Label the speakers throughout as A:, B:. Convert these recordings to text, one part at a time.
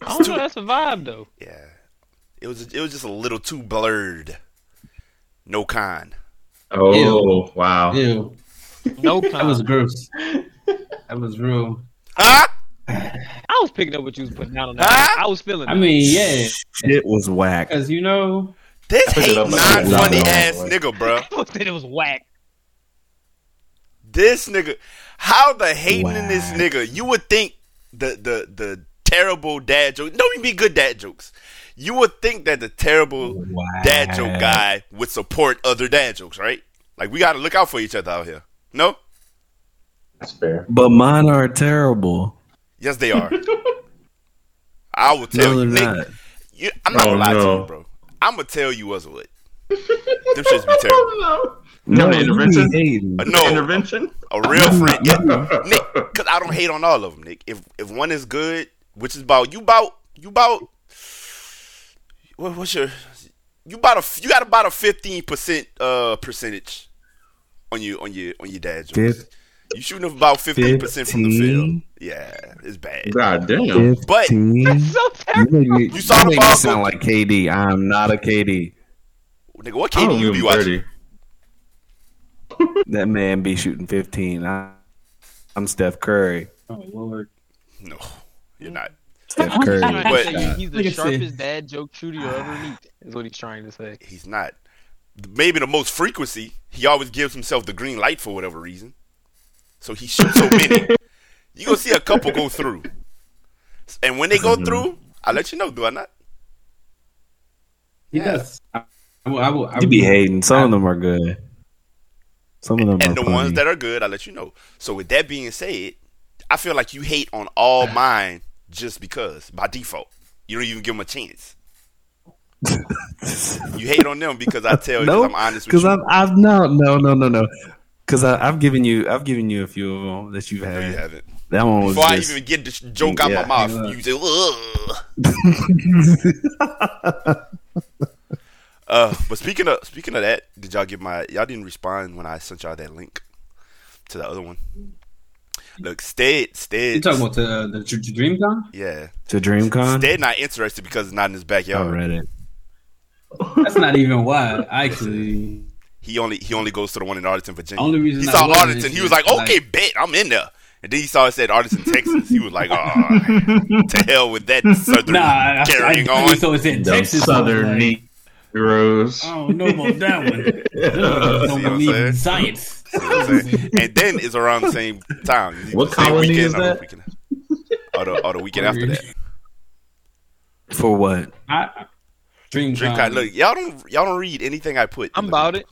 A: too.
B: No, that's a vibe though.
A: Yeah, it was it was just a little too blurred. No con.
C: Oh wow.
D: Ew,
B: No
D: that was
B: con.
D: gross. That was real.
A: Huh?
B: I was picking up what you was putting down on that. I
A: Huh?
B: was feeling.
D: I
B: it.
D: mean, yeah,
E: Shit was whack.
D: because you know,
A: This
C: picked it
A: hate
C: up like
A: non
C: that.
A: funny
C: Nah,
A: ass
C: nah, nah.
A: nigga, bro.
B: I said it was whack.
A: This nigga, how the hating in this
E: Wow.
A: nigga? You would think the the the terrible dad joke. Don't even be good dad jokes. You would think that the terrible dad joke guy would support other dad jokes, right? Like we gotta look out for each other out here. No,
C: That's fair.
E: But mine are terrible.
A: yes they are. I will tell
E: No,
A: you,
E: they're
A: nigga,
E: not.
A: you- I'm not
C: Oh,
A: gonna lie to
C: no.
A: you, bro. I'm gonna tell you what's what. Them shits be terrible.
C: No,
E: you
C: intervention?
E: be hating.
A: Uh, No,
C: Intervention?
A: a real friend. Yeah, Nick, because I don't hate on all of them, Nick. If if one is good, which is about you, about you, about what, what's your you about a you got about a fifteen percent uh percentage on you on your on your dad jokes.
E: Fif-
A: You shooting about fifteen percent from the field.
E: 15?
A: Yeah, it's bad.
C: God damn.
A: But-
E: 15.
B: That's so
E: You
B: terrible.
E: make me,
A: You saw
E: you
A: the
E: make
A: ball
E: me sound like KD. I'm not a KD.
A: Nigga, what
C: I
A: can
C: don't
A: you
C: give
A: be
C: him
A: watching?
C: 30.
E: That man be shooting 15. I, I'm Steph Curry.
D: oh lord,
A: No, you're not.
E: Steph Curry.
B: He's trying to
A: But-
B: say you- he's
D: Look
B: the
D: at
B: sharpest dad joke shooter you'll ever meet. Is what he's trying to say.
A: He's not. Maybe the most frequency. He always gives himself the green light for whatever reason. So he shoots so many. You gonna see a couple go through. And when they go through, I let you know. Do I not?
D: he does. I, I will. I will. I
E: You be
D: will-
E: hating. Some of them are good. Some of them
A: And
E: are
A: the
E: funny.
A: ones that are good, I let you know. So with that being said, I feel like you hate on all mine just because by default. You don't even give them a chance. You hate on them because I tell you. 'cause
E: No,
A: I'm honest with
E: Because
A: you.
E: I've, I've no no no no no. Because I've given you I've given you a few of them that you've
A: No,
E: had.
A: you haven't.
E: That one was
A: Before I
E: just-
A: even get the sh- joke out
E: Yeah.
A: my mouth, you say, "Ugh." Uh, but speaking of speaking of that, did y'all get my? Y'all didn't respond when I sent y'all that link to the other one. Look, Stead,
D: You
A: Stead,
D: talking about the the Dr- Dr- dream con?
A: yeah,
E: to DreamCon. Oh,
A: Stead not interested because it's not in his
E: I
A: backyard.
E: read it.
D: That's not even why. I actually,
A: He only he only goes to the one in Arlington, Virginia.
D: Only reason
A: he
D: I
A: saw
D: wasn't
A: Arlington,
D: is
A: he was like,
D: like-
A: "Okay, bet I'm in there." And then he saw it said Arlington, Texas. He was like, "Oh, to hell with that southern
D: nah. I,
A: carrying
D: I,
A: on."
D: So it's in
C: Them
D: Texas. Oh,
C: Southern
D: Like,
C: Negroes.
D: I don't know about that one.
C: Yeah.
D: don't
A: See what I'm
D: believe in
A: saying?
D: science.
A: You know what I'm saying? and then it's around the same time. It's
C: What
A: the same
C: colony
A: weekend
C: is
A: or the
C: that?
A: weekend- Or the, or the weekend after that.
E: For what?
D: I, I- dream
A: Drink
D: con.
A: I look, y'all don't y'all don't read anything I put. in
B: I'm
A: the-
B: about it.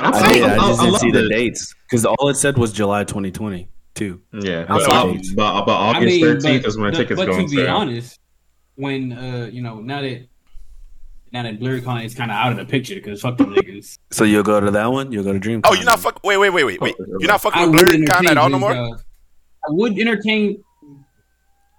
C: I'm
E: I, did,
C: saying,
E: I just didn't
C: love
E: see the
C: it.
E: dates because all it said was July 2020 too.
C: Yeah,
E: I
C: but,
E: saw
C: I'll-
E: it.
C: but, but
D: I
C: August
D: mean,
C: thirteenth
D: but,
C: is when
D: but-
C: tickets
D: but
C: go on
D: to be
C: sale.
D: honest, when uh, you know, now that now that BlurryCon is kind of out of the picture because fuck them niggas.
E: So you'll go to that one. You'll go to DreamCon.
A: Oh, you're not fuck. Wait, wait, wait, wait, wait. You're not
D: I
A: fucking
D: would
A: with Blurred Con
D: entertain
A: at all no
D: Dream
A: more.
D: Con. I would entertain.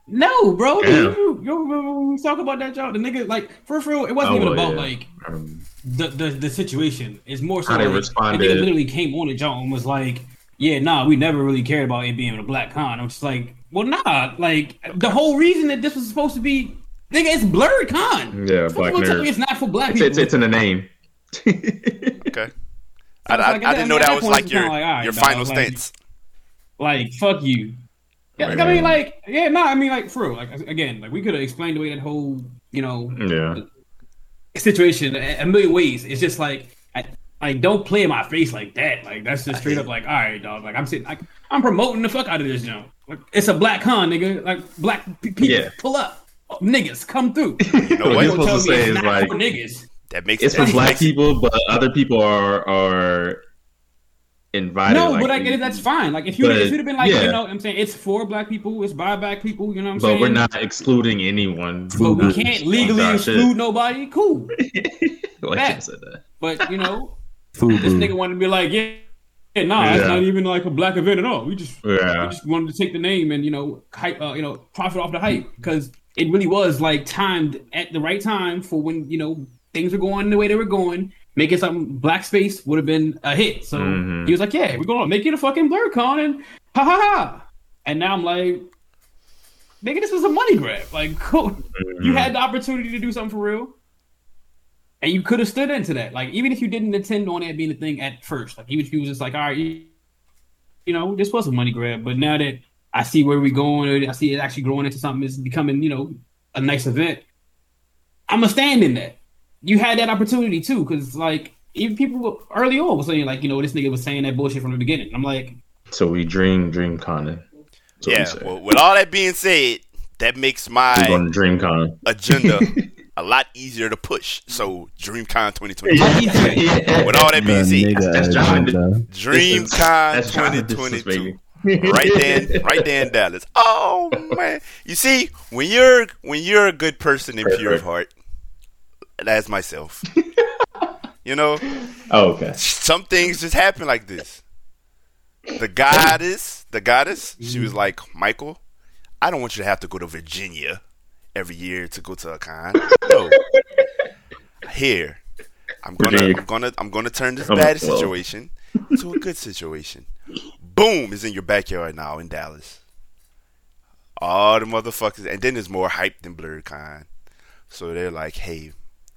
D: No, bro.
C: Yeah.
D: You, you remember when we talk about that, y'all? The nigga, like, for real, it wasn't
C: Oh,
D: even
C: well,
D: about
C: yeah.
D: like
C: Um,
D: the, the the situation. It's more so
C: How they
D: like,
C: responded.
D: The nigga literally came on to John and was like, "Yeah, nah, we never really cared about it being a black con." I'm just like, "Well, nah, like the whole reason that this was supposed to be, nigga, it's blurred con.
C: yeah,
D: Fuck
C: black
D: you tell me
C: nerds.
D: it's not for black
C: It's,
D: people.
C: it's, it's in the name.
A: Okay.
D: So
A: I,
D: it's
A: I,
D: like,
A: I didn't know
D: at
A: that
D: that
A: was
D: point,
A: like
D: it's
A: your
D: kinda like, all right,
A: your
D: dog,
A: final
D: like-
A: stance.
D: like, fuck you." Yeah, like, I mean, like, yeah, nah, I mean, like, for real, like, again, like, we could have explained away that whole, you know,
C: Yeah,
D: situation a, a million ways. It's just like, I, like don't play in my face like that. Like that's just straight up like, all right, dog. Like I'm sitting, like I'm promoting the fuck out of this junk. Like it's a black con, nigga. Like black pe- people
C: Yeah.
D: pull up, Oh, niggas come through.
A: You know
C: What
A: what?
C: you're supposed
D: Tell
C: to
D: me
C: say
D: it's
C: is
D: not
C: like
D: for niggas.
A: That makes
C: it's
A: that
C: for black
A: makes-
C: people, but other people are are invited.
D: No,
C: like,
D: but I get it. That's fine. Like if you
C: But,
D: if you'd have been like,
C: yeah.
D: you know, what I'm saying it's for black people, it's by black people. You know what I'm
C: But
D: saying?
C: we're not excluding anyone.
D: But we
C: who's
D: can't
C: on
D: legally
C: our shit.
D: exclude nobody. Cool.
C: like I said that.
D: But you know,
E: Fubu.
D: this nigga wanted to be like, yeah, yeah nah, it's
C: Hmm. Yeah.
D: not even like a black event at all. We just I
C: Yeah,
D: just wanted to take the name and you know hype, uh, you know profit off the hype because it really was like timed at the right time for when you know things were going the way they were going. Making something black space would have been a hit. So
C: Mhm.
D: he was like, "Yeah, we're gonna make it a fucking blur con," and ha ha ha. And now I'm like, nigga, this was a money grab. Like, cool.
C: Mm-hmm.
D: You had the opportunity to do something for real, and you could have stood into that. Like, even if you didn't intend on that being a thing at first, like, even if you was just like, all right, you, you know, this was a money grab, but now that I see where we going, or I see it actually growing into something, it's becoming, you know, a nice event. I'm gonna stand in that. You had that opportunity too, because like even people were- early on was saying like, you know, this nigga was saying that bullshit from the beginning. I'm like,
C: So we dream, dream conning. That's what we
A: yeah.
C: say.
A: Well, with all that being said, that makes
C: We're
A: my
C: going to dream con.
A: agenda a lot easier to push. So DreamCon 2020. With
C: That's
A: all that being said,
C: that's John.
A: DreamCon
C: John Distance,
A: 2022.
C: baby.
A: Right there, right there in Dallas. Oh man! You see, when you're when you're a good person and pure of heart, that's myself. You know,
C: Oh, okay.
A: some things just happen like this. The goddess, the goddess, she was like, Michael, I don't want you to have to go to Virginia every year to go to a con. No. Here. I'm gonna
C: Virginia.
A: I'm gonna I'm gonna turn this
C: Oh,
A: bad
C: well.
A: situation into a good situation. Boom is in your backyard now in Dallas. All the motherfuckers and then there's more hype than Blurred Con. So they're like, Hey,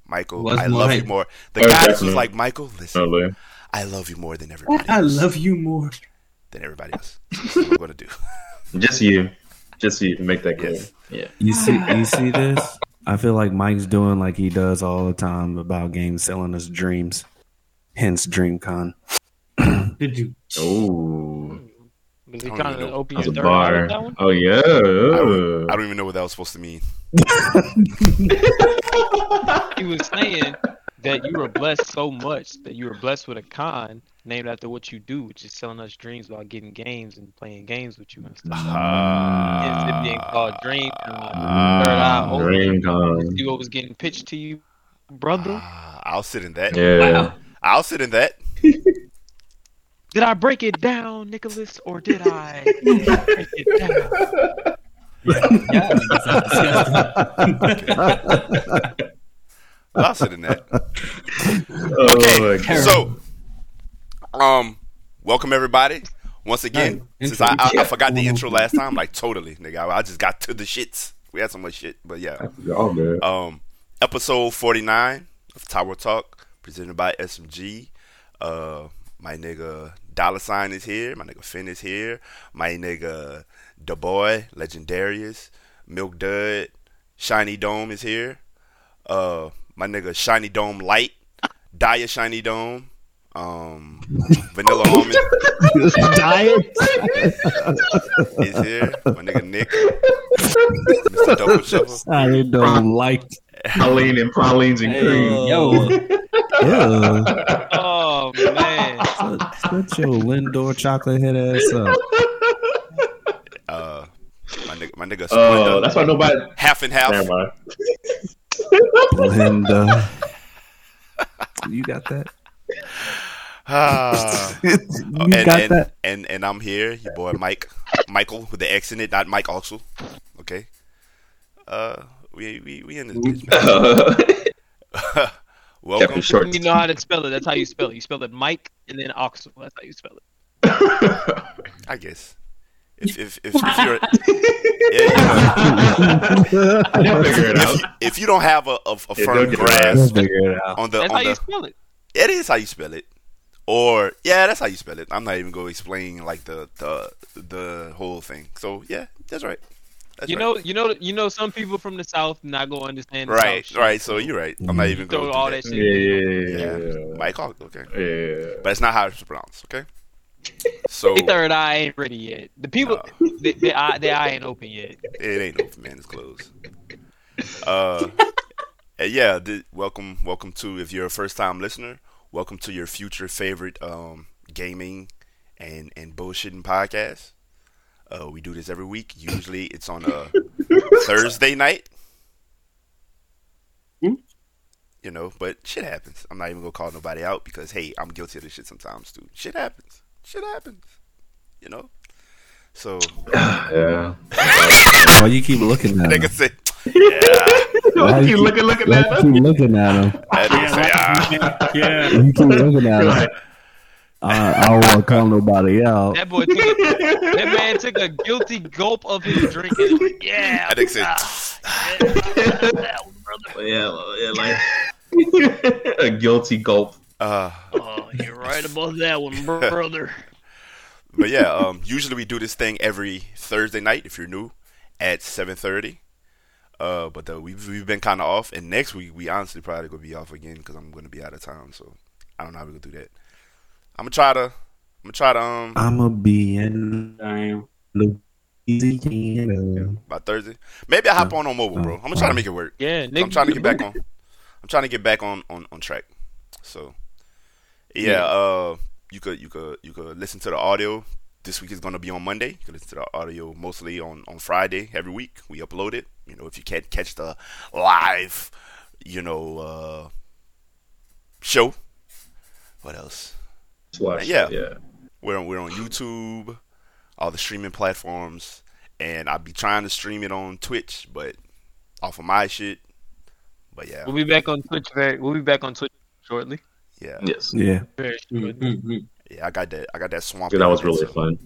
A: Michael,
D: What's
A: I
D: more
A: love
D: hype?
A: you more. The
C: Oh,
A: goddess
C: definitely.
A: was like, Michael, listen.
C: Totally.
A: I love you more than everybody.
D: I
A: else-
D: love you more.
A: than everybody else. That's what I'm gonna do.
C: Just you. Just you. Make that clear.
A: Yes.
C: Yeah.
E: You see, you see this? I feel like Mike's doing like he does all the time about games selling us dreams. Hence DreamCon.
D: Did you?
C: Oh,
B: Was
A: I
B: he
A: don't
B: kind of
A: even
B: an
A: know.
B: opium
C: that's a
B: dirty
C: bar.
B: that one?
C: Oh yeah.
A: I
C: Oh.
A: don't, I don't even know what that was supposed to mean.
B: He was saying that you were blessed so much that you were blessed with a con named after what you do, which is selling us dreams about getting games and playing games with you and stuff.
C: Ah.
B: Hence it being called Dream Con. Third
D: Ah,
B: Eye Open.
C: Dream con.
B: See what was getting pitched to you, brother?
A: Ah, I'll sit in that.
C: Yeah.
A: I'll sit in that.
B: Did I break it down, Nicholas, or did I break it down?
D: Yeah, disgusting.
A: I'll sit in that.
C: Oh, my God.
A: So, um, welcome everybody once again.
D: Nice.
A: Since I, I, I
D: Yeah.
A: forgot the intro last time, like totally, nigga, I, I just got to the shits. We had so much shit, but yeah.
C: You're all good.
D: Uh-huh.
A: Um, episode forty nine of Tower Talk, presented by SMG. Uh, my nigga Dollar Sign is here. My nigga Finn is here. My nigga the boy Legendarius, Milk Dud, Shiny Dome is here. Uh, my nigga Shiny Dome Light, Dia Shiny Dome, um, Vanilla Almond
E: Diet?
A: is here. My nigga Nick, Mr. Double Shovel.
E: I don't like
C: Pauline and Pauline's and cream.
D: Yo,
E: Ew.
B: Oh man,
E: Shut, shut your Lindor chocolate head ass up.
A: Uh, my nigga, my nigga
C: Oh,
A: Splenda.
C: that's why nobody.
A: half and half.
C: Never mind.
E: Linda. You got that?
A: Ah.
E: you
A: and,
E: got
A: and,
E: that?
A: and and I'm here, your boy Mike, Michael with the X in it, not Mike Oxel. Okay. Uh, we we we in this bitch. Man. Welcome.
C: Captain Short.
B: you know how to spell it. That's how you spell it. You spell it Mike and then Oxel. That's how you spell it.
A: I guess. If if if, if you're yeah,
C: I didn't figure it
A: if,
C: out.
A: you, if you don't have a, a, a
C: Yeah,
A: firm
C: don't get
E: We'll
A: grasp
E: figure it out.
A: on the
B: That's how
A: on
B: you
A: the
B: spell it.
A: it is how you spell it. Or yeah, that's how you spell it. I'm not even gonna explain like the the the whole thing. So yeah, that's right. That's
B: You
A: right.
B: know, you know, you know. Some people from the south not gonna understand. The South
A: Right,
B: shit.
A: right. So you're right. I'm not even going
B: Throw
A: to
B: all
A: that.
B: that
C: Yeah,
B: shit.
C: yeah,
A: Yeah.
C: yeah, yeah.
A: Mike Hawk, okay.
C: Yeah.
A: But it's not how it's pronounced, okay? So
B: The
A: it
B: third eye ain't ready yet. The people, the, the eye, the eye ain't open yet.
A: ain't open, man. It's closed. Uh, and yeah. th- welcome, welcome to if you're a first-time listener, welcome to your future favorite um, gaming and and bullshitting podcast. Uh, we do this every week. Usually, it's on a Thursday night.
D: Hmm?
A: You know, but shit happens. I'm not even gonna call nobody out because hey, I'm guilty of this shit sometimes too. Shit happens. Shit happens. You know. So
C: yeah.
E: Why you keep looking at
A: nigga
E: him?
A: said, yeah.
E: Why
C: you looking, looking
E: Why
C: at
E: you
C: us?
E: keep looking at him?
A: That nigga say, ah.
D: yeah.
E: You keep looking at him.
C: Like,
E: I, I don't want to call nobody out.
B: That boy, took a, that man took a guilty gulp of his drink. And was like, yeah,
A: I think so.
C: yeah, yeah, like a guilty gulp.
A: Uh,
B: oh, you're right about that one, brother.
A: but yeah, um, usually we do this thing every Thursday night if you're new at 7:30. Uh, but uh, we've we've been kind of off, and next week we honestly probably gonna be off again because I'm gonna be out of town. So I don't know how we gonna do that. I'm gonna try to. I'm gonna try to um
E: I'ma be in
D: Damn.
E: Louisiana.
A: by Thursday. Maybe I hop on on mobile, bro. I'm gonna try to make it work.
B: Yeah, nigga,
A: I'm trying to get back on. I'm trying to get back on on on track. So yeah, uh, you could you could you could listen to the audio. This week is gonna be on Monday. You can listen to the audio mostly on on Friday every week. We upload it. You know, if you can't catch the live, you know, uh, show. What else?
C: Slash,
A: Yeah.
C: yeah.
A: We're on, we're on YouTube, all the streaming platforms, and I'll be trying to stream it on Twitch, but off of my shit. But yeah,
B: We'll be back on Twitch very. We'll be back on Twitch shortly.
A: yeah,
C: Yes,
E: Yeah.
B: Very shortly.
D: Mhm.
A: yeah. I got that. I got that swamp.
C: that was
A: internet,
C: really
A: so-
C: fun.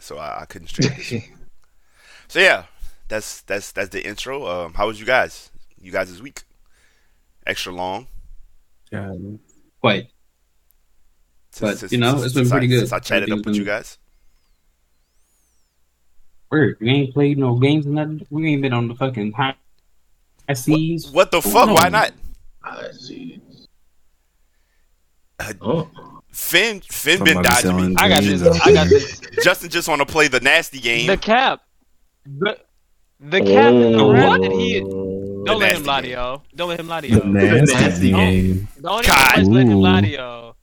A: So I, I couldn't stream. this week. so yeah, that's that's that's the intro. Um, how was you guys? You guys this week? Extra long.
D: Quite. But, you know, it's been
A: since
D: pretty
A: I,
D: good.
A: Since I chatted up with you guys.
D: Weird. We ain't played no games or nothing. We ain't been on the fucking high high seas.
A: What the fuck?
D: No.
A: Why not?
C: I see.
A: Uh,
C: Oh,
A: Finn Finn been dodging me.
B: I got this. I got this.
A: Justin just want to play the nasty game.
B: The cap. The, the cap and
C: Oh.
B: the round that he is. Don't let him lie to y'all. Don't let him lie to
E: The
B: y'all.
E: nasty,
C: nasty
E: game.
B: Don't
A: God.
B: even let him lie to
E: Ooh.
B: y'all.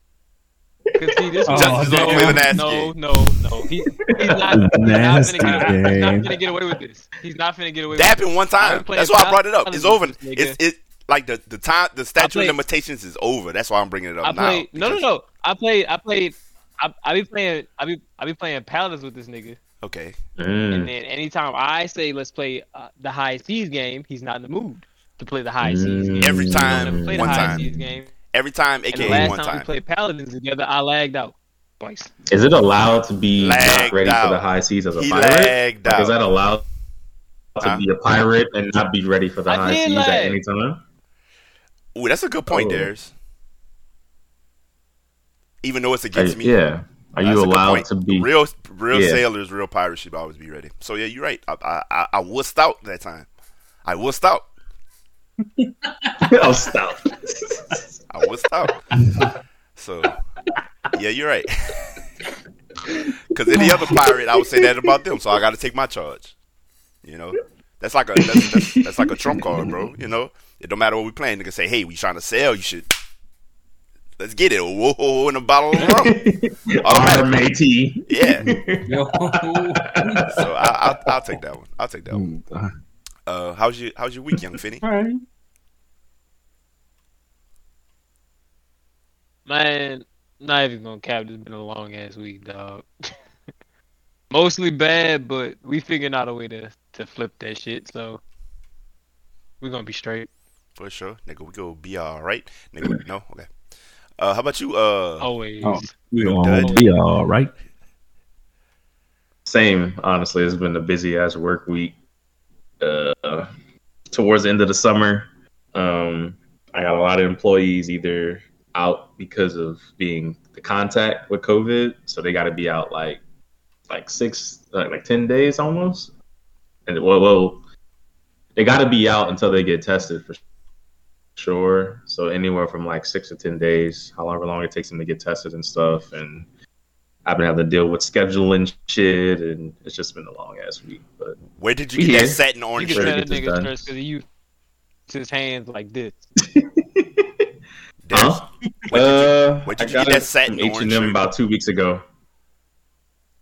B: Cause see, this
D: Oh,
B: Justin's
D: Justin's gonna
A: play the
B: no,
A: nasty
B: no,
A: game.
B: no, no. He's, he's not. He's not
E: Nasty
B: finna get, away- he's not
E: game.
B: finna get away with this. He's not finna get away.
A: That
B: with
A: happened one time.
B: I'm playing
A: That's why I
B: God-
A: brought it up.
B: God
A: It's
B: is
A: over.
B: this nigga.
A: It's it like the the time the statute of
B: played-
A: limitations is over. That's why I'm bringing it up
B: I
A: now.
B: played. No, no,
A: because-
B: no. I played. I played. I, I be playing. I be. I be playing Paladins with this nigga.
A: Okay.
C: Mm.
A: Mm.
B: And then anytime I say let's play uh, the high seas game, he's not in the mood to play the high seas game.
C: Mm.
A: Every
B: Never
A: Mm. time,
B: played
A: one
B: the high
A: time,
B: seas game.
A: every time,
B: And the
A: aka
B: last
A: one
B: time, we
A: time.
B: played Paladins together, I lagged out twice.
C: Is it allowed to be
A: Lagged
C: not ready
A: out.
C: for the high seas as a
A: He
C: pirate?
A: lagged
C: Like, is
A: out.
C: that allowed to
A: Huh?
C: be a pirate and not be ready for the
B: I
C: high
B: did
C: seas at
B: lag.
C: any time?
A: Ooh, that's a good point,
C: Oh.
A: Darius. Even though it's
C: Are-
A: against me,
C: yeah. Are
A: That's
C: you
A: a good
C: allowed
A: point.
C: to be?
A: real, real
C: Yeah.
A: sailors, real pirates should always be ready. So yeah, you're right. I I I, I wussed out that time. I wussed out.
C: oh, stop.
A: I was out. so yeah, you're right. Because any other pirate, I would say that about them. So I got to take my charge. You know, that's like a that's, that's, that's like a trump card, bro. You know, it don't matter what we playing. Nigga say, hey, we trying to sell you shit. Let's get it. Whoa, in a bottle of rum.
C: RMAT.
A: Yeah.
D: Yo.
A: So I, I'll, I'll take that one. I'll take that one.
E: Mm,
A: Uh, how's your How's your week, young Finny?
D: Alright.
B: Man, not even gonna cap. It's been a long ass week, dog. Mostly bad, but we figured out a way to to flip that shit. So we're gonna be straight.
A: For sure, nigga. We go be all right, nigga. No, okay. Uh, how about you? Uh,
B: Always.
D: Oh.
E: We
A: Dud.
E: gonna be all right.
C: Same, honestly. It's been a busy ass work week. Uh, towards the end of the summer, um, I got a lot of employees either out because of being the contact with COVID, so they got to be out like like six like, like ten days almost, and well, well they got to be out until they get tested for sure. So anywhere from like six to ten days, however long it takes them to get tested and stuff, and I've been having to deal with scheduling shit, and it's just been a long ass week. But
A: where did you
C: We
A: get that
C: here.
A: satin
B: You
A: orange
B: can
C: sure
A: shirt?
B: tell
C: to
B: that
C: get this
B: nigga
C: done.
B: stressed because he used his hands like this.
A: Darius?
C: Huh?
A: When did you-
C: Uh,
A: where'd
C: I
A: you get
C: got
A: that
C: it
A: satin
C: from
A: orange
C: H&M
A: shirt?
C: about two weeks ago.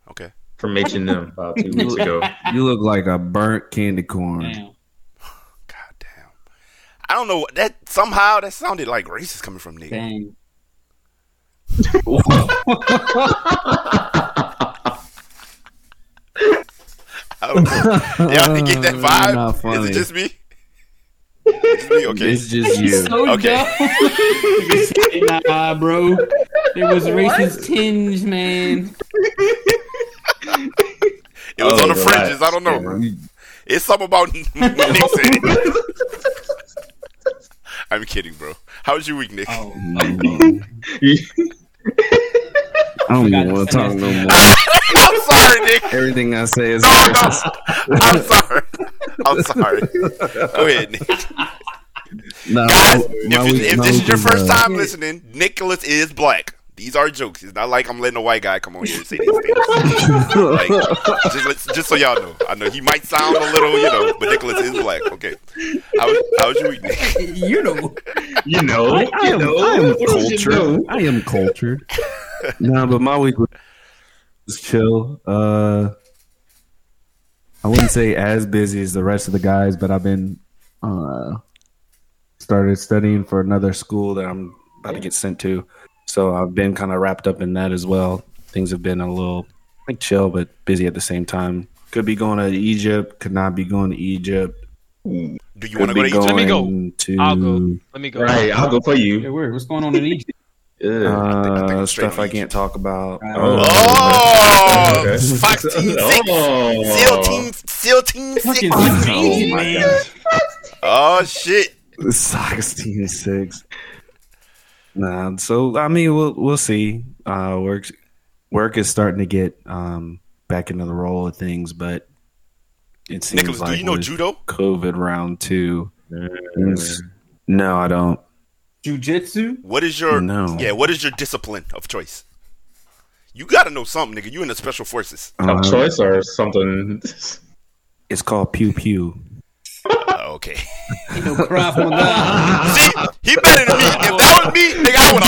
A: Okay.
C: From H&M about two weeks ago.
E: You look like a burnt candy corn.
D: Damn.
A: God damn. I don't know that somehow that sounded like racist coming from nigga.
D: Dang.
A: I don't know. Y'all didn't get that
E: You're not
A: vibe? Is
E: funny.
A: it just me? It's me, okay.
E: It's just you.
D: So
A: Okay.
D: dumb. nah, bro. There was a racist tinge, man.
A: It was
C: Oh,
A: on the
C: relax.
A: fringes. I don't know.
C: Yeah.
A: It's something about Nixon. I'm kidding, bro. How was your week, Nick?
D: Oh,
E: I don't
D: Forgot
E: even want
D: to
E: to talk
D: send
E: no
D: this.
E: more.
A: I'm sorry, Nick.
E: Everything I say is
A: No, no. I'm sorry. I'm sorry. Go ahead, Nick.
E: no.
A: Guys,
E: my
A: if,
E: week-
A: if
E: my
A: this is
E: week
A: your first
E: uh,
A: time listening, Nicholas is black. These are jokes. It's not like I'm letting a white guy come on here and say these things. Like, just, let- just so y'all know, I know he might sound a little, you know, but Nicholas is black. Okay, how was, how was your week, Nick?
D: you know.
C: You know,
E: I, I
C: you
E: am,
C: know,
E: I am
C: What else you
E: cultured.
C: know?
E: I am cultured. nah, but my week was chill. Uh, I wouldn't say as busy as the rest of the guys, but I've been uh, started studying for another school that I'm about to get sent to. So I've been kind of wrapped up in that as well. Things have been a little like chill, but busy at the same time. Could be going to Egypt. Could not be going to Egypt.
A: Do you
E: Could
A: want to go
E: be
A: to Egypt?
B: Let me go.
E: going to
B: I'll go. Let me go.
C: Right, I'll go for
D: Hey,
C: you.
D: where- what's going on in Egypt?
C: Yeah.
E: Uh,
A: think- I think it's straight
E: stuff
A: on
E: I
A: Egypt.
E: can't talk about. Um,
A: Oh,
C: Okay. Oh.
A: Fox Team Six, Seal Team, Seal Team
D: Fucking
A: Six.
D: Egypt,
C: my
D: man.
C: gosh.
A: Oh shit!
E: Sox team six. Nah, so I mean, we'll we'll see. Uh, work work is starting to get um back into the roll of things, but it seems
A: Nicholas,
E: like
A: do you know
E: with
A: judo?
E: COVID round two. it's- No, I don't.
D: Jiu-jitsu?
A: What is your
E: No.
A: yeah? What is your discipline of choice? You gotta know something, nigga. You in the special forces.
E: I don't
C: Of
E: have-
C: choice or something.
E: Uh, It's called pew pew.
A: Oh, okay.
D: Ain't no cry from God.
A: See, he better than me. If that was me, nigga, I would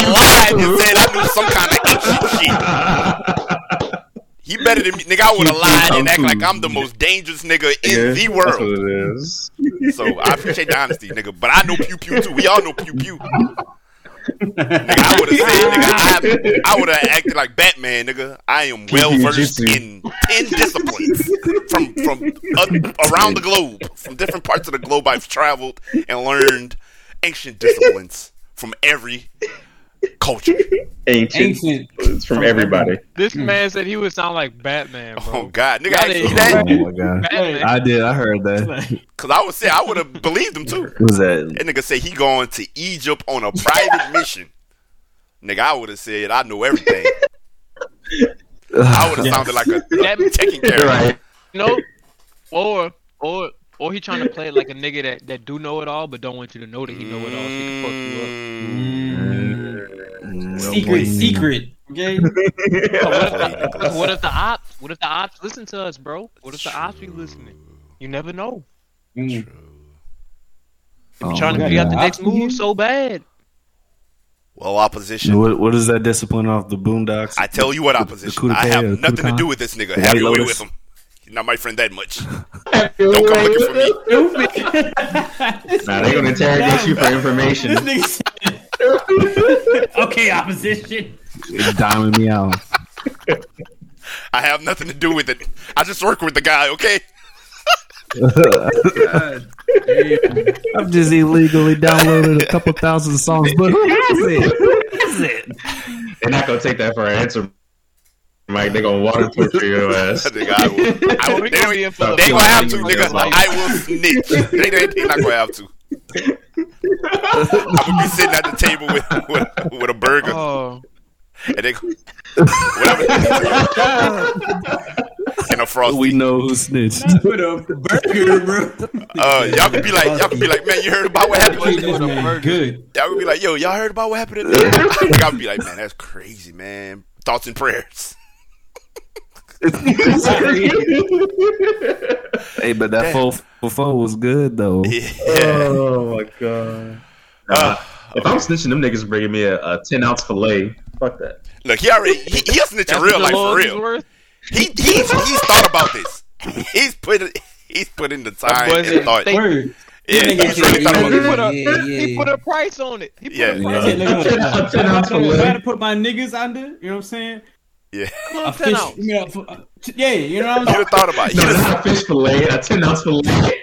A: have lied and said I knew some kind of ancient shit. He better than me, nigga. I would have lied and act like I'm the most dangerous nigga in the
C: That's
A: world.
C: what it is.
A: So I appreciate the honesty, nigga. But I know pew pew too. We all know pew pew. Nigga, I would have said, nigga, I, I would have acted like Batman, nigga. I am well versed
C: Jitsu.
A: in ten disciplines from from uh, around the globe, from different parts of the globe. I've traveled and learned ancient disciplines from every culture.
C: Ancient.
D: Ancient.
C: It's from everybody.
B: This man said he would sound like Batman,
A: Oh
B: bro.
A: God, nigga,
B: Y'all
A: I
B: didn't
A: see
B: hear
E: Oh
A: that
E: my god!
B: Batman.
E: I did. I heard that.
D: Mm.
A: because I would say I would have believed him too.
E: What Was that?
A: That nigga say he going to Egypt on a private mission. Nigga, I would have said I know everything. I would have sounded like a, a taking care of.
C: Right.
B: No, or or or he trying to play it like a nigga that, that do know it all but don't want you to know that he know it all. So he can fuck you up.
A: Mm,
D: Mm.
E: Mm,
D: Secret, secret. Okay?
A: Mm.
B: But What if the ops? What if the ops listen to us, bro? What if the ops be listening? You never know.
D: Mm.
E: Oh
B: trying to
E: my
B: figure out
E: God.
B: the
D: God.
B: next move so bad.
A: Well, opposition.
E: What, what is that discipline off the Boondocks?
A: I tell you what,
E: The- the
A: opposition.
E: coup de
A: I
E: pedo,
A: have
E: coup de
A: nothing to
E: con.
A: do with this nigga.
E: The
A: Have
E: White
A: your way
E: Lotus.
A: with him. He's not my friend that much. Don't come looking for me.
C: Nah, they're gonna interrogate you for information.
D: This nigga said- okay, opposition.
E: Diamond me out.
A: I have nothing to do with it. I just work with the guy. Okay.
E: I've just illegally downloaded a couple thousand songs, but who has it?
C: They're not gonna take that for an answer, Mike. They're gonna water torture your ass.
A: Nigga, I will. I will
B: We
A: they
B: gonna be in
A: don't,
B: for the
A: they ain't gonna have to,
C: fucking
A: nigga.
C: life.
A: I will snitch. They, they, they not gonna have to. I'm gonna be sitting at the table with with, with a burger,
B: Oh,
A: and they whatever. and a frosty.
E: We know who snitched.
D: Put a burger, bro.
A: Uh, y'all could be like, y'all could be like, man, you heard about what happened?
D: Treat this man good.
A: Y'all would be like, yo, y'all heard about what happened? Today? like, I'd be like, man, that's crazy, man. Thoughts and prayers.
E: hey, but that full full was good though.
A: Yeah.
C: oh my god.
A: Uh,
C: If I'm snitching, them niggas bringing me a, a ten ounce fillet. Fuck that.
A: look, he already he, he'll snitch in
B: that's
A: real
B: what
A: life
B: the
A: for
B: Lord is
A: real.
B: worth.
A: He he's he's thought about this. He's put he's put in the time
B: boy said
A: and thought.
B: thank-
D: Word.
A: Yeah,
D: That nigga
A: he's really
D: said,
A: thought about
B: He
A: this.
B: put a
D: Yeah,
B: he
D: yeah.
B: put a price on it. He put
A: Yeah.
B: a price
D: Hey, look, look, look.
C: Ten ounce
D: If I had
C: fillet.
D: to put my niggas under, you know what I'm saying?
A: Yeah,
B: on
D: A
B: it. Ten
D: fish,
B: out.
D: you know, for- yeah, e you know
A: he'd
D: what I'm saying?
A: have thought about it.
C: No,
A: He'd have-
C: not a fish fillet. A ten ounce fillet.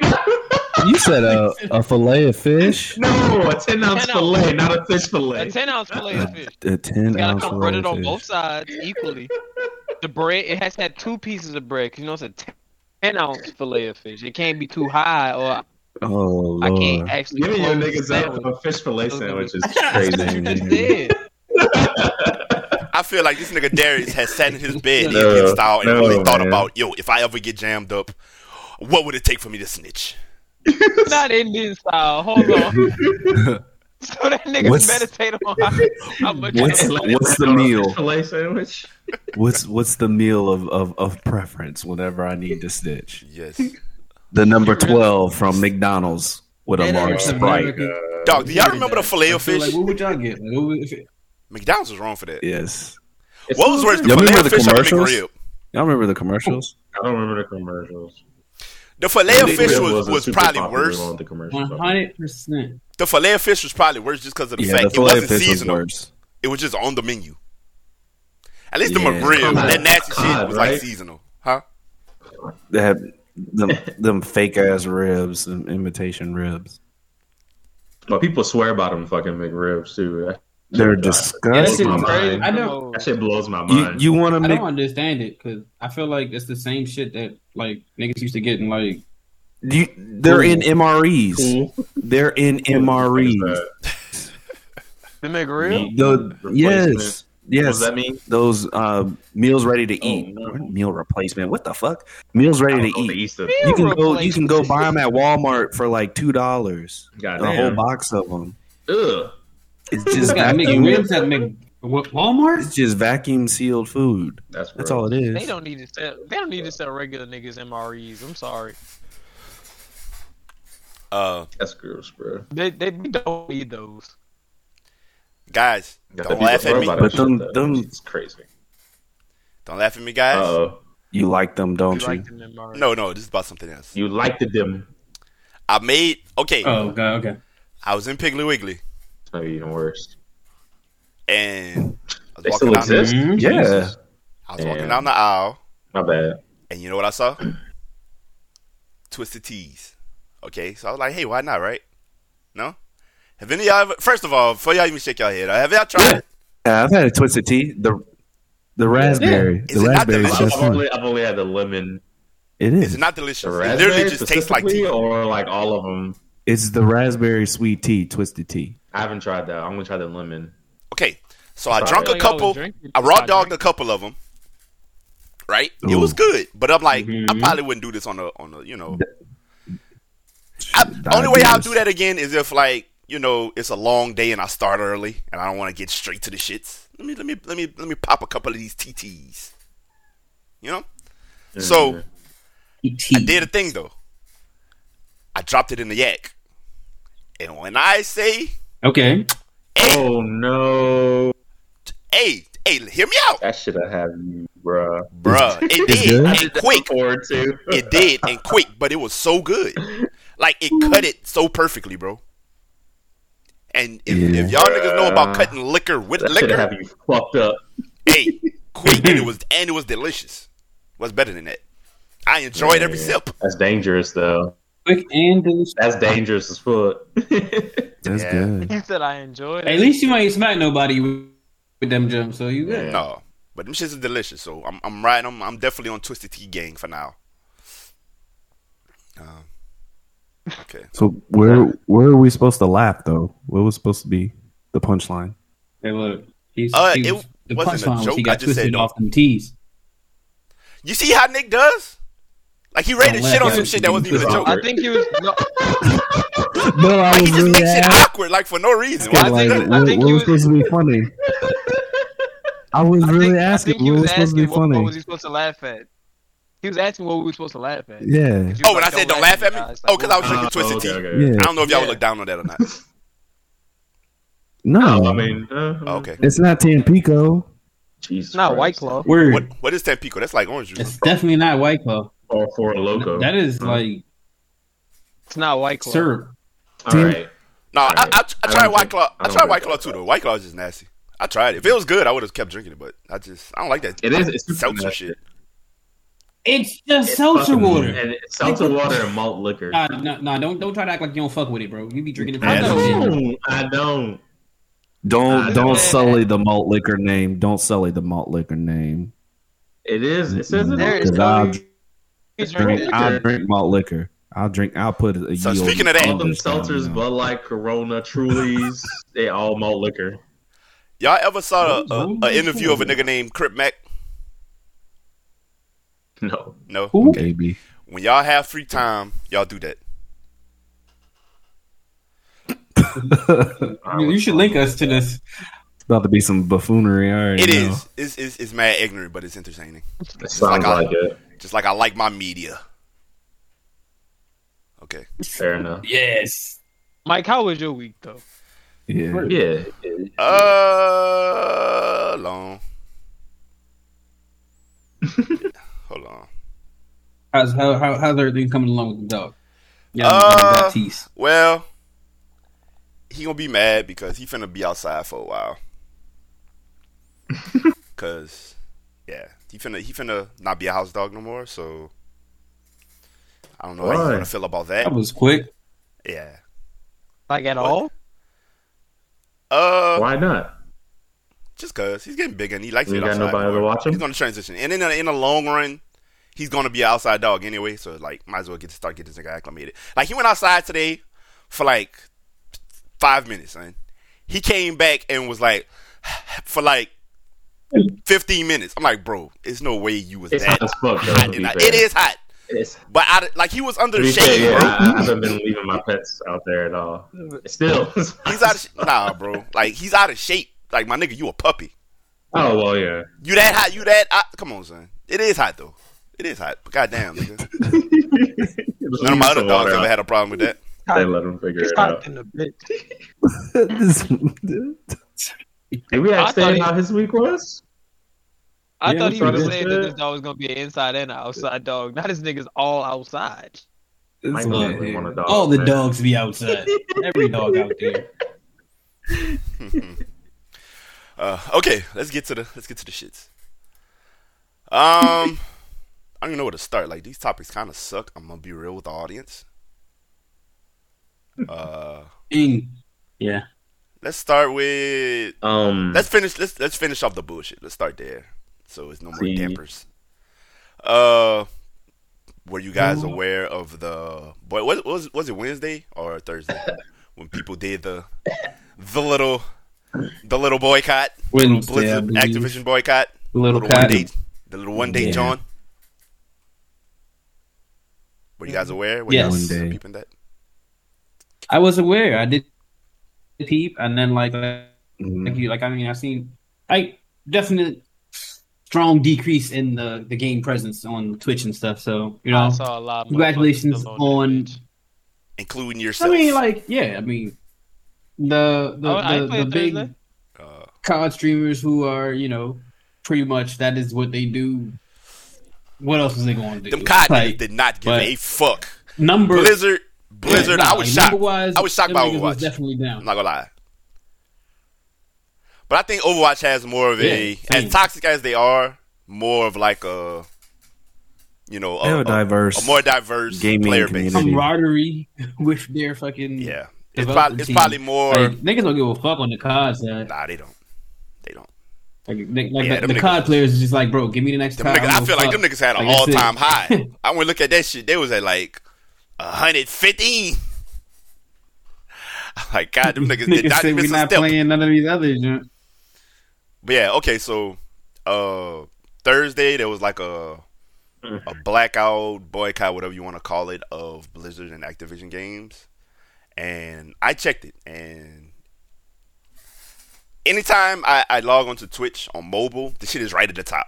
E: You said a, a fillet of fish,
C: No, a ten ounce fillet, not a fish fillet.
B: A ten ounce fillet of fish.
E: a
B: You
E: ten
B: gotta
E: ounce
B: come
E: fillet
B: breaded
E: of
B: on both
E: fish.
B: sides equally. The bread it has to have two pieces of bread. 'cause you know it's a ten, 10 ounce fillet of fish. It can't be too high, or
E: Oh
B: I can't
E: lord!
B: actually.
C: Giving your
B: close the
C: niggas up
B: sandwich.
C: a fish fillet sandwich is
B: You just
C: crazy.
B: did.
A: I feel like this nigga Darius has sat in his bed
C: No,
A: ESPN style and
C: no,
A: really thought
C: man.
A: about, yo, if I ever get jammed up, what would it take for me to snitch?
B: Not Indian style. Hold on. so that nigga
E: What's-
B: meditate on how, how much.
E: What's what's the
C: On a
E: meal?
C: Fish fillet sandwich.
E: What's what's the meal of, of, of preference whenever I need to snitch?
A: Yes.
E: The number twelve from McDonald's with a
D: That
E: large
A: Oh
D: is
E: sprite.
D: American.
A: Dog, do y'all remember the filet
D: So,
A: of fish?
D: Like, what would y'all get? Like, what would, if it,
A: McDonald's was wrong for that.
E: Yes.
A: What was worse, the
E: Y'all
A: filet
E: remember
A: of
E: the
A: fish or the
E: commercials?
A: McRib?
E: Y'all remember the commercials?
C: I don't remember the commercials.
A: The filet of
C: Big
A: fish
C: Red
A: was,
C: wasn't
A: was
C: super
A: probably
C: popular
A: worse.
C: on The commercials, though.
D: 100%.
A: The filet of fish was probably worse just because of the
E: Yeah, the
A: fact it
E: filet of
A: wasn't
E: fish was
A: seasonal.
E: worse.
A: it was just on the menu. At least
E: Yeah.
A: the McRib,
C: Come on.
A: that nasty shit
C: God,
A: was like
C: right?
A: seasonal, huh?
E: They had them them fake ass ribs, them imitation ribs.
C: But people swear about them fucking McRibs too. That,
E: They're
B: That
C: Blows
B: shit's
E: disgusting.
C: my
B: crazy.
C: mind.
D: I know.
C: that shit blows my
E: You
C: mind.
E: you want to
D: I
E: make
D: don't understand it because I feel like it's the same shit that like niggas used to get in like
E: you, they're in MREs.
C: cool.
E: They're in MREs.
B: The McRib?
E: The,
C: Replacement.
E: yes,
C: What does
E: yes.
C: that mean?
E: Those uh, meals ready to
C: Oh,
E: eat.
C: no.
E: Meal replacement. What the fuck? Meals ready to
C: Oh, the
E: eat.
C: Easter.
B: Meal
E: You can go. You can go
B: replacement.
E: buy them at Walmart for like two dollars.
C: God
E: A whole
C: damn.
E: box of them.
C: Ugh.
E: It's
D: Just
E: just
D: got
E: vacuum.
D: McRibs at Mc what, Walmart.
E: It's just vacuum sealed food.
C: That's,
E: That's all it
B: They
E: is.
B: don't need to sell. They don't need to sell regular niggas MREs. I'm sorry.
A: Uh,
C: That's gross, bro.
B: They they don't need those.
A: guys,
C: Got
A: don't
C: the
A: laugh
C: people
A: at
C: swear
A: me.
C: about
E: But
C: that shit,
E: them-
C: though.
E: them-
C: It's crazy.
A: Don't laugh at me, guys.
C: Uh-oh.
E: You like them,
B: You
E: don't you?
B: like them MREs.
A: No, no, this is about something else.
C: You liked them.
A: I made okay.
D: Oh god, okay.
A: I was in Piggly Wiggly
C: It's maybe even worse.
A: and I was
C: They
A: walking
C: still
A: down.
C: exist?
D: Mhm.
E: Mm-hmm. Yeah.
C: Jesus.
A: I was walking
C: Damn.
A: down the aisle,
C: My bad.
A: and you know what I saw? Twisted tees. Okay, so I was like, hey, why not, right? No. Have any of y'all ever? First of all, before y'all even shake y'all head, have y'all tried? it?
E: Yeah, I've had a twisted tea. The the raspberry.
A: Is
E: The
A: it not
E: raspberry is
A: delicious?
C: I've
E: just fun.
C: only, I've only had the lemon.
E: It
A: Is
E: is.
A: it not delicious?
C: The
A: It
C: raspberry
A: literally just tastes like
C: specifically,
A: tea.
C: Or like all of them.
E: It's the raspberry sweet tea, twisted tea.
C: I haven't tried that. I'm going to try the lemon.
A: Okay, so I
C: Sorry.
A: drunk
B: Like,
A: a
B: I was
A: couple.
B: drinking.
A: I raw
B: I
A: dogged a
B: drank.
A: couple of them. Right, it was
E: Ooh.
A: good, but I'm like, I
D: Mhm.
A: probably wouldn't do this on a on a you know. I, only way I'll do that again is if like you know it's a long day and I start early and I don't want to get straight to the shits. Let me let me let me let me pop a couple of these TTs. You know, so
C: Mm-hmm.
A: I did a thing though. I dropped it in the yak, and when I say,
D: Okay.
A: hey,
C: Oh no.
A: hey, hey, hear me out,
C: That should have had you, bruh.
A: bruh, it
E: It's
A: did,
E: good?
A: and quick,
C: Forward to.
A: it did and quick, but it was so good. Like it cut it so perfectly, bro. And if, if y'all niggas know about cutting liquor with
C: That should
A: liquor,
C: have you fucked up.
A: hey, quick and it was and it was delicious. What's better than that? I enjoyed every
C: Yeah.
A: sip.
C: That's dangerous though.
D: Quick and delicious.
C: That's dangerous as fuck.
E: That's
A: Yeah.
E: good.
B: He said I enjoyed
D: At
B: it.
D: least you ain't smack nobody with with them jumps, so you good.
C: Yeah.
A: No, but them shits are delicious. So I'm I'm riding. I'm I'm definitely on Twisted Tea gang for now. Um, okay,
E: So where where are we supposed to laugh though? What was supposed to be the punchline?
D: Hey, look, he's,
A: Uh,
D: he
A: it
D: was- the
A: wasn't a
D: punchline was
A: joke,
D: he
A: I
D: got
A: just said
D: twisted
A: no.
D: off them tees.
A: you see how Nick does? Like he rated
D: Don't
A: shit
D: laugh
A: on
D: at
A: some
D: it.
A: shit that wasn't even a joke.
B: I think he was. No,
E: No, I
A: Like he
E: was
A: just
E: really
A: makes it
E: asking,
A: awkward, like for no reason. Why
E: like,
A: is he doing it?
E: what,
B: think
E: what
B: he
E: was
B: was-
E: supposed to be funny? I was
B: I
E: really
B: think, I
E: asking
B: think he
E: what
B: was,
E: was supposed to
B: asking
E: be
B: what, what was
E: funny.
B: he supposed to laugh at. He was asking what we were supposed to laugh at.
E: Yeah,
B: You
A: Oh,
B: were
A: when I
B: like,
A: said don't laugh at me.
B: guys.
A: Oh, 'cause I was
B: what-
A: drinking Twisted Tea.
E: yeah.
A: I don't know if y'all would
B: Yeah.
A: look down on that or not.
E: No,
C: I mean, uh,
A: Oh, okay.
E: it's not Tampico.
C: Jesus.
B: Not
C: Christ.
B: White Claw.
D: Word.
A: What what is Tampico? That's like orange juice.
D: It's definitely not White Claw.
C: Or for a loco.
D: That is
C: Huh?
D: like
B: It's not White Claw.
D: syrup.
C: All right.
A: No, I, I, I,
C: I
A: tried
C: don't
A: White
C: think-
A: Claw.
C: I
A: I tried
C: don't think
A: White
C: I
A: Claw
C: like
A: too
C: that.
A: though. White Claw is just nasty. I tried it. If it was good, I would have kept drinking it, but I just I don't like that.
C: It is. It's super
A: seltzer
C: nasty.
A: shit.
D: It's just seltzer
C: Fucking-
D: water.
C: And it's seltzer water and malt liquor.
D: Nah, nah, nah, don't don't try to act like you don't fuck with it, bro. You be drinking it.
C: I
E: That's
D: I
C: don't. I don't.
E: Don't
C: I
E: don't
C: don't-
E: sully the malt liquor name. Don't sully the malt liquor name.
C: It is. It says
B: There
C: it. There
B: it is.
C: is.
E: Because I'll
B: He's
E: drink,
B: drinking
E: I'll
B: liquor.
E: drink malt liquor. I'll drink. I'll put a.
A: So
E: yield
A: speaking of that-
C: All them
E: this down,
C: seltzers,
E: you know.
C: Bud Light, Corona, Trulies, they all malt liquor.
A: Y'all ever saw a, a,
D: What
A: a
D: is
A: interview of a nigga named Crip Mac?
C: No.
A: No.
D: Who?
E: AB.
A: When y'all have free time, y'all do that.
D: You, you should link us to this.
E: It's about to be some buffoonery. I already
A: It
E: know.
A: is. It's, it's, it's mad ignorant, but it's entertaining.
C: It sounds
A: like I-
C: like it.
A: Just like I like my media. Okay.
C: Fair enough.
D: Yes.
B: Mike, how was your week though?
E: Yeah.
C: Yeah.
A: Uh, long. Hold on.
D: How's how, how how's everything coming along with the dog? Yeah,
A: Uh,
D: Baptiste.
A: Well, he gonna be mad because he finna be outside for a while. Cause, yeah, he finna he finna not be a house dog no more. So I don't know how
C: Why?
A: you gonna feel about that.
D: That was quick.
A: Yeah.
B: Like at
A: What?
B: all?
A: Uh,
C: Why not?
A: just cause he's getting bigger and he likes
C: You
A: it
C: got
A: outside.
C: nobody to
A: more.
C: watch him?
A: He's gonna transition, and in the, in the long run, he's gonna be an outside dog anyway. So like, might as well get to start getting this nigga acclimated. Like he went outside today for like five minutes, son. He came back and was like, for like fifteen minutes. I'm like, bro, it's no way you was
C: It's
A: that.
C: hot as fuck. Though,
A: hot
C: to be
A: and I-
C: fair.
A: it is hot,
C: It's,
A: but I like he was under
C: to
A: the
C: be
A: shade,
C: fair, yeah,
A: bro.
C: I, I haven't been leaving my pets out there at all. Still.
A: He's out of sh- nah, bro. Like he's out of shape. Like my nigga, you a puppy.
C: oh well, yeah.
A: You that hot? You that? hot? come on, son. It is hot though. It is hot. But goddamn, nigga. None of my other dogs ever had a problem with that.
C: They let them figure
B: It's
C: it
B: hot
C: out.
B: in the bitch.
C: Did we ask
B: I thought
C: Stan
B: he-
C: how his week was?
B: I
D: Yeah,
B: thought
D: we
B: he was
C: tried
B: saying
C: to-
B: that this dog was gonna be an inside and an outside dog. Not his niggas all outside.
C: I
E: It's
C: love
E: what it
C: one
E: is.
C: of dogs.
D: All Oh, the
C: oh, man.
D: dogs be outside. Every dog out there.
A: Uh, okay, let's get to the let's get to the shits. Um, I don't even know where to start. Like these topics kind of suck. I'm gonna be real with the audience. Uh,
D: Mm. Yeah.
A: let's start with
C: Um,
D: Mm-hmm.
A: let's finish let's let's finish off the bullshit. Let's start there. So it's no more
C: See.
A: dampers. Uh, were you guys aware of the boy? What was was it Wednesday or Thursday when people did the the little the little boycott, little
D: Wednesday, I
A: Blizzard
D: believe.
A: Activision boycott,
D: Little,
A: little one
D: cat.
A: day, the little one day
E: Yeah.
A: John. Were you guys aware? Were
D: Mm-hmm. Yes.
A: you guys
E: One day.
A: peeping that?
D: I was aware. I did peep, and then like like
E: Mhm.
D: you like I mean I've seen I definite strong decrease in the the game presence on Twitch and stuff. So you
B: I
D: know,
B: saw a lot. of motherfuckers
D: Congratulations
B: still
D: on-
B: that bitch.
A: including
D: I
A: yourself.
D: mean like yeah, I mean the the
B: Oh, I
D: the,
B: played
D: the big
B: Thursday.
A: uh,
D: COD streamers who are you know pretty much that is what they do. What else is they going to do?
A: them cotton
D: like,
A: did not give
D: but-
A: a fuck.
D: number
A: Blizzard, Blizzard.
D: yeah,
A: I
D: nah,
A: was
D: like,
A: shocked.
D: number-wise,
A: I was shocked
D: them
A: by
D: niggas was
A: Overwatch.
D: Definitely
A: I'm
D: down.
A: not gonna lie. But I think Overwatch has more of a
D: Yeah, same.
A: as toxic as they are, more of like a you know
E: They have
A: a,
E: a
A: a,
E: diverse.
A: a more diverse
E: gaming
A: player base.
E: community.
D: Camaraderie with their fucking
A: Yeah, it's,
D: Developer
A: prob- it's
D: team.
A: probably more.
D: Like, niggas don't give a fuck on the COD side.
A: nah, they don't. They don't.
D: Like, like, like
A: Yeah,
D: the,
A: them niggas-
D: the COD players is just like, bro, give me the next
A: Them
D: COD.
A: niggas, I feel like them niggas had an all
D: Like, that's
A: time
D: it.
A: high. I went look at that shit. They was at like 115. I'm like God, them niggas did
D: niggas
A: not
D: said
A: miss
D: we're
A: a
D: not
A: step.
D: playing none of these others. You know?
A: But yeah, okay, so uh Thursday there was like a a blackout boycott, whatever you want to call it, of Blizzard and Activision games. And I checked it and anytime I, I log onto Twitch on mobile, the shit is right at the top.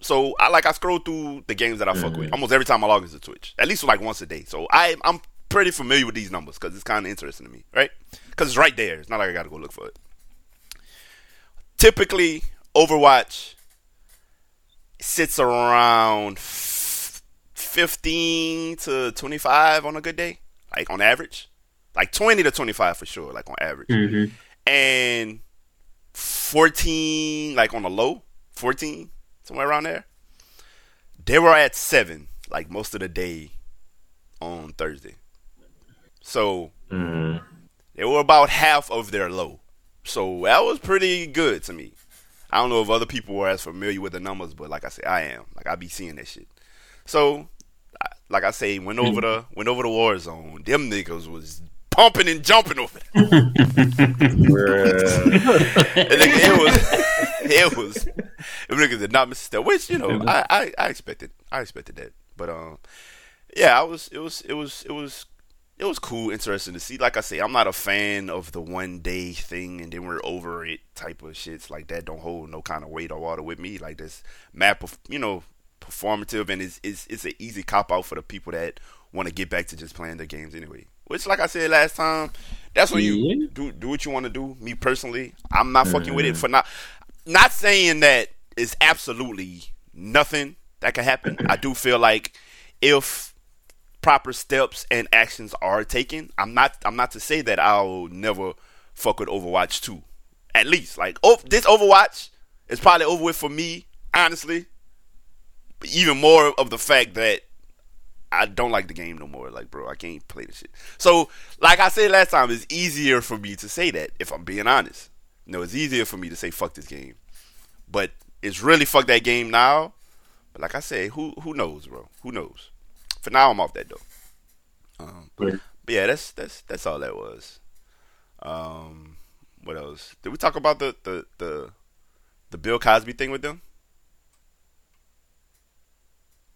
A: So I like I scroll through the games that I fuck with almost every time I log into Twitch, at least like once a day. So I I'm pretty familiar with these numbers because it's kind of interesting to me, right? Because it's right there. It's not like I gotta go look for it. Typically, Overwatch sits around f- fifteen to twenty five on a good day, like on average, like twenty to twenty five for sure, like on average and 14 like on the low 14 somewhere around there They were at seven, like most of the day on Thursday. So
C: Mm.
A: they were about half of their low. So that was pretty good to me. I don't know if other people were as familiar with the numbers, but like I say, I am. Like I be seeing that shit. So, I- like I say, went over the went over the war zone. Them niggas was pumping and jumping over. There.
C: Bruh.
A: And nigga, it was it was them niggas did not miss a step, which you know I, I I expected I expected that, but um yeah I was it was it was it was it was cool interesting to see. Like I say, I'm not a fan of the one day thing and then we're over it type of shits like that. Don't hold no kind of weight or water with me. Like this map of you know performative and it's it's it's an easy cop out for the people that want to get back to just playing their games anyway. Which, like I said last time, that's what
C: Yeah.
A: you do. Do what you want to do. Me personally, I'm not fucking with it for not. Not saying that it's absolutely nothing that can happen. I do feel like if proper steps and actions are taken, I'm not. I'm not to say that I'll never fuck with Overwatch two. At least, like, oh, this Overwatch is probably over with for me. Honestly, even more of the fact that I don't like the game no more. Like, bro, I can't play this shit. So, like I said last time, it's easier for me to say that if I'm being honest. You know, it's easier for me to say fuck this game, but it's really fuck that game now. But like I say, who who knows, bro? Who knows? For now, I'm off that though. Um,
C: Right.
A: but yeah, that's that's that's all that was. Um, what else? Did we talk about the the the, the Bill Cosby thing with them?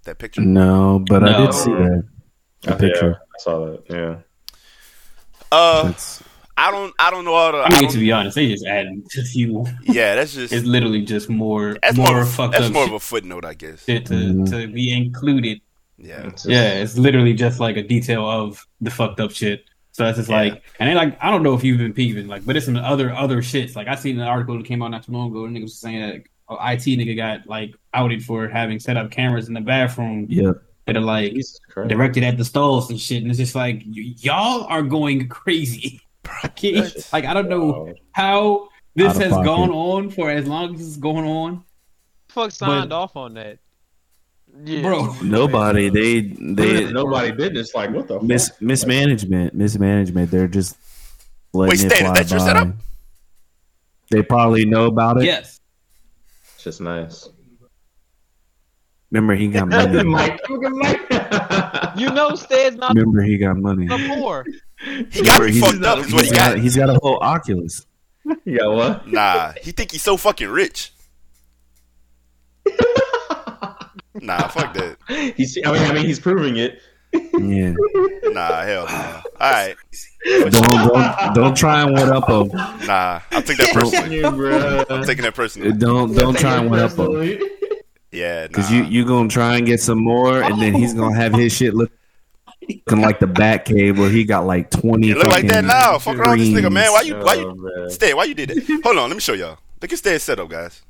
A: That picture.
E: No, but I
B: No.
E: did see that. A
C: Yeah,
E: picture.
C: I saw that. Yeah.
A: Uh,
E: That's,
A: I don't I don't know all the.
D: I
A: I
D: mean,
A: don't-
D: to be honest, they just adding a few.
A: yeah, that's just
D: It's literally just more,
A: that's
D: more,
A: more, of a,
D: fucked
A: that's
D: up
A: more of
D: shit
A: a footnote, I guess.
D: to, to be included.
A: Yeah,
C: It's just-
D: Yeah, it's literally just like a detail of the fucked up shit. So that's just
A: Yeah.
D: like, and then like, I don't know if you've been peeping, like, but it's some other other shits. Like I seen an article that came out not too long ago. And niggas was saying that oh, IT nigga got like outed for having set up cameras in the bathroom
E: yeah.
D: that are like
C: Jesus Christ.
D: directed at the stalls and shit. And it's just like y- y'all are going crazy. I can't-
C: That's
D: like I don't know
C: wild.
D: how this
E: Out of
D: has
E: pocket.
D: gone on for as long as it's going on,
B: fuck signed off on that? Yeah.
D: bro.
E: Nobody. They they
C: Nobody did this. Like, what the
E: mis
C: fuck?
E: mismanagement. Mismanagement. They're just letting
A: Wait,
E: it
A: Stan,
E: fly
A: is that your
E: by.
A: setup?
E: They probably know about it.
D: Yes,
C: It's just nice.
E: Remember he got money.
C: Mike, fucking Mike.
B: You know, Stan's not
E: Remember he got money.
B: a poor.
A: he got
E: Remember
A: me
E: he's-
A: fucked up. Is what he
E: He's got,
A: got.
E: he's got a whole Oculus.
C: You got what?
A: Nah, he think he's so fucking rich. Nah, fuck that.
C: He's, I mean, I mean, he's proving it.
E: Yeah.
A: Nah, hell no. All right,
E: Don't, don't, don't try and one up him.
A: nah, I took that personally. I'm taking that personally.
E: Don't don't try and one up him.
A: Yeah, nah.
E: Cause you you gonna try and get some more, and then he's gonna have his shit look- looking like the Batcave where he got like twenty.
A: It look like that
E: fucking
A: now. Fuck around with this nigga, man. Why you why you
C: Oh,
A: stay? Why you did that? Hold on, let me show y'all. Look at Stan's setup, guys.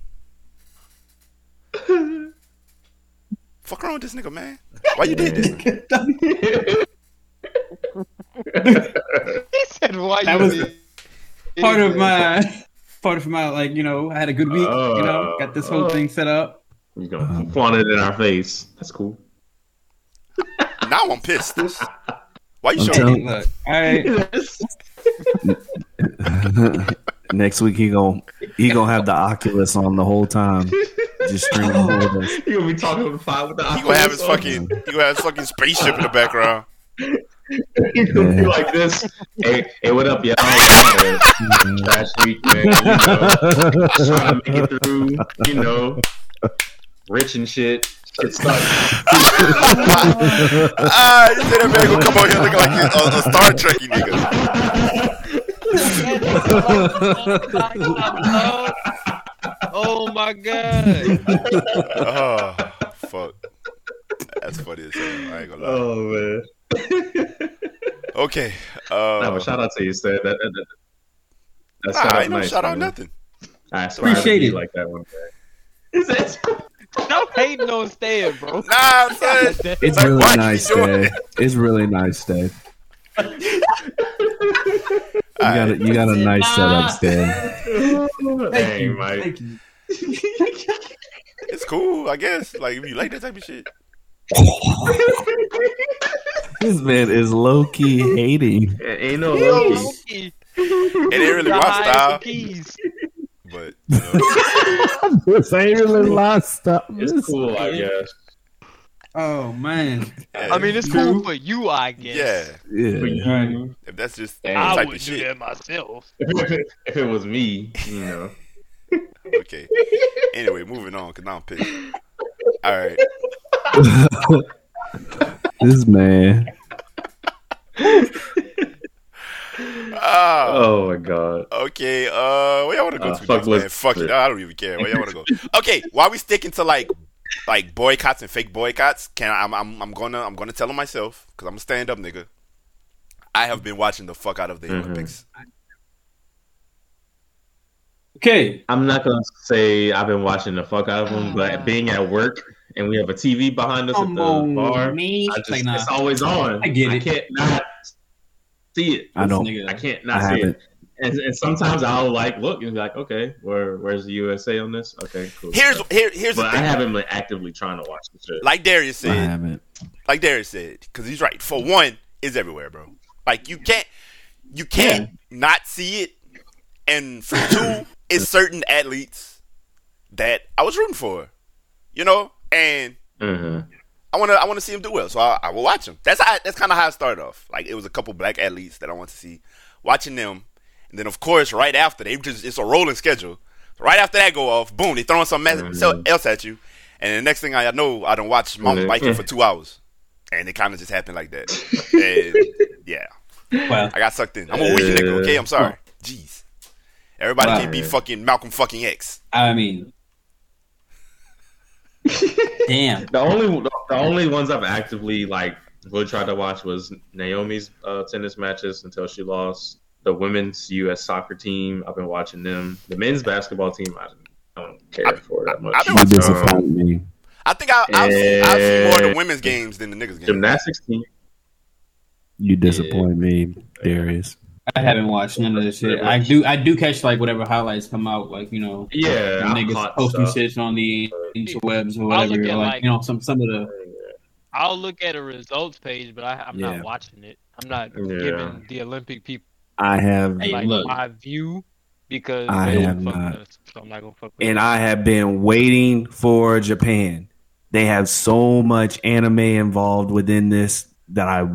A: Fuck around with this nigga, man. Why you did this?
B: He said, "Why
D: That
B: you?"
D: was
B: did-
D: part of my part of my like you know I had a good week. you know, got this whole
C: Oh.
D: thing set up.
C: You're gonna flaunt it in our face. That's cool.
A: Now I'm pissed. Why you
E: I'm
A: showing?
E: telling-
A: me?
D: Hey, look, all right.
E: Next week he gonna he gonna have the Oculus on the whole time, just streaming with us.
C: You're gonna be talking to five with the
A: He gonna have his fucking he gonna have his fucking spaceship in the background.
C: You're gonna be like this. Hey, hey, what up, y'all? Yeah, Last week, man. You know, trying to make it through. You know, rich and shit. Shit sucks.
A: Ah, you say that man gonna come over here looking like he's a, a Star Trek nigga.
B: oh my god!
A: Oh, fuck. That's funny as hell. I ain't gonna lie.
C: Oh man.
A: Okay.
C: No,
A: Uh,
C: but shout out to you, Stan. That, that, that, that shout
A: nah,
C: out
A: ain't no
C: nice,
A: shout out
C: man.
A: nothing.
C: I aspire
D: Appreciate
C: to be
D: it.
C: like that one day. Is that
B: No hating on Stan, bro.
A: Nah, son.
E: It's
A: Like, why
E: really
A: you
E: nice,
A: doing
E: Dad. It's really nice, Dad. You got a, you got a nice setup, Dad.
C: Dang, Mike.
D: Thank you.
A: It's cool, I guess. Like if you like that type of shit.
E: This man is low key hating.
C: It ain't no low key.
B: Low-key.
A: It ain't really my
B: Hide the
A: style,
B: keys.
A: but you know,
E: this ain't really lifestyle.
C: It's cool, I guess.
D: Oh man.
A: yeah.
B: I mean, it's
D: You-
B: cool for you, I guess.
A: yeah.
C: For
E: Yeah.
C: you,
A: If that's just the
C: Damn.
B: I
A: type
B: wouldn't
A: of
B: do
A: shit.
B: that myself.
C: if it was me, you know.
A: Okay. Anyway, moving on because now I'm pissed. All right.
E: This man.
A: Ah.
C: Oh my god.
A: Okay, uh, where y'all want to go
C: Uh,
A: to
C: fuck
A: next, man?
C: Liz-
A: Fuck it, I don't even care. Where y'all want to go? Okay, while we sticking to like, like boycotts and fake boycotts, can I, I'm, I'm I'm gonna I'm gonna tell them myself because I'm a stand up nigga. I have been watching the fuck out of the
C: Mhm.
A: Olympics.
D: Okay.
C: I'm not gonna say I've been watching the fuck out of them, but being at work and we have a TV behind us
D: Uh, Come
C: at the bar,
D: on, man.
C: I just,
D: Like, nah.
C: it's always on.
D: I get
C: I
D: it.
C: can't not see it.
E: I don't.
D: Nigga.
C: I can't
E: I
C: not see
E: haven't.
C: it. And, and sometimes I'll like look and be like, okay, where where's the USA on this? Okay, cool.
A: Here's here here's the
C: but I
A: thing.
C: haven't been actively trying to watch the shit.
A: Like Darius
E: I
A: said,
E: haven't.
A: like Darius said, because he's right. For one, it's everywhere, bro. Like you can't you can't not see it, and for two, it's certain athletes that I was rooting for, you know, and.
C: hmm
A: I want to I want to see him do well, so I, I will watch him. That's how, that's kind of how I started off. Like it was a couple black athletes that I want to see, watching them, and then of course right after they just it's a rolling schedule. Right after that go off, boom, they throwing some mess so- else at you, and the next thing I know, I don't watch mountain
C: Mhm.
A: biking for two hours, and it kind of just happened like that. And, yeah,
D: Well,
A: I got sucked in. I'm a weak nigga, okay? I'm sorry. Jeez, everybody
D: Wow.
A: can't be fucking Malcolm fucking X.
D: I mean. Damn.
C: The only the only ones I've actively like really tried to watch was Naomi's uh, tennis matches until she lost. The women's U.S. soccer team, I've been watching them. The men's basketball team, I don't care for that much.
A: I've been
E: You
A: watching-
E: disappoint
C: Um,
E: me.
A: I think I, I've, seen, I've seen more of the
C: Eh.
A: women's games than the niggas games.
C: gymnastics team.
E: You disappoint me, Darius.
D: I haven't watched none of this shit. I do. I do catch like whatever highlights come out. Like you know,
C: Yeah, I'm
D: niggas
C: hot
D: posting
C: stuff.
D: shit on the interwebs or
B: I'll
D: whatever.
B: look
D: Like,
B: at, like-
D: you know, some some of the.
B: I'll look at a results page, but I, I'm
E: Yeah.
B: not watching it. I'm not
C: Yeah.
B: giving the Olympic people
E: I have,
D: Hey,
B: like
D: look.
B: my view because
E: I
B: they
E: am
B: fuck
E: not.
B: us, so I'm not gonna fuck with
E: and
B: it.
E: I have been waiting for Japan. They have so much anime involved within this that I,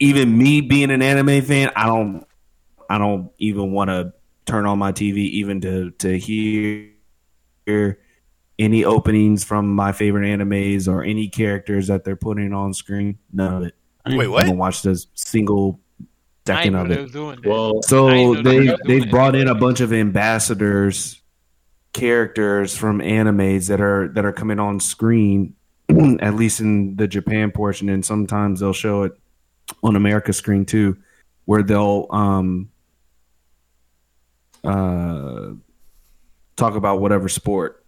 E: even me being an anime fan, I don't, I don't even want to turn on my TV even to to hear, hear any openings from my favorite animes or any characters that they're putting on screen. None of it.
A: Wait,
E: I
A: what?
E: haven't watched a single
B: I ain't
E: second
B: know
E: of
B: they
E: it.
B: was doing that.
C: Well,
B: I ain't
E: So
B: know they
E: they
B: were doing
E: they've
B: it.
E: brought in a bunch of ambassadors, characters from animes that are that are coming on screen, at least in the Japan portion, and sometimes they'll show it on America screen too, where they'll um uh talk about whatever sport,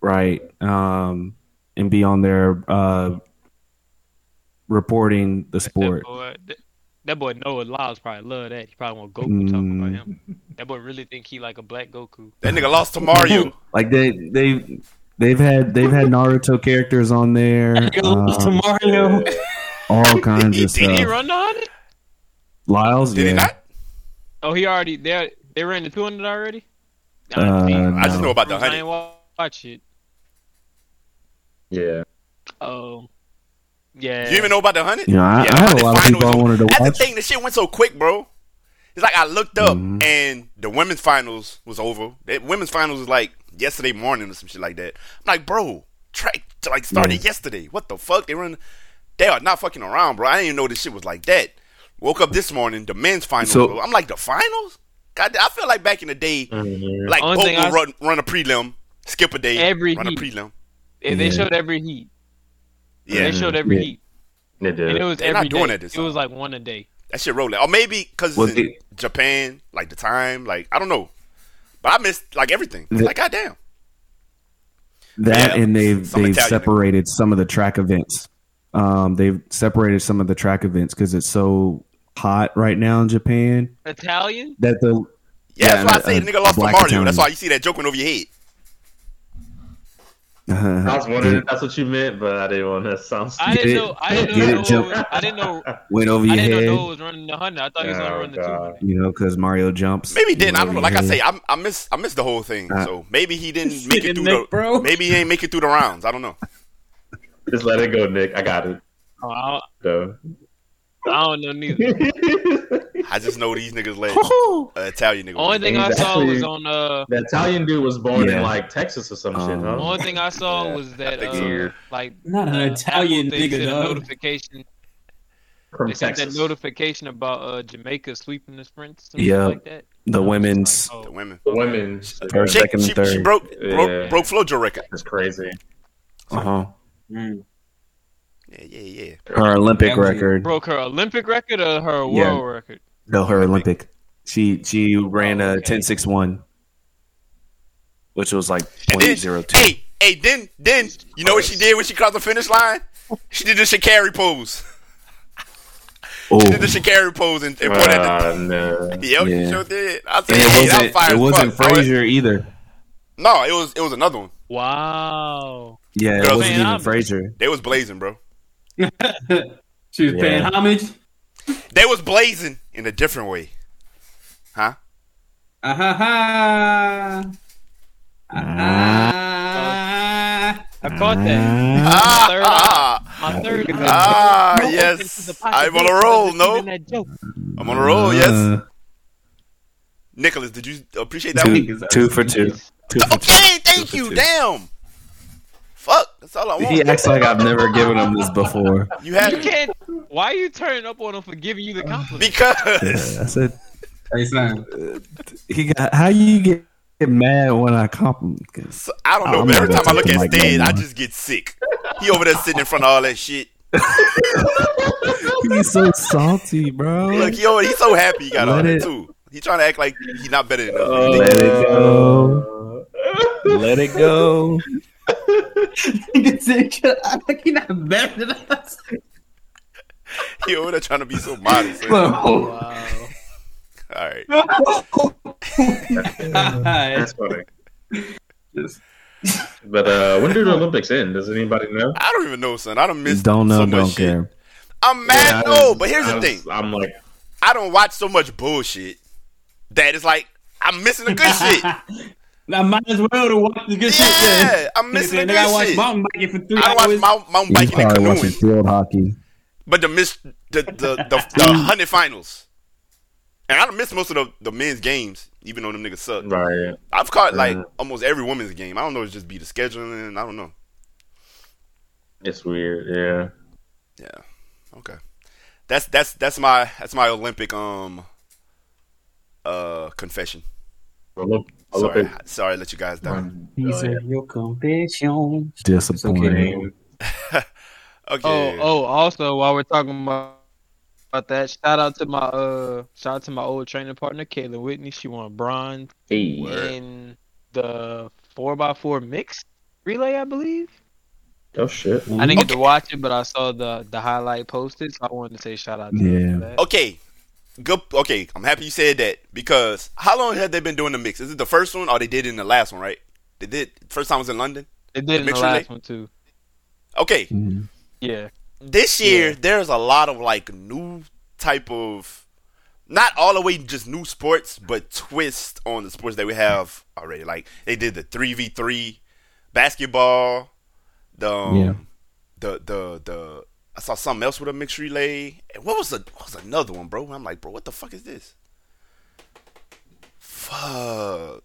E: right? Um, and be on there uh reporting the sport.
B: That boy, that, that boy Noah Lyles probably love that. He probably want Goku talking about
E: Mm.
B: him. That boy really think he like a black Goku.
A: That nigga lost to Mario.
E: Like they they they've had they've had Naruto characters on there, um,
D: Mario.
E: all kinds of
A: Uh,
B: Did he
E: stuff.
B: run the hundred?
E: Lyle's,
A: Did
E: yeah,
A: he not?
B: Oh, he already there. They ran the two hundred already.
E: Uh,
A: I just
E: No.
A: know about the
B: I
A: honey.
B: ain't wa- watch it.
C: yeah.
B: Oh, yeah.
A: You even know about the hundred?
E: you know, I,
A: Yeah,
E: I had
A: the
E: a lot of
A: finals
E: people I
A: was-
E: wanted to
A: That's the
E: watch.
A: thing. The shit went so quick, bro. It's like I looked up
E: Mhm.
A: and the women's finals was over. The women's finals was like yesterday morning or some shit like that. I'm like, bro, track like started yesterday. What the fuck? They run. They are not fucking around, bro. I didn't even know this shit was like that. Woke up this morning, the men's finals.
E: So- Mm.
A: bro. I'm like, the finals? God, damn, I feel like back in the day,
E: Mm-hmm.
C: Mhm.
A: like
B: Only
A: both
B: thing
A: would
B: I-
A: run, run a prelim, skip a day,
B: Every
A: run
B: heat.
A: a prelim.
B: And they
E: Yeah.
B: showed every heat.
A: Yeah,
B: They showed every
E: Yeah.
B: heat.
C: They
B: And
C: did.
B: it was
A: They're
B: every
A: not doing
B: day.
A: that this
B: It was like one a day.
A: That shit rolling. Or maybe because
E: Was
A: it's in
E: it-
A: Japan, like the time, like I don't know. But I missed like everything.
E: The-
A: like goddamn.
E: That
A: Yeah,
E: and they've
A: some
E: they've
A: Italian-
E: separated some of the track events. Um, they've separated some of the track events because it's so hot right now in Japan
B: Italian?
E: that the
A: Yeah,
E: Yeah,
A: that's why I
E: and,
A: say
E: uh,
A: the nigga lost to
E: black
A: Mario.
E: Italian.
A: That's why you see that joke went over your head.
C: I was wondering if that's what you meant, but I didn't want to sound
B: I
C: stupid.
E: Get
B: didn't
E: it.
B: know. I didn't know.
E: Get it,
B: Noah
E: jump.
B: was- I didn't know.
E: Went over your
B: I didn't
E: head,
B: know Noah was running the hundred. I thought he was gonna
C: Oh,
B: run the two
C: God.
B: hundred.
E: you know, because Mario jumps.
A: Maybe he didn't. I
E: Went
A: don't
E: over
A: know. Like
E: your
A: I say,
E: head.
A: I, I missed I missed the whole thing.
E: Uh,
A: so maybe he didn't make it
D: Shit,
A: through
D: Nick,
A: the.
D: bro.
A: Maybe he ain't make it through the rounds. I don't know.
C: Just let it go, Nick. I got it.
B: Oh, I,
C: Though.
B: don't- I don't know neither.
C: the
A: I just know these niggas legs.
E: Woo-hoo.
A: Uh, Italian nigga.
B: Only
A: legs.
B: thing I saw
C: Exactly.
B: was on. Uh,
C: Italian dude was born
E: Yeah.
C: in like Texas or some shit,
E: Um,
C: huh?
B: only thing I saw
A: Yeah,
B: was that
A: think
B: uh,
C: so.
B: like
D: Not an
B: uh,
D: Italian
B: Apple, they
D: nigga,
B: sent a
D: dog.
B: Notification.
C: From
B: They sent that
C: Texas. The
B: notification about uh, Jamaica sweeping the sprints.
E: Yeah.
B: Yeah, like that.
E: The women's
B: Like, oh,
A: The women.
C: women.
E: First,
A: She,
E: second,
A: she,
E: and
A: she
E: third.
A: broke broke,
C: Yeah.
A: broke Flojo record.
C: It's crazy.
E: uh huh
D: Mm.
A: Yeah, yeah, yeah.
E: her Olympic
D: That was-
E: record.
B: broke her Olympic record or her
E: Yeah.
B: world record?
E: No, her Olympic. She she ran a
B: okay.
E: ten six one, which was like
A: And then,
E: point zero two.
A: hey, hey, then then you know what she did when she crossed the finish line? She did the Shakari pose.
E: Oh,
A: She did the Shakari pose and, and put that.
C: Uh, no.
A: Yeah,
E: Yeah.
A: you sure did. I said,
E: And
A: hey, that was
E: it
A: fire
E: wasn't, it
A: as
E: wasn't
A: fuck. I was-
E: Frazier either.
A: No, it was it was another one.
B: Wow.
E: Yeah, it
A: Girl,
E: wasn't
B: man,
E: even
B: I'm-
E: Frazier.
A: They was blazing, bro.
D: She was paying
E: Yeah.
D: homage.
A: They was blazing in a different way. Huh?
D: Ah ha ha. Ah.
B: I caught that.
A: Ah,
B: Third
A: ah, ah,
B: My third.
A: ah,
B: No, this is
A: yes.
B: a
A: I'm on a
B: possibility
A: roll,
B: of
A: no?
B: even that joke.
A: I'm on a roll,
E: Uh.
A: yes. Nicholas, did you appreciate that one?
E: two, two for two. Two for two.
A: Okay, thank you. Damn. Fuck, that's all I
E: He
A: want.
E: acts like I've never given him this before.
A: You had
B: You can't. Why are you turning up on him for giving you the compliment?
E: Yeah,
A: because
E: I said
D: Hey, son.
E: he got. How you get, get mad when I compliment? 'Cause-
A: I don't know,
E: I'm
A: man.
E: not
A: Every
E: gonna
A: time I
E: talk
A: look
E: to
A: at
E: Mike
A: Stan,
E: no
A: I
E: more.
A: just get sick. He over there sitting in front of all that shit.
E: He's so salty, bro.
A: Look, he over, he's so happy he got
E: Let
A: all that
E: it- Uh,
A: too. He trying to act like he not better than us.
E: Let it go. Let it go.
D: I think he not better than us.
A: He over there trying to be so modest. man.
D: Bro.
B: Wow.
A: All right.
C: That's funny. But uh, when do the Olympics end? Does anybody know?
A: I don't even know, son. I don't miss
E: Don't know,
A: so much
E: don't
A: shit.
E: care.
A: I'm mad.
C: Yeah, I
A: no,
C: was-
A: but here's
C: I
A: the
C: was-
A: thing.
C: I'm like,
A: I don't watch so much bullshit that it's like I'm missing the good shit.
D: I might as well to watch the good shit.
A: Yeah, I'm missing the
D: Nigga, I
A: good
D: watched
A: shit.
D: mountain biking for three
A: I don't watch
D: hours.
A: mount, mountain
E: He's
A: biking and
E: probably
A: canoeing,
E: watching field hockey.
A: but the miss the the the, the hundred finals, and I don't miss most of the, the men's games, even though them niggas suck.
C: right.
A: I've caught like
C: Mhm.
A: almost every women's game. I don't know, it's just be the scheduling. I don't know.
C: It's weird. Yeah.
A: Okay, that's that's that's my that's my Olympic um uh confession.
C: Olymp-
A: Sorry,
C: Olympic.
A: sorry, I let you guys down.
D: These are your confessions.
E: Disappointing.
A: Okay.
B: Oh, oh. Also, while we're talking about about that, shout out to my uh, shout out to my old training partner, Kayla Whitney. She won bronze
C: Hey.
A: Word.
B: in the four x four mixed relay, I believe.
C: Oh shit.
B: I didn't get to
A: Okay.
B: watch it, but I saw the the highlight posted, so I wanted to say shout out to her
E: Yeah.
B: for that.
A: Okay. Good. Okay, I'm happy you said that because how long have they been doing the mix? Is it the first one or they did it in the last one? Right? They did. First time was in London.
B: They did in the
A: Mixed
B: last
A: relay?
B: one too.
A: Okay.
E: Mm.
B: Yeah.
A: This year
B: Yeah.
A: there's a lot of like new type of, not all the way just new sports, but twist on the sports that we have already. Like they did the three v three, basketball, the um,
E: Yeah.
A: the the the. I saw something else with a mixed relay. And What was the what was another one, bro? I'm like, bro, what the fuck is this? Fuck.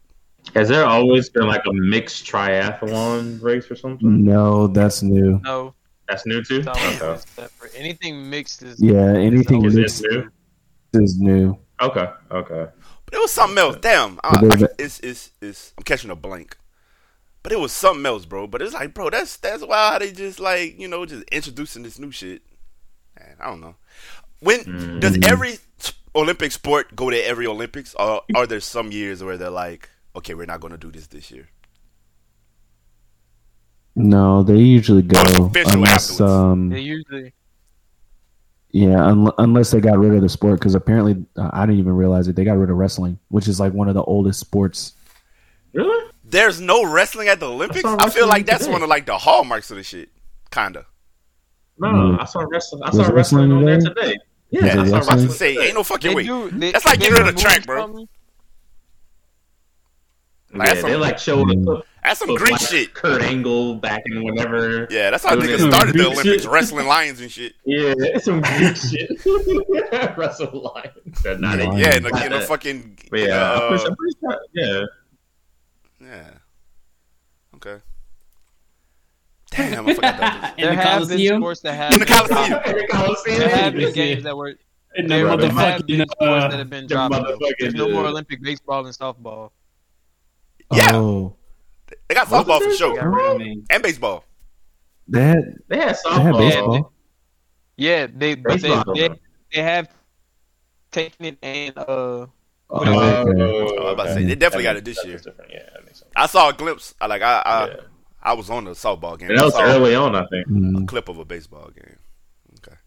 C: Has there always been like a mixed triathlon race or something?
E: No, that's new.
B: No.
C: That's new too.
B: it's always
C: Okay.
B: been separate. Anything mixed is
E: Yeah, anything
B: Is
C: it
E: mixed
C: new?
E: is new.
C: Okay. Okay.
A: But it was something else. Damn. I,
E: But
A: I,
E: there's
A: it's, it's, it's, I'm catching a blank. But it was something else, bro. But it's like, bro, that's that's why they just like, you know, just introducing this new shit. Man, I don't know. When does
E: Mm.
A: every s- Olympic sport go to every Olympics? Or are there some years where they're like, okay, we're not gonna do this this year?
E: No, they usually go
A: Official
E: unless
A: afterwards.
E: um
B: they usually
E: yeah un- unless they got rid of the sport because apparently uh, I didn't even realize it. They got rid of wrestling, which is like one of the oldest sports.
C: Really?
A: There's no wrestling at the Olympics.
C: saw
A: I feel
C: wrestling
A: like that's
C: today.
A: one of like the hallmarks of the shit, kinda.
C: No, I saw wrestling. I
E: Mm. Was
C: saw
E: it
C: wrestling
E: wrestling
C: on there
E: today?
C: today.
A: Yeah,
E: Was it
A: that's what I'm about to
E: wrestling?
A: say. Ain't no fucking way.
B: do- they-
A: That's like
B: they
A: getting rid of
B: remove
A: track, bro.
B: something.
A: Like,
C: yeah,
A: that's
C: they
A: some-
C: like
A: Mm.
C: showed up.
A: That's some Greek shit.
C: Kurt Angle back in whenever.
A: Yeah, that's how
C: Those
A: niggas
C: are some
A: started the
D: Greek shit.
A: Olympics, wrestling lions and shit.
C: Yeah, it's some Greek shit. Wrestle Lions. They're not
E: Lions.
C: in-
A: Yeah, in a, in a
C: Yeah.
A: fucking
C: But yeah, I'm
A: uh,
C: pretty- I'm pretty sure- yeah.
A: yeah. Okay. Damn, I forgot that.
D: in
B: There
D: the
B: have been
D: Coliseum.
B: sports that have
A: In the Coliseum.
C: In the Coliseum.
B: There have been
D: Yeah.
B: games that were
D: In the
C: They
B: there
C: were the
B: have been
D: motherfucking.
B: sports that
D: Uh,
B: have been
C: the
B: dropped.
C: motherfucking,
B: There's no more
C: uh,
B: Olympic baseball and softball.
A: Yeah.
E: Oh,
A: They got football for
B: Yeah,
A: sure.
B: bro.
A: And baseball.
E: they had,
C: They had
E: they had
C: softball.
E: baseball.
B: Yeah, they but they,
C: Baseball.
B: they they have taken it and uh
E: Oh,
C: Oh,
E: okay.
A: Oh, I was about to
E: okay.
A: say they definitely got it
C: That makes-
A: this
C: that's
A: year.
C: different. Yeah, that makes sense.
A: I saw a glimpse. I like I I,
C: Yeah.
A: I was on the softball game.
C: Uh, And that
A: I
C: was
A: saw
C: early on, I think.
A: a
E: Mm,
A: clip of a baseball game. Okay.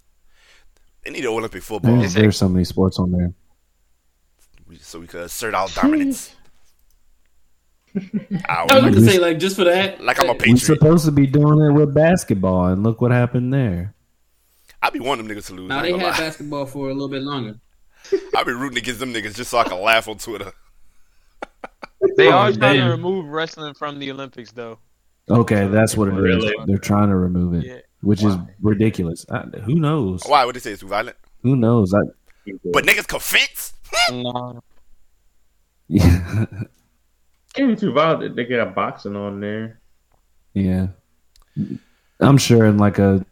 A: They need an Olympic football
E: there's, there's so many sports on there.
A: so we could assert our dominance. Our-
D: I was going to say, like, just for that.
A: like I'm a
E: We're
A: patriot.
E: supposed to be doing it with basketball, and look what happened there.
A: I be wanting them niggas to lose.
D: Now
A: I
D: they
A: ain't
D: had
A: gonna lie.
D: basketball for a little bit longer.
A: I be rooting against them niggas just so I can laugh on Twitter.
B: they
C: Oh,
B: are trying
C: damn.
B: to remove wrestling from the Olympics though.
E: Okay, that's what it is.
C: Really?
E: They're trying to remove it,
B: Yeah.
E: which is ridiculous. I, who knows?
A: Why would they say it's too violent?
E: Who knows? I,
A: But niggas can fence.
B: No.
E: yeah,
C: can't be too violent. They got boxing on there.
E: yeah. I'm sure in like a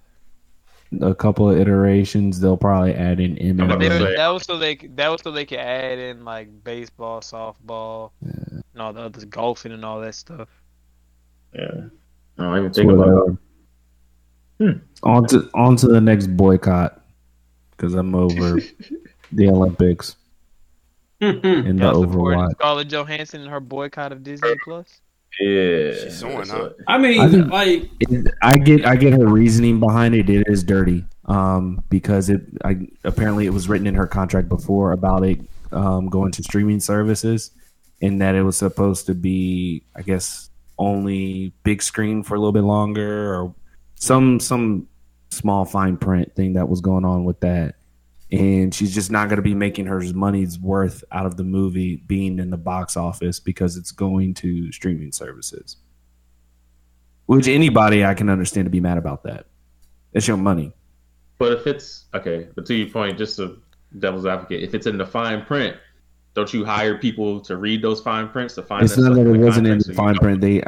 E: a couple of iterations, they'll probably add in
C: about
B: They,
C: to
E: MMA.
C: say-
B: that was so they c- that was so they could add in like baseball, softball, and all the others, golfing and all that stuff.
C: Yeah. I don't even
E: Think
C: think about it. Hmm.
E: uh, On to on to the next boycott because I'm over the Olympics
D: Mhm.
E: and the
B: Y'all supporting
E: Overwatch.
B: Scarlett Johansson and her boycott of Disney Plus.
C: Yeah.
A: She's suing,
C: That's
A: huh?
C: what-
D: I mean,
E: I think-
D: like,
E: It- I get I get her reasoning behind it. It is dirty um, because it I, apparently it was written in her contract before about it um, going to streaming services and that it was supposed to be I guess only big screen for a little bit longer or some some small fine print thing that was going on with that. And she's just not going to be making her money's worth out of the movie being in the box office because it's going to streaming services which anybody I can understand to be mad about that. It's your money.
C: But if it's okay, but to your point, just a devil's advocate, if it's in the fine print, don't you hire people to read those fine prints to find
E: it's
C: that
E: not
C: stuff
E: that it
C: in the
E: wasn't in
C: contract so
E: the
C: you
E: fine
C: know?
E: print. They,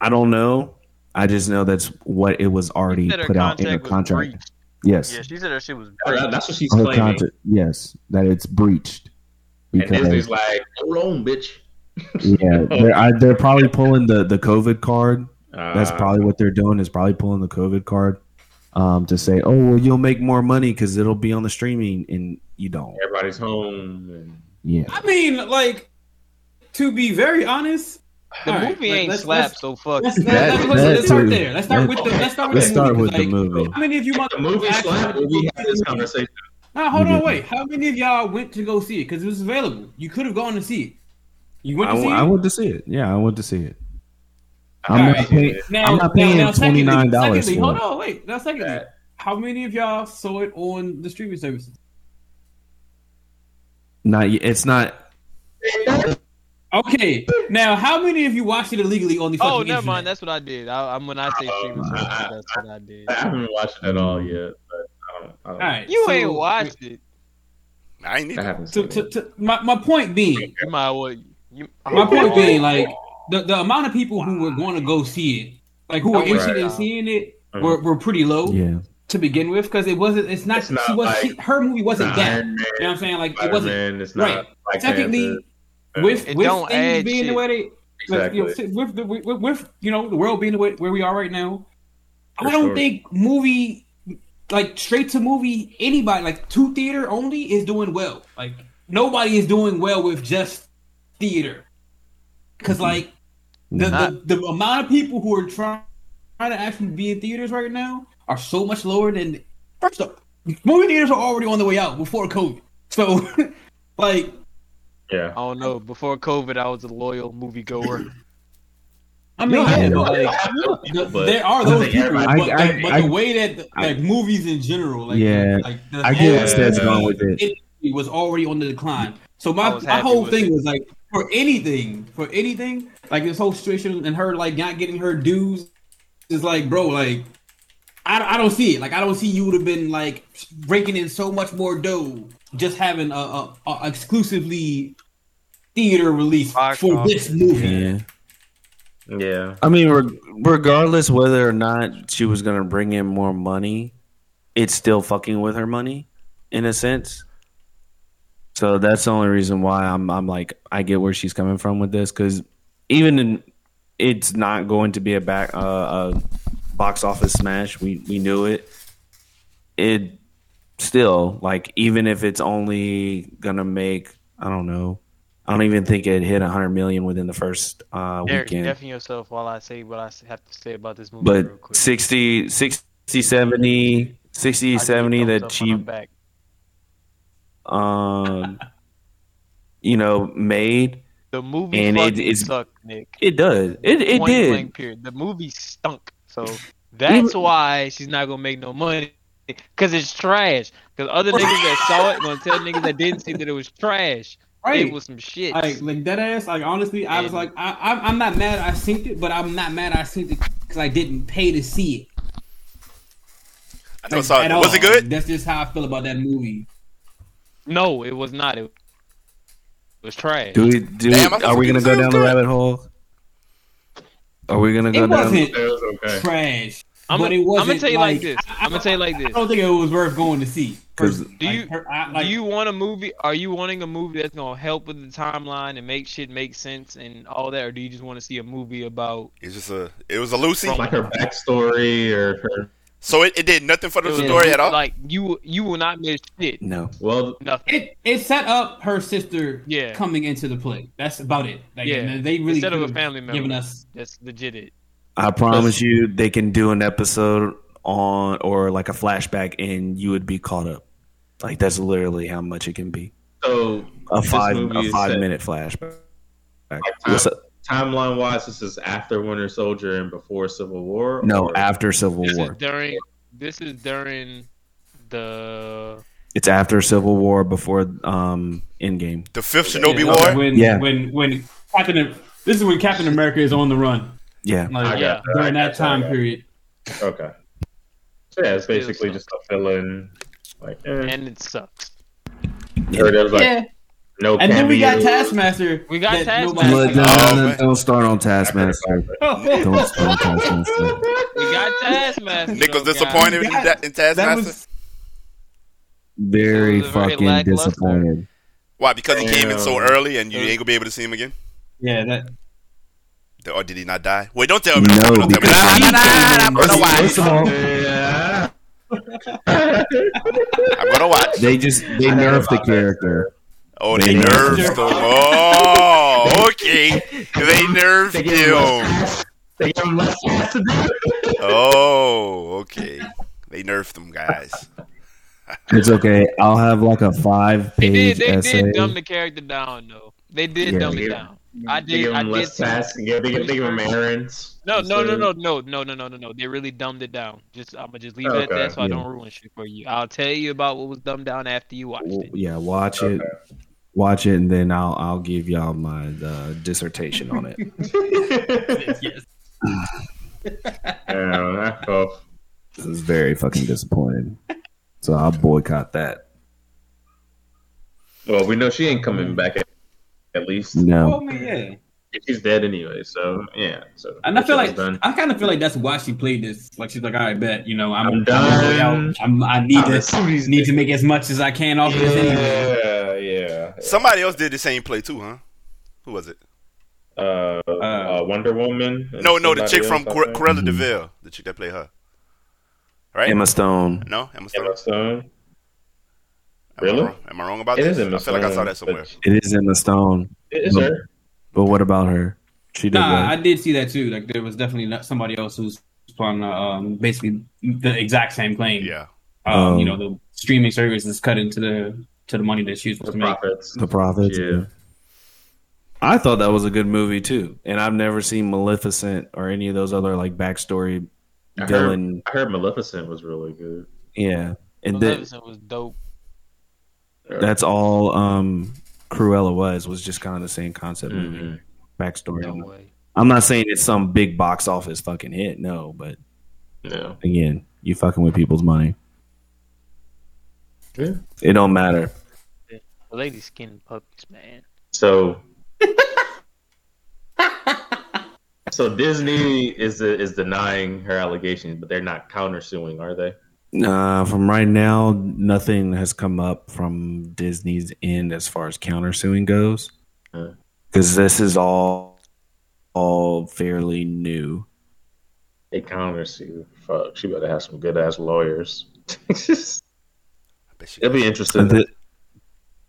E: I, I don't know. I just know that's what it was already
B: Said her
E: put out in the
B: was
E: contract.
B: breached.
E: Yes,
B: Yeah, she said her shit was
C: Yeah,
B: breached.
C: That's what she's
E: her
C: claiming.
E: contract. Yes, that it's breached.
C: And Disney's
E: Because
C: like, "You're wrong, bitch.
E: yeah, they're, I, they're probably pulling the the COVID card. That's
C: Uh,
E: probably what they're doing is probably pulling the COVID card um, to say, oh well, you'll make more money because it'll be on the streaming, and you don't.
C: everybody's home. And
E: Yeah,
D: I mean, like, to be very honest,
B: The
D: all right,
B: movie
D: like,
B: ain't
D: let's-
B: slapped,
D: let's-
B: so fuck.
D: Let's, let's, let's,
E: That- that
D: let's, start
E: too.
D: there. Let's start
E: That-
D: with the. Let's start with,
E: let's
D: the
E: start
D: movie.
E: with the
D: Like,
E: movie.
D: How many of you want
C: the movie
D: actually-
C: slapped when we had this conversation.
D: Now hold
E: You
D: on,
E: did.
D: wait. How many of y'all went to go see it? Because it was available. You could have gone to see it. You went
E: I,
D: to see
E: I
D: it.
E: want to see it. Yeah, I want to see it.
C: All
E: I'm
C: right.
E: not paying. I'm not paying
D: secondly-
E: $29
D: secondly,
E: for
D: Hold
E: it.
D: on, wait. Now, secondly,
C: That-
D: how many of y'all saw it on the streaming services?
E: Not yet. It's not.
D: Okay. Now, how many of you watched it illegally on the fucking Uh,
B: Oh, never
D: internet?
B: mind. That's what I did. I, I'm when I say
C: Oh,
B: streaming,
C: I-
B: services,
C: I-
B: that's what I did.
C: I haven't watched it at all
E: Mm-hmm.
C: yet. But I don't, I don't,
D: All right.
B: You
D: so-
B: ain't watched it.
A: I ain't need
C: I
A: to.
C: haven't
D: To,
C: seen
D: to,
C: it.
D: to, my, my point being,
B: You might well. You,
D: my point being, like the, the amount of people who were going to go see it, like who were
B: Right.
D: interested in seeing it, were, were pretty low
E: Yeah.
D: to begin with because it wasn't. It's not.
C: It's not
D: she was,
C: like-
D: she, her movie wasn't
C: Nah,
D: that.
C: Iron Man,
D: You know what I'm saying? Like it
C: Spider-Man,
D: wasn't.
C: It's not
D: Right.
C: Black
D: Technically,
C: Panther. Yeah,
D: with
B: It
D: with
B: don't
D: things
B: add
D: being the
B: shit.
D: way they Like,
C: exactly.
D: you know, si- with, the, with, with- with you know the world being the way, where we are right now, I
C: For
D: don't
C: sure.
D: think movie like straight to movie anybody like to theater only is doing well. Like nobody is doing well with just theater
C: Mm-hmm.
D: because like the, the the amount of people who are trying trying to actually be in theaters right now are so much lower than first up. Movie theaters are already on the way out before COVID, so like
C: Yeah.
B: I don't know. Before COVID, I was a loyal moviegoer.
D: I mean,
C: No, I
D: yeah,
C: know.
D: but like,
C: I know people, but
D: there are
C: I
D: those
C: think
D: people,
C: everybody-
E: I-
D: but,
E: I-
D: like, but
E: I-
D: the way that like
E: I-
D: movies in general, like,
E: Yeah.
D: like the
E: I get
D: whole
E: where Stead's going with it.
D: industry was already on the decline. So
B: I
D: my
B: was
D: my
B: happy
D: whole
B: with
D: thing
B: it.
D: was like for anything, for anything, like this whole situation and her like not getting her dues is like, bro, like. I, I don't see it. Like I don't see you would have been like raking in so much more dough just having a, a, a exclusively theater release
B: Box
D: for
B: office.
D: this movie.
E: Yeah.
C: Yeah.
E: I mean, reg- regardless whether or not she was gonna bring in more money, it's still fucking with her money, in a sense. So that's the only reason why I'm I'm like I get where she's coming from with this because even in, it's not going to be a back uh, a box office smash. We we knew it. It still like even if it's only gonna make I don't know. I don't even think it hit 100 million within the first uh,
B: Derek,
E: weekend
B: deafen yourself while I say what I s- have to say about this movie real
E: but
B: quick.
E: 60, 60 70
B: I
E: 60
B: give
E: 70
B: thumbs
E: that
B: up when I'm
E: she
B: back.
E: um you know made
B: The movie
E: and it-
B: fucking
E: it's-
B: sucked, Nick.
E: it does it it
B: Point
E: did
B: blank period. The movie stunk. So that's why she's not gonna make no money. Cause it's trash. Cause other niggas that saw it gonna tell niggas that didn't see that it was trash.
D: Right.
B: It was some shit.
D: Like, like that ass. Like, honestly, I was
B: And-
D: like, I, I'm, I'm not mad. I synced it, but I'm not mad. I synced it because I didn't pay to see it.
A: I never
D: Like,
A: saw it.
D: at
A: Was
D: all.
A: it good?
D: That's just how I feel about that movie.
B: no, it was not. It was trash.
E: do we do
A: Damn, I
E: we, are we gonna
A: thought
E: go
A: it was
E: down the
A: good.
E: rabbit hole are we gonna go
D: It
E: down
D: wasn't
C: It was okay.
D: trash,
B: I'm,
D: but
B: gonna-
D: it wasn't.
B: I'm gonna tell you like,
D: like
B: this.
D: I- I-
B: I'm gonna tell you like
D: I
B: this.
D: don't think it was worth going to see.
E: 'Cause-
D: personally.
B: Do
D: Like,
B: you-
D: per- I, like,
B: Do you want a movie? Are you wanting a movie that's gonna help with the timeline and make shit make sense and all that, or do you just want to see a movie about?
A: It's just a. It was a Lucy.
C: Like her backstory or her.
A: So it, it did nothing for the
B: It was
A: story
B: just
A: at all.
B: Like you, you will not miss shit.
E: no
C: Well,
B: Nothing.
D: It it set up her sister
B: Yeah.
D: coming into the play. That's about it. Like,
B: Yeah.
D: and they really
B: Instead of a
D: could've
B: family member.
D: given us.
B: That's legit. It.
E: i promise you they can do an episode on or like a flashback and you would be caught up like that's literally how much it can be
C: so
E: a
C: This
E: five
C: movie
E: a
C: is
E: five
C: set-
E: minute flashback
C: time-
E: What's up?
C: timeline wise, this is after Winter Soldier and before Civil War.
E: no
C: or-
E: after civil
B: This
E: war
B: is during. This is during the.
E: It's after Civil War, before um Endgame.
A: the fifth Shinobi War.
D: When
E: Yeah.
D: when when Captain this is when Captain America is on the run.
E: Yeah,
D: Like,
C: I
B: Yeah.
C: got that,
D: during
C: I got
D: that time
C: I got
D: period.
C: that. Okay. So yeah, it's basically
B: Still
C: just a fill in. Like, eh.
B: And it sucks.
C: Or there's like
D: yeah.
C: no
D: And then we got
C: cameos.
D: Taskmaster.
B: We got
D: that
B: Taskmaster.
D: nobody-
E: Look, no,
A: Oh,
E: no, no,
A: man.
E: don't start on Taskmaster. Don't start on Taskmaster.
B: We got Taskmaster.
A: Nick was
B: though,
A: disappointed in,
D: That-
A: that, in
D: that
A: Taskmaster.
D: was
E: Very
B: It was very
E: fucking
B: lackluster.
E: disappointed.
A: Why? Because he came in so
C: Damn.
A: early, and you
B: Yeah.
A: ain't gonna be able to see him again.
D: yeah. That
A: Or did he not die? Wait, don't tell me. Don't,
E: No,
A: don't tell me.
E: because
A: Nah,
E: he
A: nah, nah, nah, nah, I'm
E: came
A: gonna
E: in- first
A: watch.
E: of all,
C: Yeah.
A: I'm gonna watch.
E: they just they nerfed the character.
A: Oh, they
E: They
A: nerfed
E: nerfed
A: him.
D: him.
A: Oh, okay. They nerfed
C: They gave him less
A: him.
C: ass- They gave him less ass to do.
A: Oh, okay. They nerfed him, guys.
E: It's okay. I'll have like a five
B: They
E: page
B: did. They
E: essay.
B: did dumb the character down though. They did
E: Yeah.
B: dumb it
C: Yeah.
B: down. I
C: They
B: did.
C: gave
B: I
C: him
B: did.
C: less
B: see-
C: tasks. Yeah, they gave they gave him errands.
B: No, no, no,
C: instead.
B: no, no, no, no, no, no, no. They really dumbed it down. Just I'm gonna just leave it at
C: Okay,
B: that so I
E: yeah.
B: don't ruin shit for you. I'll tell you about what was dumbed down after you watched
E: W-
B: it.
E: Yeah, watch it, watch it, and then I'll I'll give y'all my uh, dissertation on it.
D: yes.
C: Yeah, that's cool.
E: I was very fucking disappointed. So I'll boycott that.
C: Well, we know she ain't coming
D: Mm.
C: back at, at least.
D: Oh
E: No,
D: man, yeah.
C: She's dead anyway, so yeah. So
D: And I feel
C: Show's
D: like
C: done.
D: I kind of feel like that's why she played this. Like she's like, all right, bet you know I'm,
C: I'm
D: I'm
C: done.
D: out. I'm, I need
C: I'm
D: to
C: assuming he's
D: need to
C: dead.
D: make as much as I can off this anyway.
C: Yeah, yeah.
A: Somebody else did the same play too, huh? Who was it?
C: Uh, uh, Wonder Woman. and
A: No, no, the
C: somebody
A: chick
C: else, Mm-hmm.
A: from
C: I
A: Cor-
C: think.
A: Corella Deville, the chick that played her. Right?
E: Emma Stone.
A: no, Emma Stone.
C: Emma Stone.
A: Am I
C: Really?
A: wrong? Am I wrong about
C: It
A: this?
C: is Emma
A: I feel like I saw
C: Stone,
A: that somewhere.
C: but-
E: It is Emma Stone.
C: It is her.
E: But what about her? She did.
D: Nah, I
E: what?
D: did see that too. Like there was definitely not somebody else who's on uh, um, basically the exact same claim.
A: Yeah.
D: Um, you know
E: Um,
D: the streaming service is cut into the to the money that she was supposed
C: The
D: to make.
C: profits.
E: the prophets.
C: Yeah.
E: I thought that was a good movie too, and I've never seen Maleficent or any of those other like backstory.
C: I
E: Dylan,
C: heard, I heard Maleficent was really good.
E: yeah, and that,
B: Maleficent was dope.
E: that's all. Um, Cruella was was just kind of the same concept movie
C: Mhm.
E: backstory.
B: No way.
E: I'm not saying it's some big box office fucking hit, no, but
C: No.
E: again, you fucking with people's money.
C: Yeah.
E: It don't matter.
B: The lady skinning puppies, man.
C: So, so Disney is is denying her allegations, but they're not countersuing, are they?
E: Uh, from right now, nothing has come up from Disney's end as far as countersuing goes,
C: Uh.
E: because this is all all fairly new.
C: They countersue. Fuck, she better have some good ass lawyers.
A: I bet she
C: It'll be
E: But
C: interesting
E: th-
C: to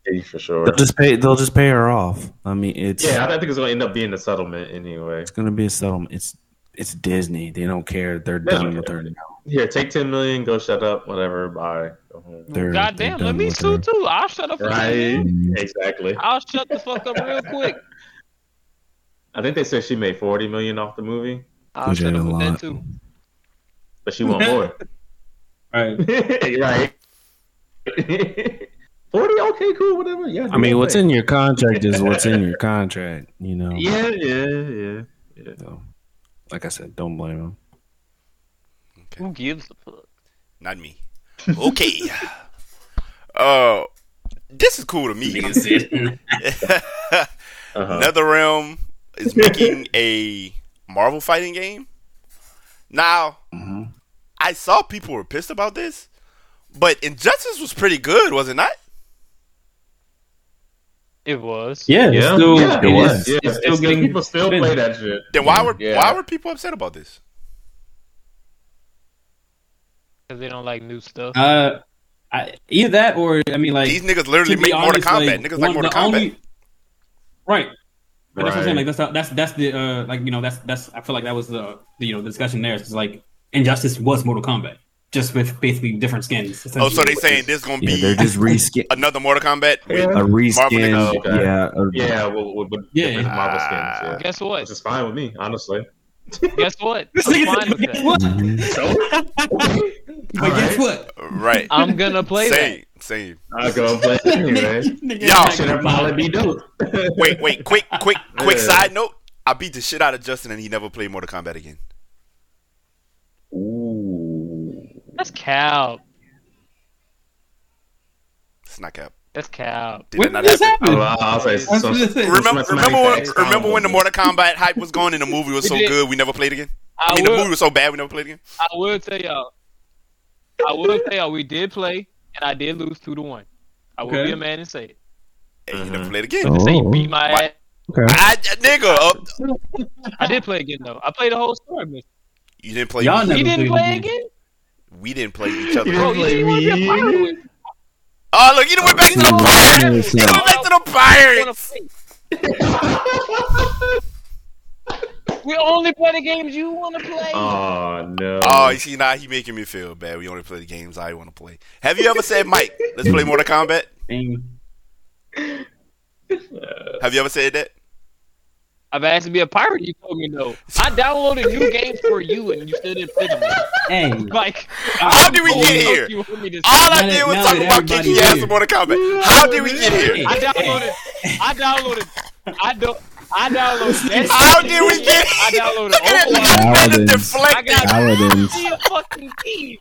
C: see for sure.
E: They'll just pay. They'll just pay her off. I mean, it's
C: Yeah, I think it's gonna end up being a settlement anyway.
E: it's gonna be a settlement. It's it's Disney. They don't care. They're
C: They don't
E: done with
C: care.
E: her.
C: Here, take ten million, go shut up, whatever, bye. Go home.
E: They're,
B: Goddamn,
E: they're
B: let
E: done
B: me
E: with
B: sue
E: her.
B: too. I'll shut up. for
C: Right.
B: you.
C: Exactly.
B: I'll shut the fuck up real quick.
C: I think they said she made forty million off the movie,
B: I'll
E: Which
B: shut
E: ain't
B: up
E: a
B: with that
E: lot.
B: too.
C: but she want more.
D: Right.
C: right. Forty, okay, cool, whatever. Yeah.
E: I mean, what's in your contract is what's in your contract. You know.
C: Yeah, yeah, yeah.
E: So, like I said, don't blame him.
B: Who gives a fuck?
A: Not me. Okay. uh, this is cool to me.
C: Uh-huh.
A: Another Realm is making a Marvel fighting game. Now,
C: Mm-hmm.
A: I saw people were pissed about this, but Injustice was pretty good, was it not?
B: It was.
D: Yeah, it's
C: Yeah,
D: still,
C: yeah,
D: it
E: it
D: is-
E: was.
D: It's,
C: yeah.
D: still
C: it's-
D: getting
C: people still
D: spin.
C: play that shit.
A: Then why were
C: Mm-hmm. Yeah.
A: why were people upset about this?
B: Because they don't like new stuff.
D: Uh, I, either that or I mean, like
A: These niggas literally
D: to be
A: make Mortal
D: honest,
A: Kombat. niggas like
D: one-
A: Mortal
D: the
A: Kombat.
D: only- right. But that's what I'm saying.
C: Right.
D: Like that's the- that's that's the uh like you know that's that's I feel like that was the, the you know the discussion there. It's like injustice was Mortal Kombat, just with basically different skins.
A: Oh, so they
D: essentially.
A: saying this gonna
E: Yeah,
A: be
E: they're just reskin
A: another Mortal Kombat?
E: a
C: Yeah.
E: reskin.
A: Marvel
C: niggas. Oh, Okay.
E: Yeah, a-
C: Yeah, well, with, with
D: Yeah.
C: different Marvel skins, yeah.
B: Guess what?
C: Which is fine with me, honestly.
B: Guess what?
D: This
B: I'm
D: nigga
B: fine
D: said,
B: with
D: but guess
B: that.
D: what?
E: Mm-hmm.
C: So,
D: But guess what?
A: Right.
B: I'm gonna play that.
A: Same, same.
C: I'll go and play it anyway.
D: Nigga,
A: Y'all
D: like,
C: Should have probably be dope.
A: Wait, wait, quick, quick, quick
C: Yeah.
A: side note. I beat the shit out of Justin and he never played Mortal Kombat again.
C: Ooh.
B: That's cow.
A: It's not cap.
B: That's cow.
A: Did
D: When
A: that not
D: did this
A: happen?
D: happen?
C: I'll, I'll say
D: When
C: so.
D: did this happen?
A: Remember,
C: Somebody
A: remember, when,
C: facts.
A: remember
E: Oh.
A: when the Mortal Kombat hype was going and the movie was
B: We
A: so
B: did.
A: good we never played again? I,
B: I,
A: mean, the
D: Uh-huh.
B: will.
A: movie was so bad we never played again.
B: I will tell y'all. I will tell y'all. We did play, and I did lose two to one. I will
D: Okay.
B: be a man and say it.
A: And you
C: Mhm.
A: never played again.
E: Oh.
B: Say you beat my
A: Why-
B: ass.
E: okay.
A: I, nigga, uh,
B: I did play again though. I played the whole story. Miss.
A: you didn't play.
D: Y'all
B: He
D: never
B: didn't
D: played
B: play
D: again.
B: again.
A: We didn't play each other.
C: Yeah.
B: Bro, you didn't want to be a pirate with me.
A: Oh, look, you done went back to the
E: Oh,
A: pirates. You
E: yeah.
A: done went back to the
B: I wanna
A: pirates.
B: play. we only play the games you want to play.
C: Oh no.
A: Oh, you see, now he making me feel bad. We only play the games I want to play. Have you ever said, Mike, let's play Mortal Kombat?
D: Dang.
A: Have you ever said that?
B: I've asked to be a pirate. You told me no. I downloaded new games for you, and you still didn't play them.
D: Dang.
B: Like,
A: How did we
B: oh,
A: get
B: fuck
A: here?
B: you, want me to-
A: All I
D: Now
A: did
D: that-
A: was
D: now
A: talk
D: that
A: about kicking your
D: everybody's
A: ass
D: here.
A: in Mortal Kombat. How did we get here?
B: I downloaded. I downloaded. I don't. I downloaded. that
A: How
B: shit.
A: did we get
B: I
A: here?
B: downloaded.
A: Look at it. Look
B: Overwatch.
A: how
E: Wow,
A: Ben
E: then.
A: is
B: I
A: deflecting.
B: got
E: Paladins.
B: Sea of fucking Thieves.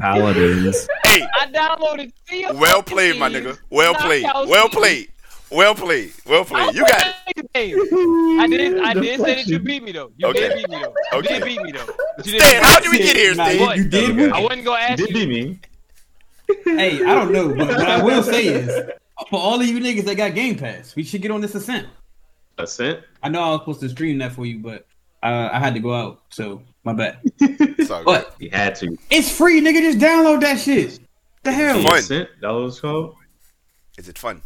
E: Paladins.
A: Hey,
B: I downloaded. Sea of
A: well
B: fucking
A: played, my
B: Thieves.
A: nigga. Well played. Well played. Well played. Well
B: I
A: played. You got it.
B: played the game. I did. I did say that you beat me though. You did
A: Okay.
B: beat me though. You
A: Okay.
B: did beat me though. But you
A: Stan,
B: didn't-
A: how did we get here,
D: Nah,
A: Stan?
B: What?
D: You did
C: Okay.
D: what?
B: I wasn't gonna ask
C: Did be
B: you.
C: me.
D: Hey, I don't know, but what I will say is, for all of you niggas that got Game Pass, we should get on this ascent.
C: Ascent.
D: I know I was supposed to stream that for you, but uh, I had to go out, so my bad.
A: It's all good.
D: But
C: You had to.
D: it's free, nigga. Just download that shit. The hell?
A: Fun.
C: Ascent. That was called.
A: Is it fun?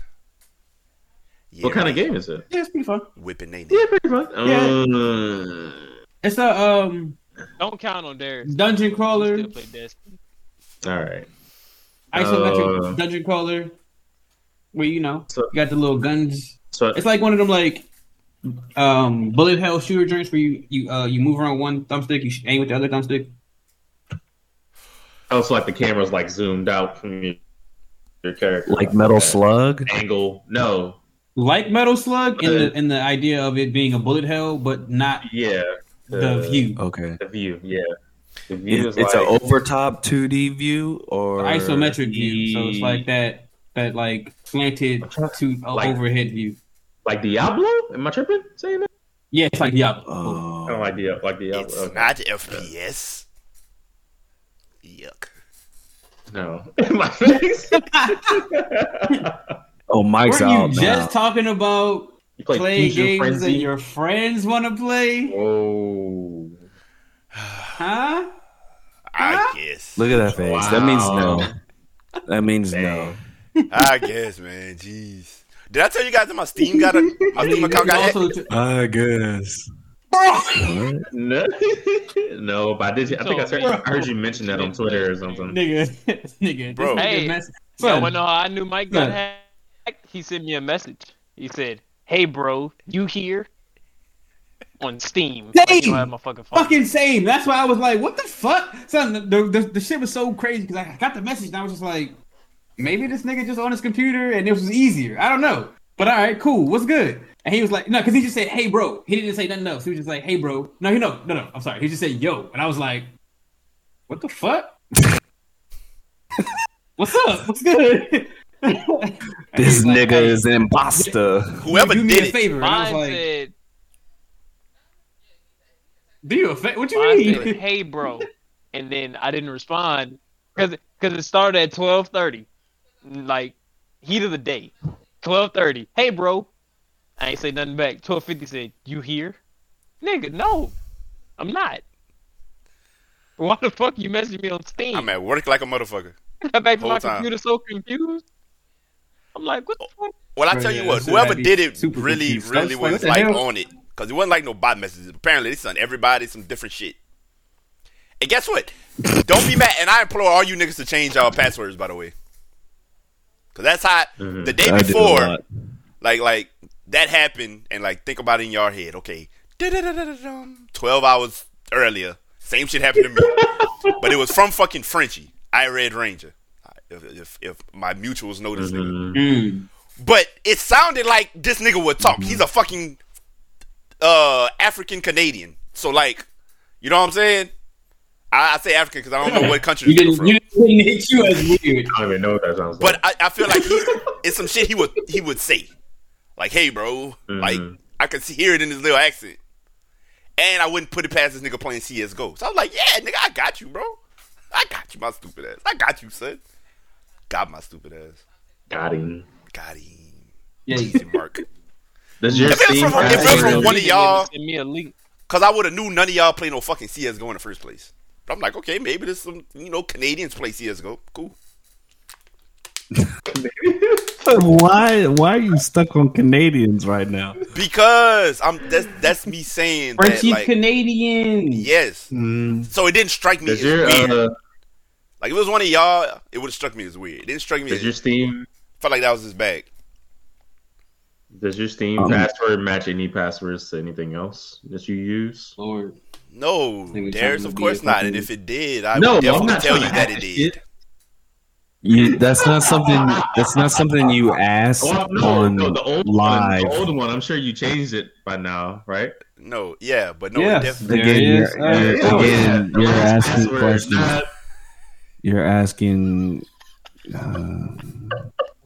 A: Yeah,
C: What kind of game is it?
D: Yeah, it's pretty fun.
A: Whipping name.
C: Yeah, pretty much. Uh,
D: It's a um
B: Don't count on Darius.
D: dungeon crawler,
B: Still play Destiny.
C: all right. Uh.
D: isometric dungeon crawler, where you know
C: So-
D: you got the little guns
C: So
D: It's like one of them like um bullet hell shooter drinks where you you uh you move around one thumbstick, you sh- aim with the other thumbstick.
C: I also oh, like the camera's like zoomed out from your, your character,
E: Like Metal
C: that
E: Slug.
C: angle. No,
D: Like Metal Slug in the in the idea of it being a bullet hell, but not
C: yeah,
D: the
C: Uh,
D: view.
E: Okay.
C: the view, yeah, the view
E: It-
C: is
E: it's
C: like
E: an overtop 2D view or E-
D: isometric view. So it's like that that like slanted to uh,
C: Like-
D: overhead view.
C: like Diablo. Am I tripping saying that?
D: Yeah, it's like yeah.
E: Oh.
C: I don't like Diablo. Like Diablo.
A: It's
C: okay.
A: not FPS. Yuck.
C: No, in my face.
E: Oh, Mike's
D: Weren't you
E: out now.
D: just talking about
C: you play,
D: play
C: Fusion
D: games
C: Frenzy.
D: that your friends want to play?
C: Oh,
D: Huh?
A: I guess.
E: Look at that face. That means
C: Wow.
E: no. That means no.
C: Dang.
A: I guess, man. Jeez. Did I tell you guys that my Steam got a my Steam account got hacked?
D: Also,
E: I guess.
C: no, no. But I did. I think I heard, I heard you mention that on Twitter or something.
D: nigga, nigga,
A: Bro.
D: this nigga
B: Hey.
D: mess-
B: So
D: Son,
B: when uh, I knew Mike got
D: Yeah.
B: hacked, he sent me a message. He said, "Hey, bro, you here?" On Steam. Like, you
D: Dang!
B: don't have my fucking phone.
D: fucking same. That's why I was like, what the fuck? Son, the, the, the shit was so crazy because I got the message and I was just like, maybe this nigga just on his computer and it was easier. I don't know. But all right, cool. What's good? And he was like, no, because he just said, hey, bro. He didn't say nothing else. He was just like, hey, bro. No, he no, no, no. I'm sorry. He just said, yo. And I was like, what the fuck? What's up? What's good?
E: This nigga is an imposter.
A: Whoever
D: do me a
A: did it,
D: favor. And I
B: Mine
D: was like,
B: said,
D: do you a fa- What you
B: mine
D: mean?
B: said, "Hey, bro," and then I didn't respond because it started at twelve thirty, like heat of the day, twelve thirty. Hey, bro, I ain't say nothing back. Twelve fifty said, "You here, nigga?" No, I'm not. Why the fuck you messaging me on Steam?
A: I'm at work like a motherfucker.
B: got back to
A: Whole
B: my
A: time.
B: computer so confused. I'm like, what the fuck?
A: Well, I
D: Bro,
A: tell
D: Oh, yeah,
A: you what,
D: that shit
A: whoever
D: had me
A: did it
D: super
A: really,
D: confused. I
A: really
D: was like, what
A: was
D: the
A: like
D: hell?
A: on it because it wasn't like no bot messages. Apparently, they sent everybody some different shit. And guess what? Don't be mad. And I implore all you niggas to change y'all passwords, by the way, because that's how
D: Mm-hmm.
A: the day
E: I did a
A: before,
E: lot.
A: like, like that happened, and like think about it in your head. Okay, Da-da-da-da-da-dum. twelve hours earlier, same shit happened to me, but it was from fucking Frenchie. I Red Ranger. If, if, if my mutuals know this nigga.
D: Mm.
A: But it sounded like this nigga would talk. He's a fucking uh, African Canadian. So like, you know what I'm saying? I, I say African because I don't know what country
D: You
A: this nigga
D: didn't,
A: from.
D: you didn't hit you as weird.
C: I don't even know what that sounds
A: But
C: like.
A: I, I feel like he, it's some shit he would he would say, like, "Hey, bro," like
D: Mm-hmm.
C: Mhm.
A: I could see, hear it in his little accent, and I wouldn't put it past this nigga playing CS:GO. So I was like, "Yeah, nigga, I got you, bro. I got you, my stupid ass. I got you, son. Got my stupid ass.
C: Got him.
A: Got him,
D: Yeah,
A: Easy mark."
C: Does your
A: If it's
C: Steam
A: from-
C: have
A: if it's
C: any-
A: from one of y'all-
B: Send me a link.
A: Cause I would have knew none of y'all play no fucking CS:GO in the first place. But I'm like, okay, maybe there's some you know Canadians play CS:GO. Cool.
E: Why? Why are you stuck on Canadians right now?
A: Because I'm that's that's me saying that
D: Frenchie
A: like
D: Canadian.
A: yes. So it didn't strike me as
C: Does your
A: weird.
C: uh,
A: like if it was one of y'all, it would have struck me as weird. It didn't strike me
C: does
A: as
C: your Steam
A: felt like that was his bag.
C: does your Steam
E: Um,
C: password match any passwords to anything else that you use?
D: Lord.
A: No,
D: we
A: Darius,
D: talking
A: of
D: to
A: course
D: be a
A: not.
D: fucking-
A: And if it did, I
C: No,
A: would
C: but
A: definitely
C: I'm not
A: tell
C: trying
A: you
C: to
A: that it
C: hack
A: did.
C: shit.
E: You, that's not something. That's not something you asked
C: Oh, no,
E: on
C: no, the old
E: live.
C: one, the old one. I'm sure you changed it by now, right?
A: No, yeah, but no, it
D: Yes.
A: definitely.
D: There it
E: Again, you're,
D: is.
E: you're-
D: Oh,
E: again,
C: The
E: you're
C: last
E: asking
C: password,
E: questions.
C: not-
E: You're asking.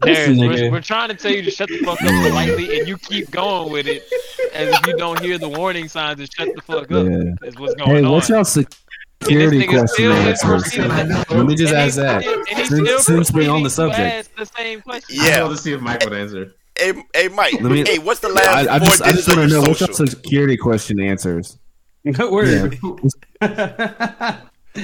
B: Darius,
D: nigga.
B: we're, we're trying to tell you to shut the fuck up politely, and you keep going with it as if you don't hear the warning signs and shut the fuck up.
E: uh, Yeah.
B: Is what's going
E: Hey,
B: on.
E: what's y'all security
B: And this nigga
E: question
B: still is
E: answers?
B: proceeding.
E: Let me just
B: And
E: ask
B: he-
E: that.
B: and he still
E: Since, since we're on
B: proceeding
E: the
B: to
E: subject,
B: ask the same question.
C: I
A: Yeah.
C: wanted to see if Mike would answer.
A: Hey, hey, Mike.
E: Let me-
A: hey, what's the last
E: I, I
A: four
E: just I
A: digits
E: just
A: of
E: want to know
A: your
E: what
A: social?
E: y'all security question answers.
D: Good word.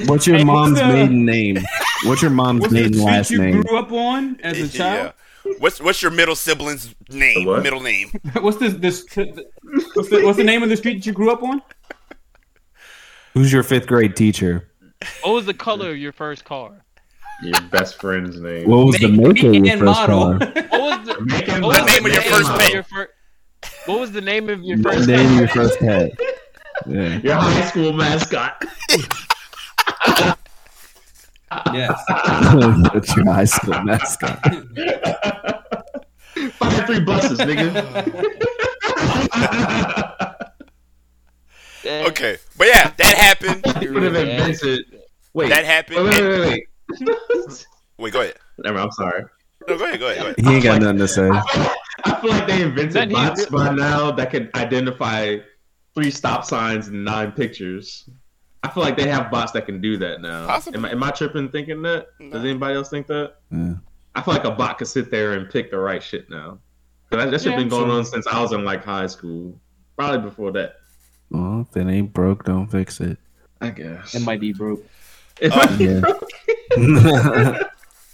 E: What's your
D: Hey,
E: mom's
D: what's, uh,
E: maiden name? What's your mom's
D: What's the
E: maiden
D: street
E: last
D: you
E: name?
D: grew up on as a child?
A: Yeah. What's what's your middle sibling's name?
C: The what?
A: Middle name.
D: What's this? This. What's the, what's the name of the street that you grew up on?
E: Who's your fifth grade teacher?
B: What was the color of your first car?
C: Your best friend's name.
E: What was the maker of your
D: Making
E: first
D: and model.
E: car?
B: What was the,
A: What was the name of your first pet?
B: fir- What was the name of your
E: The
B: first
E: name
B: pet?
E: of your first pet. Yeah.
C: Your high school mascot.
D: Yes.
E: That's your high school mascot.
C: Five three buses, nigga.
B: Damn.
A: Okay, but yeah, that happened.
C: you would have invented. Wait,
A: That
C: wait,
A: happened.
C: wait,
A: and-
C: wait, wait. wait.
A: wait, go ahead.
C: Never, mind, I'm sorry.
A: No, go ahead. Go ahead. Go ahead.
E: He ain't got nothing to say.
C: I feel like they
B: That
C: invented
B: he-
C: bots by now that can identify three stop signs and nine pictures. I feel like they have bots that can do that now.
A: Possibly.
C: Am I, am I tripping thinking that?
A: No.
C: Does anybody else think that?
E: Yeah.
C: I feel like a bot could sit there and pick the right shit now. 'Cause that, that shit
B: Yeah,
C: been going on since I was in like high school, probably before that.
E: Well, if it ain't broke, don't fix it.
C: I guess.
D: It might be broke.
C: It
A: Uh,
C: might be
E: yeah.
C: broken.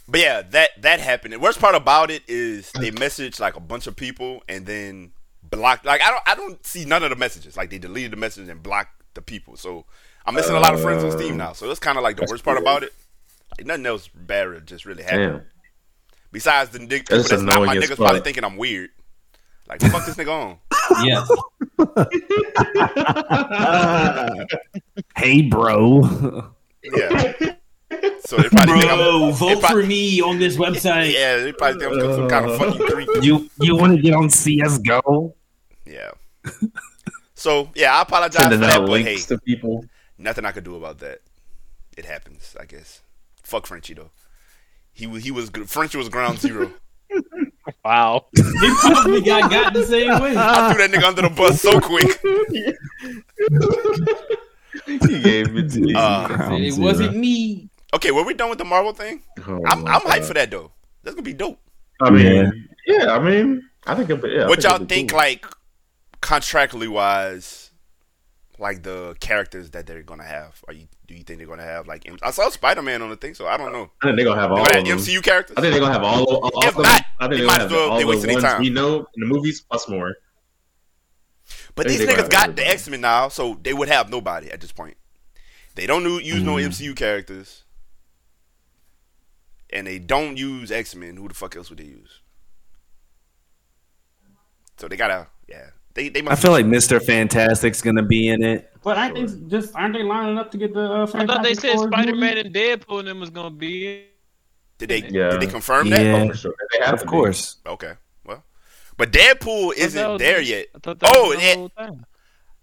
A: But yeah, that that happened. The worst part about it is they messaged like a bunch of people and then blocked. Like I don't I don't see none of the messages. Like they deleted the messages and blocked the people. So I'm missing a lot of friends on Steam now. So that's kind of like the worst part about it. Like nothing else bad really- just really happened.
C: Damn.
A: Besides the nigga, that's,
C: That's
A: that's not my
C: annoying
A: niggas
C: as
A: probably
C: fuck.
A: thinking I'm weird. Like fuck this nigga on.
D: Yes.
E: hey, bro.
A: Yeah. So they probably think I'm.
D: vote
A: I-
D: me on this website.
A: Yeah, they probably think I'm some kind
C: uh,
A: of fucking creep.
E: you you want to get on CS:GO?
A: Yeah. So yeah, I apologize for
C: Sending
A: that,
C: out
A: but hey,
C: links to people.
A: nothing I could do about that. It happens, I guess. Fuck Frenchie though. He was he was Frenchie was ground zero.
B: Wow.
D: They probably got got the same way.
A: I threw that nigga under the bus so quick.
C: He gave it to you.
A: Uh,
E: Ground
D: It
E: zero.
D: wasn't me.
A: Okay, were we done with the Marvel thing?
C: Oh
A: I'm
C: my
A: I'm
C: God.
A: hyped for that though. That's gonna be dope.
C: I mean, yeah. I mean, I think. It, yeah, I
A: what y'all
C: it'd be
A: think,
C: cool.
A: like contractually wise, like the characters that they're gonna have? Are you do you think they're gonna have like M- I saw Spider Man on the thing, so I don't know.
C: I think they're gonna have all
A: They
C: of
A: gonna
C: them.
A: have MCU characters.
C: I think they're gonna have all. all, all
A: If
C: of them.
A: not,
C: I
A: they
C: think they're
A: might
C: gonna
A: as
C: have
A: well-
C: all
A: they
C: the
A: wasted their
C: ones
A: time.
C: we know in the movies plus more.
A: But
C: They
A: these
C: think
A: niggas
C: about
A: got the
C: everybody.
A: X Men now, so they would have nobody at this point. They don't u- use
C: Mm-hmm.
A: no MCU characters, and they don't use X Men. Who the fuck else would they use? So they gotta, yeah. They they
E: I
A: must.
E: feel like Mister Fantastic's gonna be in it.
D: But I think just aren't they lining up to get the? Uh,
B: I thought they
D: Fantastic
B: said
D: Four
B: Spider Man
D: movie?
B: and Deadpool and them was gonna be
A: did they
C: Yeah.
A: did they confirm
E: Yeah.
A: that?
C: Oh, for sure. They have
E: Of
C: to be.
E: course.
A: Okay, well, but Deadpool
B: I thought that
A: isn't
B: was-
A: there yet.
B: I thought that
A: Oh,
B: was the
A: yeah.
B: whole thing.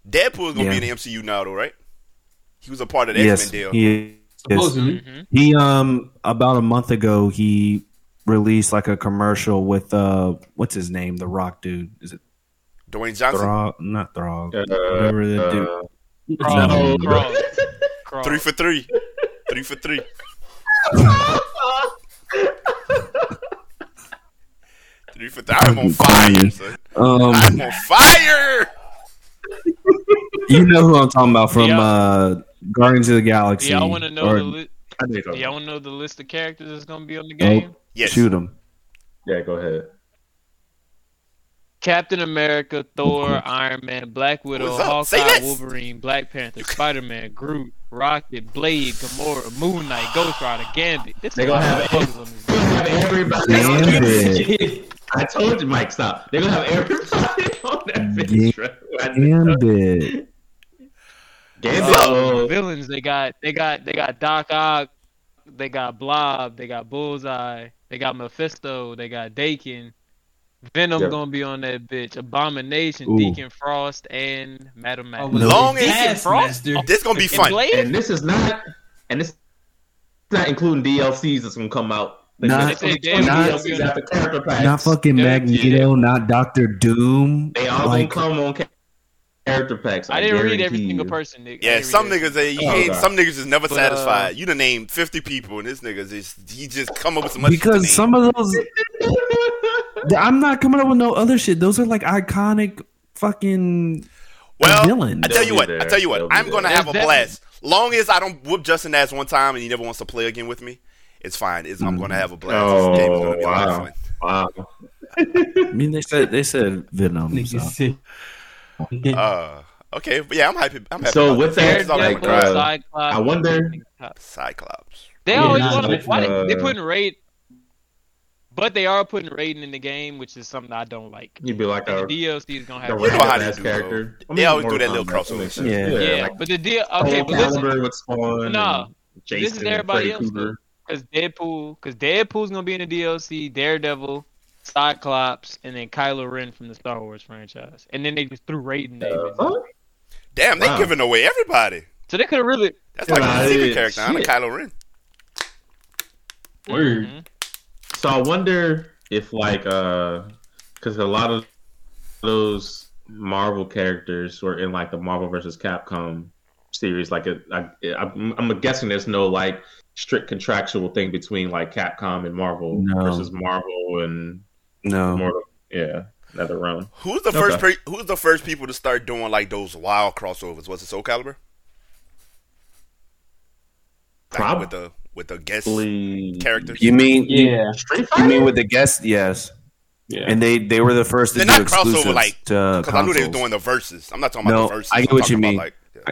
A: Deadpool's gonna
E: Yeah.
A: be in the MCU now, though, right? He was a part of the
E: Yes.
A: X Men deal.
E: He, yes.
D: Supposedly.
E: He um about a month ago he released like a commercial with uh what's his name the Rock dude is it
A: Dwayne Johnson,
E: Throg not Throg
C: Uh,
E: whatever the dude
C: uh,
B: Cross,
E: No.
B: cross, cross.
A: three for three, three for three. Three for three. I'm on fire, son. I'm
E: um
A: on fire.
E: you know who I'm talking about from
B: Yeah.
E: uh Guardians of the
B: Do
E: Galaxy
B: y'all want to know
E: or
B: the li-
C: I think.
B: Do
C: so.
B: y'all want to know the list of characters that's gonna be on the game?
A: Yes.
E: shoot him
C: Yeah, go ahead.
B: Captain America, Thor, Iron Man, Black Widow,
A: What's up? Say
B: Hawkeye,
A: this.
B: Wolverine, Black Panther, Spider Man, Groot, Rocket, Blade, Gamora, Moon Knight, Ghost Rider, Gambit. This
C: They
B: is
C: gonna
B: all
C: have-
B: bugs on this
C: They're
B: game.
C: gonna have everybody.
E: Damn
D: it.
C: I told you, Mike. Stop. They're gonna have everybody on that
E: Damn
C: bitch. right?
E: Gambit
C: Gambit.
B: Uh,
C: oh,
B: villains. They got they got they got Doc Ock, they got Blob, they got Bullseye, they got Mephisto, they got Dakin. Venom
C: Yep.
B: gonna be on that bitch. Abomination,
E: Ooh.
B: Deacon Frost, and Madam
D: Oh,
B: Max.
D: was
A: Long
D: it
A: as-
D: Taskmaster?
A: This gonna be
B: And
A: fun.
B: Blade?
C: And this is not, and this is not including DLCs that's gonna come out.
E: Not-
C: They said
B: not-
C: DLCs after character packs.
E: not fucking
B: Yeah,
E: Magneto not Doctor Doom
C: They all
E: like
C: gonna come on ca- character packs. I,
B: I didn't read
C: guarantee
B: every single
C: you.
B: person, Nick. I
A: Yeah,
B: didn't read
A: some
B: every-
A: niggas they you
C: Oh,
A: ain't,
C: God.
A: some niggas is never
B: But, uh,
A: satisfied. you done named fifty people, and this niggas is he just come up with so much. shit to
E: because
A: name.
E: some of those I'm not coming up with no other shit those are like iconic fucking
A: well,
E: villains.
A: I tell you
C: They'll be
A: what, I
C: there.
A: tell you what,
C: They'll be
A: I'm gonna
B: there.
A: have a
B: There's
A: blast. Long as I don't whoop Justin ass one time and he never wants to play again with me, it's fine. It's, I'm gonna have a blast. this game is gonna be a lot of
C: Oh,
A: fun.
C: Wow.
E: I mean they said they said Venom so.
D: Niggas said-
A: Uh, okay, but yeah, I'm happy. I'm happy.
C: So
A: about
C: with
A: this.
C: that,
A: It's all
C: like,
A: about
C: uh,
B: Cyclops,
C: I wonder-
A: Cyclops.
B: They
D: Yeah,
B: always
D: nah,
B: want to.
C: like,
B: Why they, they
C: uh,
B: putting raid But they are putting Raiden in the game, which is something I don't like.
C: You'd be like
B: The
C: a
B: DLC is gonna
C: the
B: have
A: know how they
C: ass
A: do,
C: character.
A: though. They always do
C: Mortal
A: that little
C: Kombat, that makes sense.
E: crossover.
B: yeah,
C: like
B: but the deal. Okay, but
C: Soul
B: listen,
C: Calibur with Spawn.
B: Nah,
C: and
B: this is
C: Jason and
B: everybody
C: Freddy
B: else,
C: Krueger.
B: Because Deadpool, because Deadpool's gonna be in the DLC, Daredevil, Cyclops, and then Kylo Ren from the Star Wars franchise, and then they just threw Raiden.
C: Uh,
B: in.
C: fuck?
A: Damn, they
C: Wow.
A: giving away everybody.
B: So they could have really.
A: That's like
C: Nah,
A: a secret
C: it-
A: character. I'm a
C: shit.
A: Kylo Ren.
D: Word.
B: Mhm.
C: So I wonder if like uh because a lot of those Marvel characters were in like the Marvel versus Capcom series. Like it, I, I'm, I'm guessing there's no like strict contractual thing between like Capcom and Marvel
E: No.
C: versus Marvel and
E: No.
C: Mortal. Yeah, another round.
A: Who's the
C: Okay.
A: first? Per- who's the first people to start doing like those wild crossovers? Was it Soul Calibur? Like, with the with the guest
C: Probably
A: characters.
E: You mean
D: Yeah.
C: Street
E: you
C: Fighter.
E: mean with the guests? Yes.
D: Yeah.
E: And they they were the first to
A: They're
E: do
A: not crossover,
E: exclusives
A: like,
E: to
A: Because I knew they was
E: consoles.
A: doing the verses. I'm not talking about
E: No,
A: the verses.
E: I get
A: I'm
E: what
A: talking
E: you
A: about,
E: mean.
A: Like, yeah.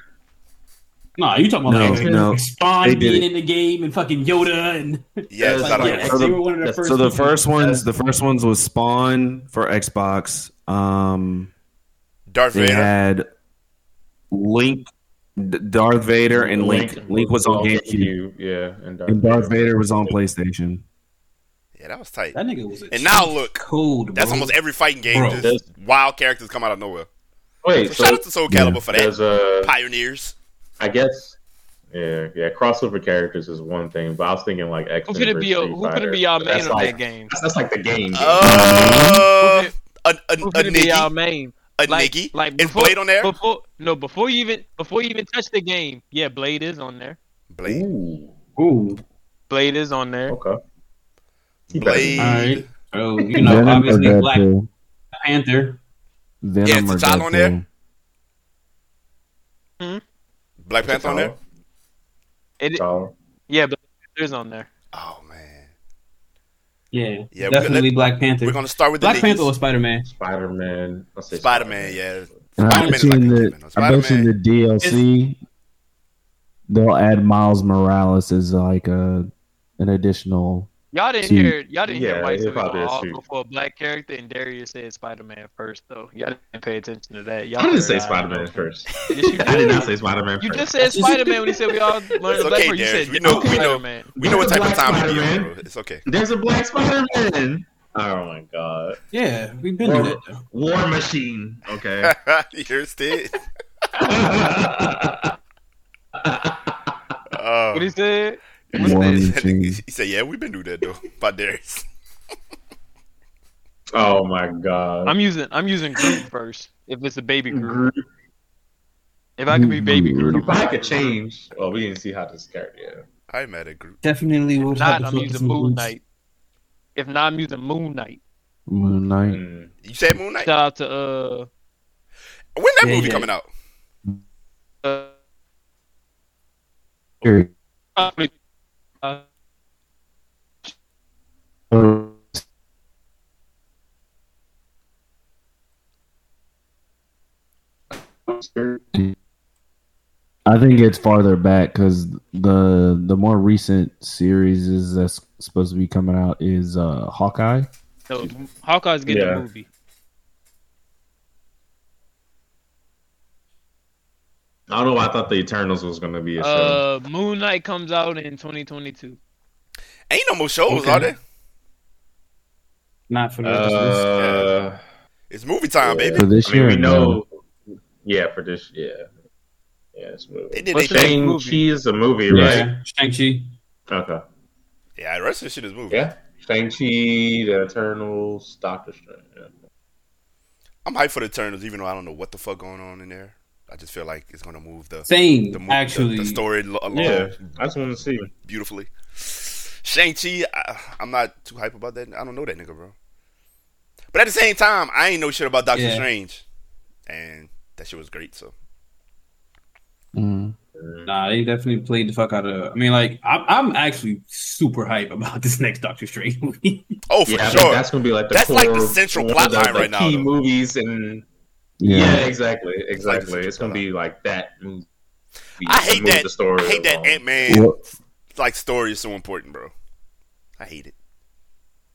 D: No, you talking
E: No,
D: about like,
E: no. They
D: Spawn
E: did
D: being
E: it.
D: in the game and fucking Yoda and
A: yeah, it's
C: Like,
A: not a-
D: yeah,
E: So
D: they
E: the-
D: were one of the
C: so
D: first.
E: So the
D: people.
E: first ones, the first ones was Spawn for Xbox. Um,
A: Darth
E: they
A: Vader.
E: had Link, D- Darth Vader, and Link. Link was on GameCube,
C: Yeah, and Darth,
E: and Darth Vader was on PlayStation.
A: Yeah, that was tight.
D: that nigga was. a
A: And now look,
D: cold.
A: that's
D: bro.
A: almost every fighting game.
D: Bro,
A: just
C: that's-
A: wild characters come out of nowhere.
C: Wait,
A: So
C: so
A: shout out to Soul
E: yeah,
A: Calibur for that.
C: there's a
A: Pioneers.
C: I guess. Yeah, yeah. Crossover characters is one thing, but I was thinking like X.
B: Who's gonna be a, who gonna be y'all main
C: That's
B: on
C: like,
B: that game?
C: That's, that's like the game.
A: Uh, a a, a
B: Who's gonna be y'all
A: niggy,
B: main?
A: a
B: Like,
A: niggy,
B: like
A: is
B: before,
A: Blade on there?
B: Before no, before you even before you even touch the game, yeah, Blade is on there.
A: Blade,
C: Ooh,
D: Ooh.
B: Blade is on there.
C: okay. He better be-
A: Blade.
D: All right. Oh, you know, obviously Black Panther.
E: Venom
A: Yeah, it's T'Challa on there. Black Panther on there.
B: It,
C: Y'all-
B: yeah, Blade is on there.
A: Oh man,
D: Yeah.
A: Yeah, we're gonna-
D: definitely Black Panther.
A: we're gonna start with the
D: Black Panther or
A: niggas.
D: Spider Man?
C: Spider-Man. I'll say
A: Spider-Man, yeah.
E: And I
A: Spider-Man
E: bet
A: is
E: you
A: like
E: in
A: a
E: the,
A: demon.
E: I bet you in the
A: Spider-Man.
E: DLC, they'll add Miles Morales as like a an additional.
B: Y'all didn't
E: See,
B: hear y'all didn't
C: yeah,
B: hear White
C: it
B: Sox
C: probably is
B: all
C: true.
B: before a black character and Darius said Spider Man first though. Y'all didn't pay attention to that. Y'all
C: I didn't
B: heard,
C: say
B: uh,
C: Spider-Man first.
B: Yes, you
C: I did
B: did.
C: not say Spider-Man
B: You
C: first.
B: just said Spider Man when he said we all learned the black
A: okay,
B: word. You
A: Darius.
B: said
A: We know- we know.
B: Spider Man.
A: We know what type of
C: Black
A: time we be on,
C: Spider-Man.
A: bro. It's okay.
C: There's a black Spider-Man. Oh my god.
D: Yeah, we've been
C: Or-
D: through that. though.
C: War Machine. Okay.
A: You're still. Uh,
B: What he said?
E: War
A: he
E: Machine.
A: said, "Yeah, we've been doing that though." By Darius.
C: oh my god.
B: I'm using I'm using Groot first. If it's a baby Groot.
C: Groot.
B: Mm, If I could be baby Groot,
C: If
B: I'm
C: I could change, well, we didn't see how this character.
A: I'm at a group.
D: Definitely would have
B: not
D: to
B: I'm
D: fuck with
B: using
D: some
B: Moon
D: dudes.
B: Knight. If not I'm using Moon Knight.
E: Moon
C: Yeah.
E: Knight.
C: Mm.
A: You said Moon Knight.
B: Shout out to uh
A: When that
D: Yeah,
A: movie
D: yeah.
A: coming out?
B: uh,
E: Here.
B: uh
E: I think it's farther back because the the more recent series is that's supposed to be coming out is uh, Hawkeye.
B: no, Hawkeye's getting
C: Yeah.
B: a movie.
C: I don't know why I thought the Eternals was gonna be a show.
B: Uh, Moon Knight comes out in 2022.
A: Ain't no more shows,
C: Okay.
A: are there?
D: Not for the rest of this.
C: Uh,
A: It's movie time,
C: Yeah.
E: So
A: baby.
E: this
C: I mean,
E: year, uh,
C: we
E: no.
C: know. Yeah, for this. Yeah, yeah, it's
A: They
C: movie.
A: did
B: What's
A: they thing.
B: that?
C: Shang Chi
B: movie.
C: is a movie, right?
D: Yeah, Shang-Chi.
C: Okay.
A: Yeah, the rest of this shit is movie.
C: Yeah, Shang Chi, the Eternals, Doctor Strange. Yeah.
A: I'm hyped for the Eternals, even though I don't know what the fuck going on in there. I just feel like it's gonna move the
D: Same,
A: the, mo-
D: actually.
A: the, the story lo- along
C: Yeah, I just want to
A: Oh,
C: see.
A: beautifully. Shang Chi, I'm not too hype about that. I don't know that nigga, bro. But at the same time, I ain't know shit about Doctor
D: Yeah.
A: Strange, and that shit was great. So
E: Mm.
D: Nah, they definitely played the fuck out of. I mean, like, I'm, I'm actually super hype about this next Doctor Strange movie.
A: oh, for
C: Yeah, I think
A: sure,
C: that's gonna be like the
A: That's
C: core,
A: like the central
C: one
A: plot
C: of the-
A: line
C: the
A: right now,
C: Key
A: though.
C: movies and
E: Yeah.
C: Yeah, exactly,
A: like
C: exactly.
A: the
C: it's gonna be like that movie.
A: I hate
C: Move
A: that-
C: The story
A: I hate that
C: along.
A: Ant Man
E: Well-
A: like story is so important, bro. I hate it.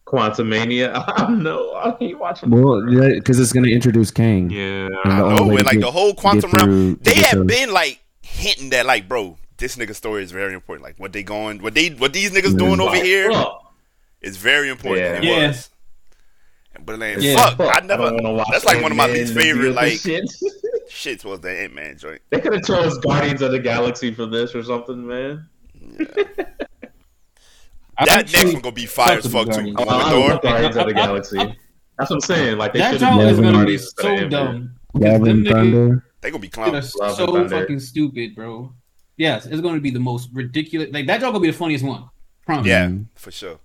C: Quantum Mania. I don't know. I ain't watching.
E: Well, because it's going to introduce Kang.
C: Yeah.
E: And the only
A: Oh,
E: way
A: and
E: to
A: like
E: get-
A: the whole quantum
E: get through-
A: realm, they
E: get
A: had
E: through.
A: been like hinting that, like, bro, this nigga story is very important. Like, what they going, what they, what these niggas doing over here
C: Fuck.
A: is very important.
C: Yeah.
A: And it
D: Yeah.
A: was. But it ain't
B: Yeah.
A: fuck. I
C: don't
A: never.
C: wanna watch
A: that's like one of my
C: Ant-Man
A: least
C: to deal
A: favorite
C: with
A: like
C: this shit.
A: shits was the Ant Man joint.
C: they could have chose Guardians of the Galaxy for this or something, man.
A: That next one gonna be fire as fuck too.
B: Guardians.
C: Oh, I
A: Thor.
C: love Guardians of the
D: I- I-
C: Galaxy.
D: I-
C: That's what I'm saying. Like they
D: That
C: should
D: y'all
E: done
D: is
E: that
D: gonna
E: one.
D: be so dumb.
E: Love
D: Them
E: and
D: niggas-
E: Thunder.
A: They gonna be
D: That are
A: clowns.
C: Love and
D: so
C: Thunder.
D: fucking stupid, bro. Yes, it's gonna be the most ridiculous. Like that y'all gonna be the funniest one. Promise.
A: Yeah, for sure.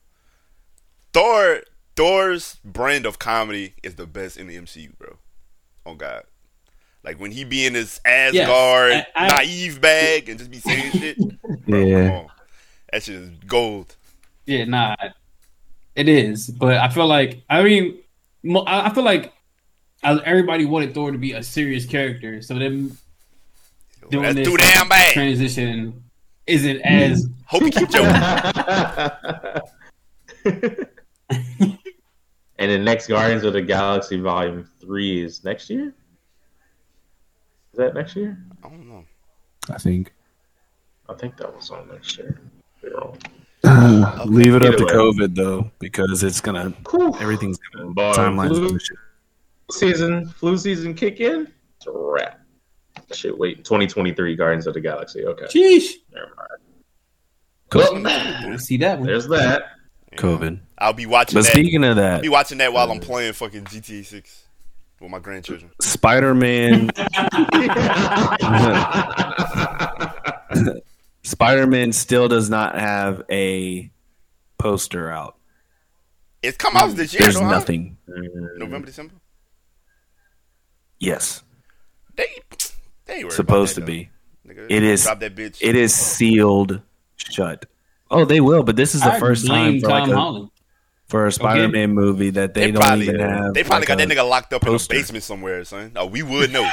A: Thor Thor's brand of comedy is the best in the MCU, bro. Oh God. Like when he be in his Asgard
D: Yes, I- I-
A: naive bag and just be saying shit. Bro,
E: Yeah.
A: come on. That shit is gold.
D: Yeah, nah, it is. But I feel like I mean, mo- I I feel like uh, everybody wanted Thor to be a serious character, so them doing
A: That's
D: this
A: too damn bad.
D: transition isn't
E: Hmm.
D: as
A: Hope he keep joking.
C: and the next Guardians of the Galaxy Volume Three is next year. Is that next year?
A: I don't know.
E: I think.
C: I think that was on next year. They're all-
E: Uh, Leave it up to
C: Either way.
E: COVID though, because it's gonna
C: Whew.
E: everything's gonna
C: Boy,
A: Oh,
E: timelines.
C: flu
E: gonna shift.
C: season, flu season kick in. It's a wrap. Shit, wait, 2023 Guardians of the Galaxy. Okay,
D: sheesh.
C: never mind.
E: Cool.
D: I see that one.
C: There's that.
A: Yeah.
E: COVID.
A: I'll be watching
E: But
A: that.
E: speaking of
A: I'll
E: that,
A: be watching that while I'm playing fucking GTA six with my grandchildren.
E: Spider Man, Spider Man still does not have a poster out.
A: It's come out this year,
E: There's
A: though, huh?
E: nothing.
A: November, December?
E: Yes,
A: They they ain't worried
E: supposed to
A: about that,
E: be.
A: though. Nigga,
E: It is-
A: drop that bitch.
E: It is sealed shut. Oh, they will, but this is the
D: I
E: first
D: blame
E: time for,
D: Tom
E: like a,
D: Holland.
E: for a Spider-Man movie that they,
A: They
E: don't
A: probably-
E: even have.
A: They probably got that nigga locked up
E: poster.
A: in a basement somewhere, son. Oh, we would know.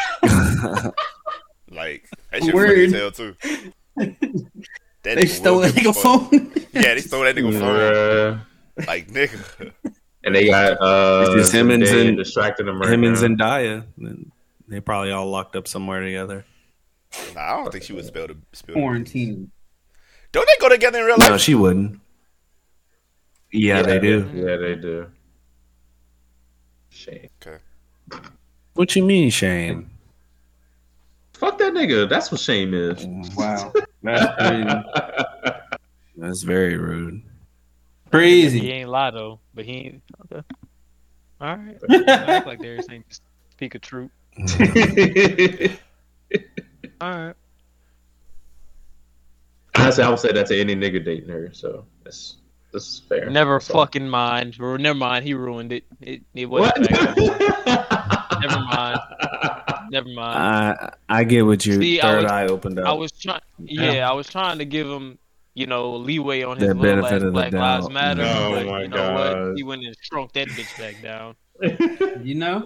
A: like that shit funny
D: Word.
A: as hell too. That
D: They
A: nigga
D: stole
A: will
D: that
A: give a
D: nigga
A: fuck.
D: phone.
A: Yeah, they stole that nigga phone.
C: Uh,
A: Like nigga,
C: and they got uh,
E: It's just Simmons
C: Zendaya
E: and-
C: distracting them right
E: him and
C: now.
E: Zendaya. and They probably all locked up somewhere together.
A: nah, I don't think she would spell the spell. the-
D: Quarantine.
A: Don't they go together in real life?
E: No, she wouldn't. Yeah, they do.
C: Yeah, they do. Shame.
E: What you mean, Shane?
C: Fuck that nigga. That's what shame is.
D: Wow, that's crazy.
E: That's very rude.
B: He
D: crazy.
B: ain't lie though, but he ain't. Okay. All right. Act like they're saying just speak a truth. All right.
C: Honestly, I would say that to any nigga dating her. So that's that's fair.
B: Never
C: That's all.
B: fucking mind. Or never mind. He ruined it. It, it wasn't.
C: What?
B: fact. never mind. Never mind.
E: I I get what your
B: Uh, See, I
E: third
B: was-
E: eye opened up.
B: I was trying. Yeah. I was trying to give him, you know, leeway on his
E: The
B: little
E: benefit
B: ass
E: of the
B: Black
E: doubt.
B: Lives Matter.
C: Oh
B: but
C: my
B: you know
C: God.
B: what? He went and shrunk that bitch back down.
D: You know,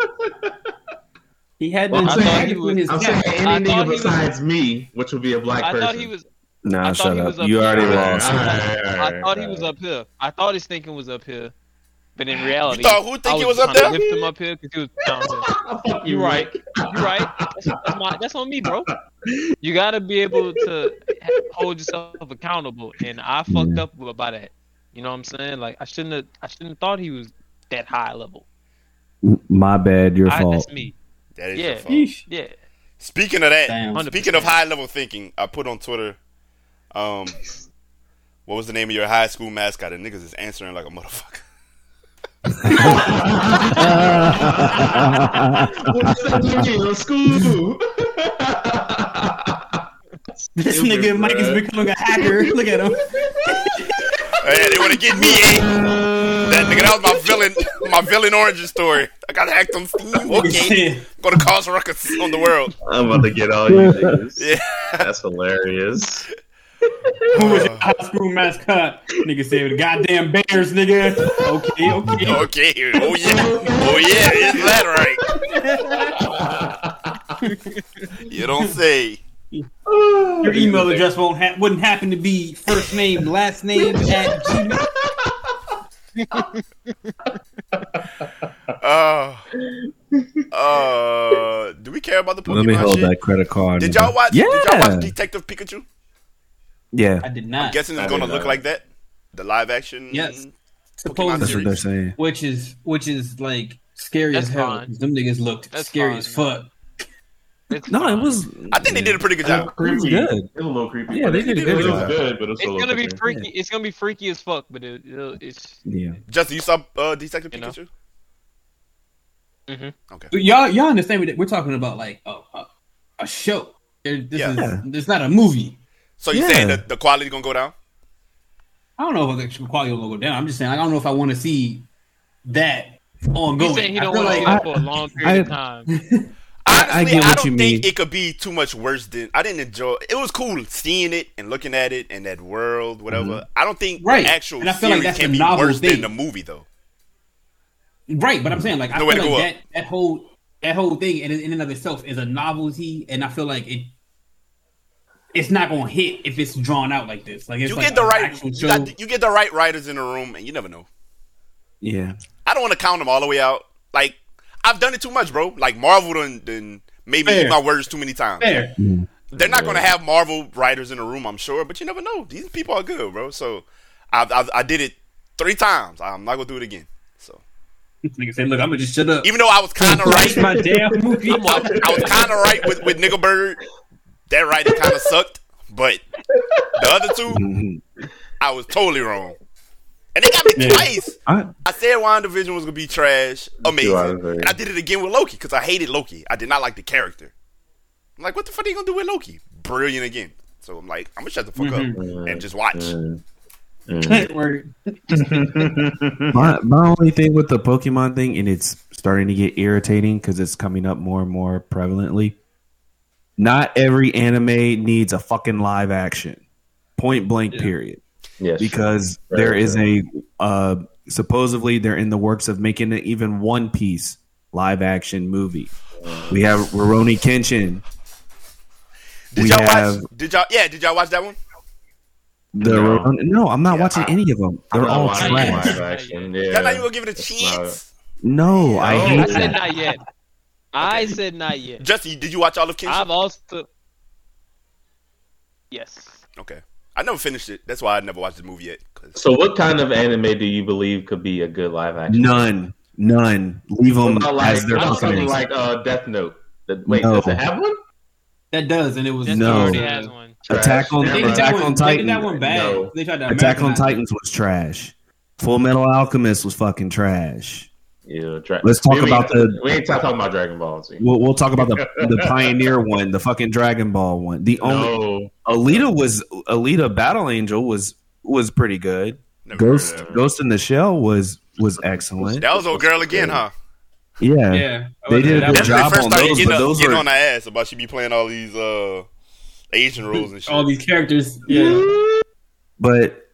D: he had
C: Well,
D: been
B: I
C: I'm
B: thought
C: saying,
B: he was-
D: his
C: I'm
D: cap.
C: saying
B: I
C: any
B: thought
C: nigga
B: he was-
C: besides me, which would be a black
B: I
C: person.
B: thought he was. I
E: nah,
B: thought
E: shut
B: he was
E: up.
B: up
E: You
B: there.
E: already
C: Alright,
E: lost.
C: alright,
B: I
C: alright,
B: thought he was
C: alright.
B: up here. I thought his thinking was up here, but in reality,
A: thought who think
B: I
A: he was
B: just
A: up
B: trying to
A: there?
B: Lift him up here because he was down here.
C: Fuck
B: You right?
C: Mike.
B: You right? That's, that's, my, that's on me, bro. You gotta be able to ha- hold yourself accountable, and I fucked up about that. You know what I'm saying? Like I shouldn't have. I shouldn't have thought he was that high level.
E: My bad. Your
B: I,
E: fault.
B: that's me.
A: That is
B: Yeah.
A: your fault.
D: Yeesh.
B: Yeah.
A: Speaking of that,
D: Damn.
A: Speaking of high level thinking, I put on Twitter, um, what was the name of your high school mascot? And niggas is answering like a motherfucker.
C: What does that mean? Your school.
D: This
C: Stupid,
D: nigga Mike is
C: bruh.
D: becoming a hacker. Look at him.
A: Hey, they want to get me, eh? That nigga, that was my villain, my villain origin story. I got hacked on Steam. Okay,
D: Yeah.
A: gonna cause ruckus on the world.
C: I'm about to get all you niggas.
A: Yeah,
C: That's hilarious.
D: Who was your high school mascot? Nigga said the goddamn bears, nigga. Okay, okay.
A: okay. Oh yeah, oh yeah. Is that right? You don't say.
D: Your email address won't ha- wouldn't happen to be first name, last name at Gmail.
A: Uh, uh, do we care about the Pokemon
E: Let me hold
A: shit?
E: that credit card.
A: Did y'all watch?
E: Yeah.
A: Did y'all watch Detective Pikachu?
E: Yeah,
D: I did not.
A: Guessing
C: I
A: it's gonna
C: did
A: look
C: not.
A: like that. The live action.
D: Yes.
A: Pokemon
E: that's
D: Supposedly,
E: what they're saying.
D: which is which is like scary
B: That's
D: as hell.
B: fine.
D: Them niggas looked
B: That's
D: scary
B: fine,
D: as fuck.
B: It's
E: No, it
B: fine.
E: was.
A: I think they did a pretty good job.
E: was
C: creepy.
E: good.
C: It was a little creepy.
E: Yeah,
C: but
E: they
C: it-
E: did a
C: It
E: good
C: was
E: job.
C: good, but it was
B: It's
C: a little
B: gonna be
C: creepy.
B: freaky. It's gonna be freaky as fuck, but it, it'll- it's
E: Yeah,
A: Justin, you saw uh, Detective
B: You know?
A: Pikachu?
D: But y'all y'all understand what we're talking about? Like a a, a show. There- This
A: Yeah.
E: Yeah.
D: is it's not a movie.
A: So you
E: Yeah.
A: saying that the quality gonna go down?
D: I don't know if the quality will go down. I'm just saying like, I don't know if I want to see that ongoing.
B: He's saying he
D: I
B: don't
D: feel
B: want to
D: like-
B: do it for a long period of
E: I-
B: time.
E: I- I
A: Honestly, I,
E: get what
A: don't
E: you
A: think
E: mean.
A: it could be too much worse than I didn't enjoy. It was cool seeing it and looking at it and that world, whatever. I don't think
D: Mm-hmm. Right.
A: the actual
D: And I feel like
A: series
D: that's
A: can
D: the
A: be
D: novel
A: worse
D: thing.
A: than the movie, though.
D: Right, but I'm saying like I
A: No way
D: feel
A: to
D: like
A: go
D: that, that whole that whole thing in, in and of itself is a novelty, and I feel like it it's not gonna hit if it's drawn out like this. Like it's
A: you
D: like
A: get the
D: an
A: right,
D: actual
A: you,
D: show.
A: got, you get the right writers in the room, and you never know.
E: yeah.
A: I don't want to count them all the way out. Like I've done it too much, bro. Like Marvel done, done maybe
D: Fair.
A: eat my words too many times.
D: Fair.
A: They're not going to have Marvel writers in the room, I'm sure, but you never know. These people are good, bro. So I, I, I did it three times. I'm not going to do it again. So
D: Nigga said, "Look, I'm gonna just shut up."
A: even though I was kind of
D: Watch
A: right,
D: my damn movie.
A: I was kind of right with with Nigga Bird. That writing kind of sucked, but the other two,
E: Mhm.
A: I was totally wrong. And they got me
D: Yeah.
A: twice.
E: I,
A: I said WandaVision was gonna be trash, amazing,
C: out of there.
A: and I did it again with Loki because I hated Loki. I did not like the character. I'm like, what the fuck are you gonna do with Loki? Brilliant again. So I'm like, I'm gonna shut the fuck up
C: Mhm.
A: and just watch.
C: Mm.
D: Word.
E: my my only thing with the Pokemon thing, and it's starting to get irritating because it's coming up more and more prevalently. Not every anime needs a fucking live action. Point blank. Period.
C: Yes.
E: because
C: Right,
E: there is
C: right.
E: a uh, supposedly they're in the works of making an even one piece live action movie. We have Roroni Kenshin,
A: Did
E: We
A: y'all
E: have-
A: watch? Did y'all? Yeah, did y'all watch that one?
E: the
C: No.
E: no, no I'm not
A: Yeah,
E: watching
A: I-
E: any of them.
C: I'm
E: They're
C: not
E: all
C: watching
E: trash.
C: live action, yeah.
A: Y'all not even gonna give it a
C: That's
A: chance.
E: No, I
C: No.
B: I
E: hate
B: said
E: that.
B: not yet. I said not yet.
A: Justin, did you watch all of Kenshin?
B: I've also yes.
A: Okay. I never finished it. That's why I never watched the movie yet. 'cause-
C: So, what kind of anime do you believe could be a good live action?
E: None, none. Leave them
C: Not like,
E: as their
C: not
E: fucking.
C: something
B: companies.
C: like uh, Death Note. That- Wait,
E: No.
C: does it have one?
D: That does, and it was
B: Jesse
E: No.
B: already has one.
E: Attack on-
D: They did
E: Never.
D: that
E: Attack
D: one,
E: on
D: They did that
E: Titan.
D: one bad.
C: No.
D: They tried to
E: Attack on
D: Americanize it.
E: Titans was trash. Full Metal Alchemist was fucking trash.
C: Yeah, dra-
E: Let's talk
C: We ain't-
E: about the-
C: We ain't talking about Dragon Ball Z.
E: We'll, we'll talk about the, the Pioneer one, the fucking Dragon Ball one. The only
C: No,
E: Alita was Alita Battle Angel was was pretty good.
A: never
E: Ghost
A: heard of
E: Ghost in the Shell was was excellent.
A: That That was old girl again, huh?
E: Yeah.
D: Yeah,
E: They did a
D: That
A: That's when they
D: was-
E: good job
A: first
E: on
A: started
E: those,
A: getting,
E: but
A: up-
E: those
A: getting
E: were-
A: on her ass about she be playing all these uh, Asian roles and shit.
D: All these characters. Yeah.
E: But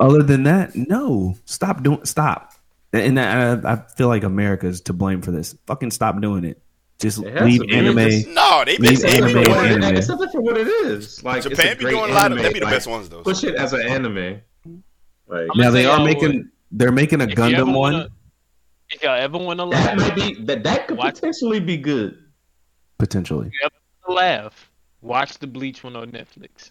E: other than that, no. Stop doing stop. And I, I feel like America's to blame for this. Fucking stop doing it. Just
C: It has
E: leave
C: to be.
E: anime.
C: It's-
A: no, they been
E: Leave
A: they
C: except
A: been
E: anime
C: for what it-
E: anime.
C: except for what it is. Like it's
A: Japan be
C: great
A: doing a lot of.
C: anime.
A: They be the
C: Like,
A: best ones though.
C: Push it as an anime. Like
B: I'm
E: Now they
B: tell
E: are
B: y'all
E: making
B: what.
E: they're making a
B: If you ever
E: Gundam one
B: wanna- If y'all ever want to
C: that might
B: laugh,
C: be that that could
B: Watch-
C: potentially be good.
E: potentially.
B: laugh. Watch the Bleach one on Netflix.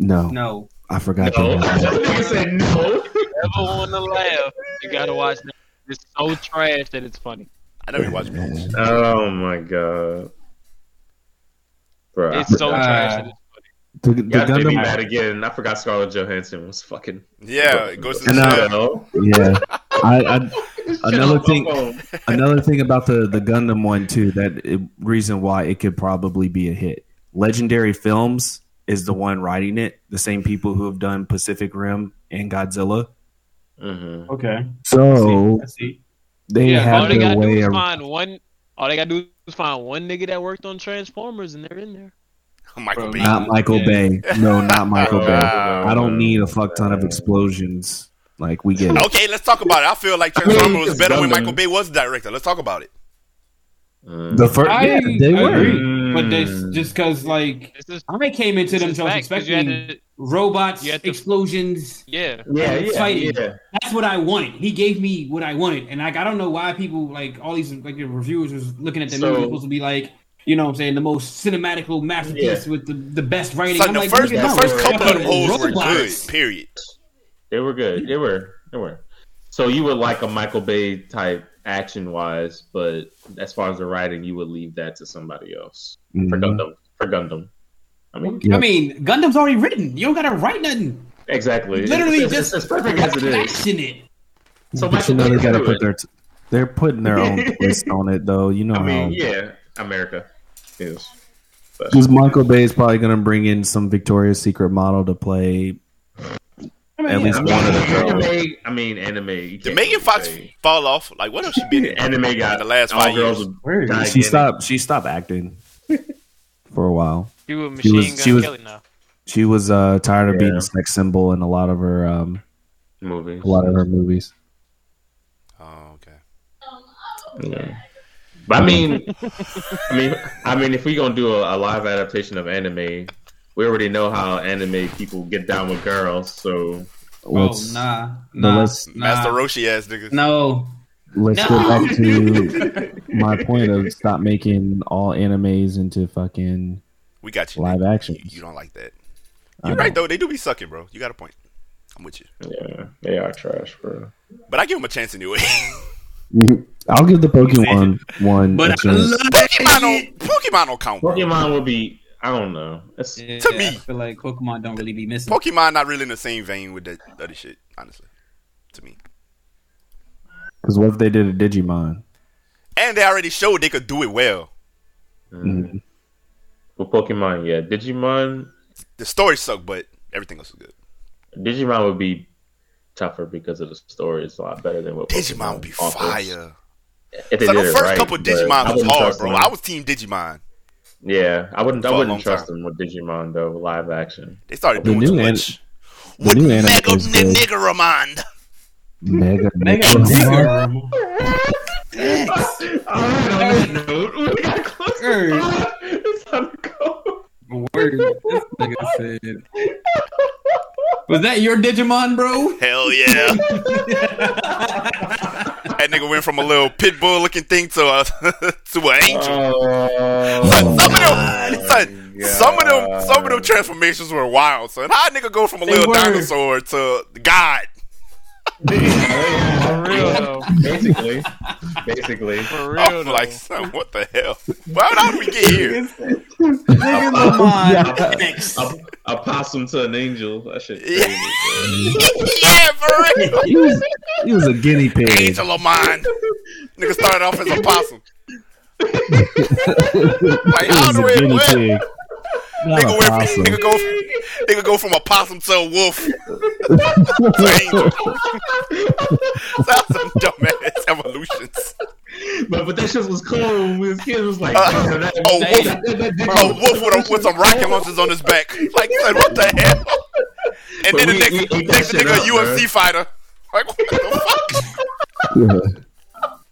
E: No,
D: No.
E: I forgot.
C: No,
E: to add that.
C: nigga said no.
B: Ever want to laugh? You gotta watch that. It's so trash that it's funny.
A: I never even watched Bleach.
C: Oh my god, bro! I
B: It's so
C: forgot.
B: trash that it's funny.
E: The, the
C: God made me mad
E: Gundam,
C: again. I forgot Scarlett Johansson was fucking.
A: Yeah, Ghost in
E: And,
A: the Shell.
E: uh,
C: no.
E: yeah. I, I
C: This shit
E: Another
C: on my
E: thing-
C: phone.
E: Another thing about the the Gundam one too, that it, reason why it could probably be a hit. Legendary Films is the one writing it, the same people who have done Pacific Rim and Godzilla.
C: Mhm.
D: Okay.
E: So
D: I see.
E: they
B: Yeah, all
E: have
B: they
E: their
B: gotta do
E: way.
B: is
E: Around,
B: find one. All they gotta do is find one nigga that worked on Transformers, and they're in there.
A: uh, Michael B.
E: not Michael
D: Yeah.
E: Bay. No, not
D: Oh,
E: Michael Bay. I don't need a fuck ton of
C: Uh,
E: explosions. Like we
D: Oh.
E: get it.
A: Okay, let's talk about it. I feel like
C: I mean,
A: Transformers was
C: it's
A: better when
C: Gundam.
A: Michael Bay was the director. Let's talk about it.
C: Uh,
E: The first,
D: I,
E: yeah, they
D: I
E: were.
D: agree, Mm-hmm. but this just because like
B: This is
D: I came into
B: this
D: them
B: is
D: shows
B: facts, 'cause you had
D: expecting
B: to-
D: robots,
B: you had to-
D: explosions.
B: yeah.
C: yeah, yeah,
D: Fighting.
C: yeah.
D: That's what I wanted. He gave me what I wanted, and like I don't know why people like all these like the reviewers was looking at the
C: So-
D: movie supposed to be like. You know what I'm saying? The most cinematical masterpiece with the, the best writing.
A: Son,
D: I'm
A: the
D: like,
A: first,
D: nigga,
A: the
D: no,
A: first
D: we're
A: couple of them
D: talking
A: hoes were good.
D: robots.
A: Period.
C: They were good. They were. They were. So you would like a Michael Bay type action wise, but as far as the writing, you would leave that to somebody else. For
E: Mhm.
C: Gundam. For Gundam. I mean,
E: Yeah.
D: I mean, Gundam's already written. You don't gotta write nothing.
C: exactly.
D: Literally
C: It's- it's-
D: just
C: it's perfect as it is.
D: action it.
C: So
E: But
C: Michael
E: you know
C: Bay
E: they gotta
C: threw
E: put
C: it.
E: their, they're putting their own twist on it though. You know
C: I mean,
E: how
C: yeah, America is. But,
E: Because Michael Bay is probably going to bring in some Victoria's Secret model to play.
D: I mean,
E: At least
C: I
E: one of them.
C: mean, anime. I mean, anime. you
A: Did
C: can't
A: Megan
C: really
A: Fox
C: say-
A: fall off? Like, what else she been in?
C: Anime got
A: in the last
C: all
A: five years.
C: Oh, girls
D: Where is
C: are
E: She
C: gigantic.
E: stopped. She stopped acting for a while.
B: She was
E: She
B: Machine
E: was-
B: Gun
E: she was-
B: Kelly now.
E: She was uh, tired of being
C: Yeah.
E: a sex symbol in a lot of her um,
C: movies.
E: a lot of her movies.
A: Oh, okay.
C: Yeah. But I mean, I mean, I mean, if we gonna do a, a live adaptation of anime, we already know how anime people get down with girls. So
D: Oh
E: Let's,
D: nah,
E: no,
D: nah,
E: let's-
D: nah.
A: Master Roshi ass niggas.
D: No,
E: let's
D: No.
E: go back to my point of stop making all animes into fucking.
A: We got you.
E: Live
A: nigga.
E: action.
A: You, you don't like that.
E: I
A: You're
E: don't-
A: right though. They do be sucking, bro. You got a point. I'm with you.
C: yeah, they are trash, bro.
A: But I give him a chance anyway.
E: Mhm. I'll give the Pokemon one. a
D: but I
E: chance.
D: love
A: Pokemon don't. Pokemon don't count. Bro.
C: Pokemon would be, I don't know. It's,
D: Yeah,
A: To me.
D: I feel like Pokemon don't really be missing.
A: Pokemon not really in the same vein with that other shit. Honestly, to me.
E: Because what if they did a Digimon?
A: And they already showed they could do it well.
C: mm. Well, Pokemon, yeah, Digimon,
A: The story sucked, but everything else was good.
C: Digimon would be tougher because of the story is a lot better than what
A: Digimon would be
C: offers.
A: fire.
C: If they
A: So
C: did
A: the
C: it
A: first
C: right,
A: couple
C: but I
A: Digimon was
C: wouldn't
A: hard,
C: trust
A: bro.
C: them.
A: I was team Digimon.
C: yeah, I wouldn't,
A: for
C: I
A: a
C: wouldn't
A: long
C: trust
A: time.
C: them with Digimon though, live action.
A: They started
E: The
A: doing
E: new
A: too
E: an-
A: much.
E: the
A: With
E: new anime
A: Mega
E: is good.
A: Niggeramond.
E: Mega
D: Mega
E: Digimon.
C: Alright, on that note, we got close
D: Hey.
C: to five. It's time to go.
D: Word. This nigga said. Was that your Digimon, bro?
A: Hell yeah. that nigga went from a little pit bull looking thing to a to an angel.
C: Oh,
A: some of them, son,
C: my
A: some of them, some of them
C: God.
A: transformations were wild. So how a nigga go from a little
D: were.
A: dinosaur to God?
C: Yeah,
B: For real though.
C: Basically, basically.
B: For
A: I'm
B: real though.
A: like, son, what the hell? Well, how did we get here?
D: Nigga Lamont.
C: A, a possum to an angel. That shit
A: Yeah.
C: crazy. bro.
A: yeah, for real.
E: He was, he was a guinea pig.
A: Angel of mine. Nigga started off as a possum. like,
E: He
A: how
E: was
A: the
E: a
A: way
E: guinea
A: what?
E: pig. Not
A: Nigga,
C: Oh,
E: a
A: went
E: possum.
A: from, nigga, go from, nigga go from a possum to a wolf. to angel. That's some dumbass evolutions.
C: But but that shit was cool. When we was kids, it was like,
A: Uh,
C: damn, that-
A: oh,
C: that-
A: wolf-
C: that- that- that-
A: A wolf with, a, with some rocket launchers on his back. Like, son, what the hell? And
C: But
A: then the
C: we-
A: next,
C: we ate that
A: next
C: shit
A: nigga,
C: up,
A: a UFC
C: bro.
A: fighter. Like, what the
E: Yeah.
A: fuck?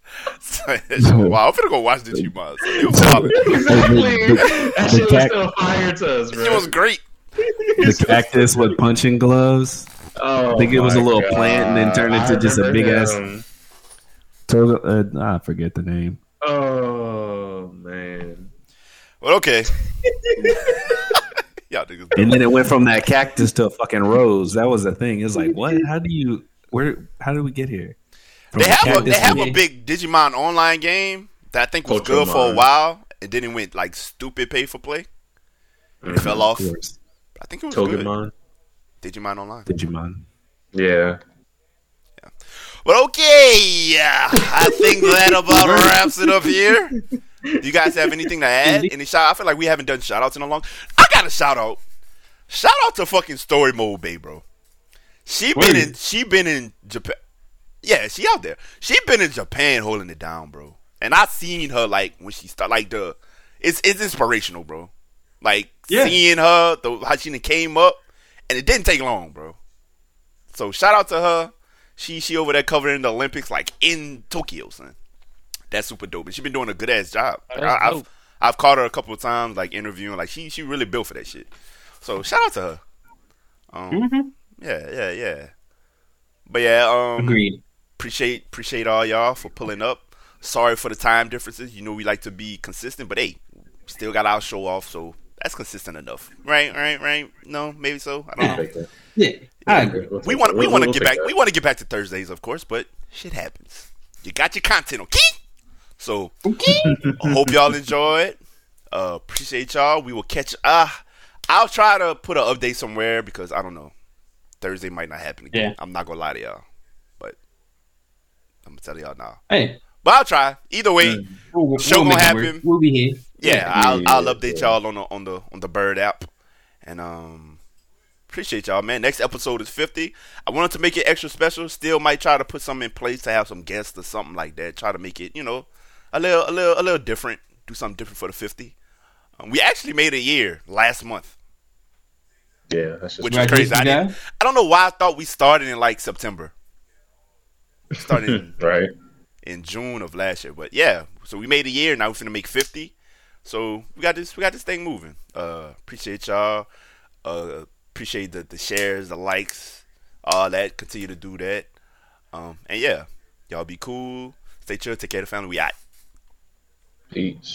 A: Son, that shit was wild. I'm finna go watch the Digimon. son. It was wild.
C: Exactly.
E: The- the-
C: that
E: the
C: shit was
E: cat-
C: still fire to us, bro.
A: It was great.
E: The cactus with punching gloves.
C: Oh,
E: I think it was a
C: my
E: little plant and then turned
C: God.
E: into just a
C: remember
E: big ass-
C: him.
E: Total, uh, I forget the name.
C: Oh man.
A: Well, okay. Y'all niggas.
E: And then it went from that cactus to a fucking rose. That was the thing. It was like, what? How do you? Where? How did we get here? From
A: They
E: the
A: have a, they
E: cactus
A: have
E: to-
A: a big Digimon online game that I think was
C: Pokemon.
A: good for a while, and then it went like stupid pay for play. It fell off.
E: Of course.
A: I think it was
C: Togemon.
A: good. Digimon online.
E: Digimon.
C: Yeah.
A: But okay, yeah, I think that about wraps it up here. Do you guys have anything to add? Any shout? I feel like we haven't done shout outs in a long. I got a shout out. Shout out to fucking Story Mode Bay, bro. She been in. She been in Japan. Yeah, she out there. She been in Japan holding it down, bro. And I seen her like when she start like the. It's it's inspirational, bro. Like
D: Yeah.
A: seeing her, the, how she done came up, and it didn't take long, bro. So shout out to her. She she over there covering the Olympics like in Tokyo, son. that's super dope. And she's been doing a good ass job. Like,
B: That's
A: I, I've
B: dope.
A: I've called her a couple of times, like interviewing. Like she she really built for that shit. So shout out to her. Um,
B: Mm-hmm.
A: Yeah, yeah, yeah. But yeah, um,
C: Agreed.
A: appreciate appreciate all y'all for pulling up. Sorry for the time differences. You know we like to be consistent, but hey, still got our show off, so that's consistent enough, right? Right? Right? No, maybe so. I don't know.
C: Take that.
D: Yeah, I agree.
C: We'll take
A: We want
C: that.
A: we
C: We'll-
A: want to
C: we'll
A: get
C: take
A: back
C: that.
A: we want to get back to Thursdays, of course, but shit happens. You got your content, okay? So I hope y'all enjoyed. Uh, appreciate y'all. We will catch. Uh, I'll try to put an update somewhere because I don't know. Thursday might not happen again.
D: Yeah.
A: I'm not gonna lie to y'all, but I'm gonna tell y'all now.
D: Hey,
A: But I'll try. Either way,
C: Mm.
D: we'll, we'll
A: Show gonna
D: make it
A: happen.
D: work. We'll be here.
A: yeah, I'll
C: yeah,
A: I'll
C: yeah,
A: update
C: yeah.
A: y'all on the on the on the Bird app, and um, appreciate y'all, man. Next episode is fifty. I wanted to make it extra special. Still, might try to put something in place to have some guests or something like that. Try to make it, you know, a little a little a little different. Do something different for the fifty. Um, we actually made a year last month,
C: Yeah, that's just
A: which is
D: Right,
A: crazy. I,
D: yeah.
A: didn't- I don't know why I thought we started in like September. We Started in
C: right.
A: in June of last year. But yeah, so we made a year. Now we're finna make fifty. So we got this. We got this thing moving. Uh, appreciate y'all. Uh, appreciate the the shares, the likes, all that. Continue to do that. Um, and yeah, y'all be cool. Stay chill. Take care of the family. We out.
C: Peace.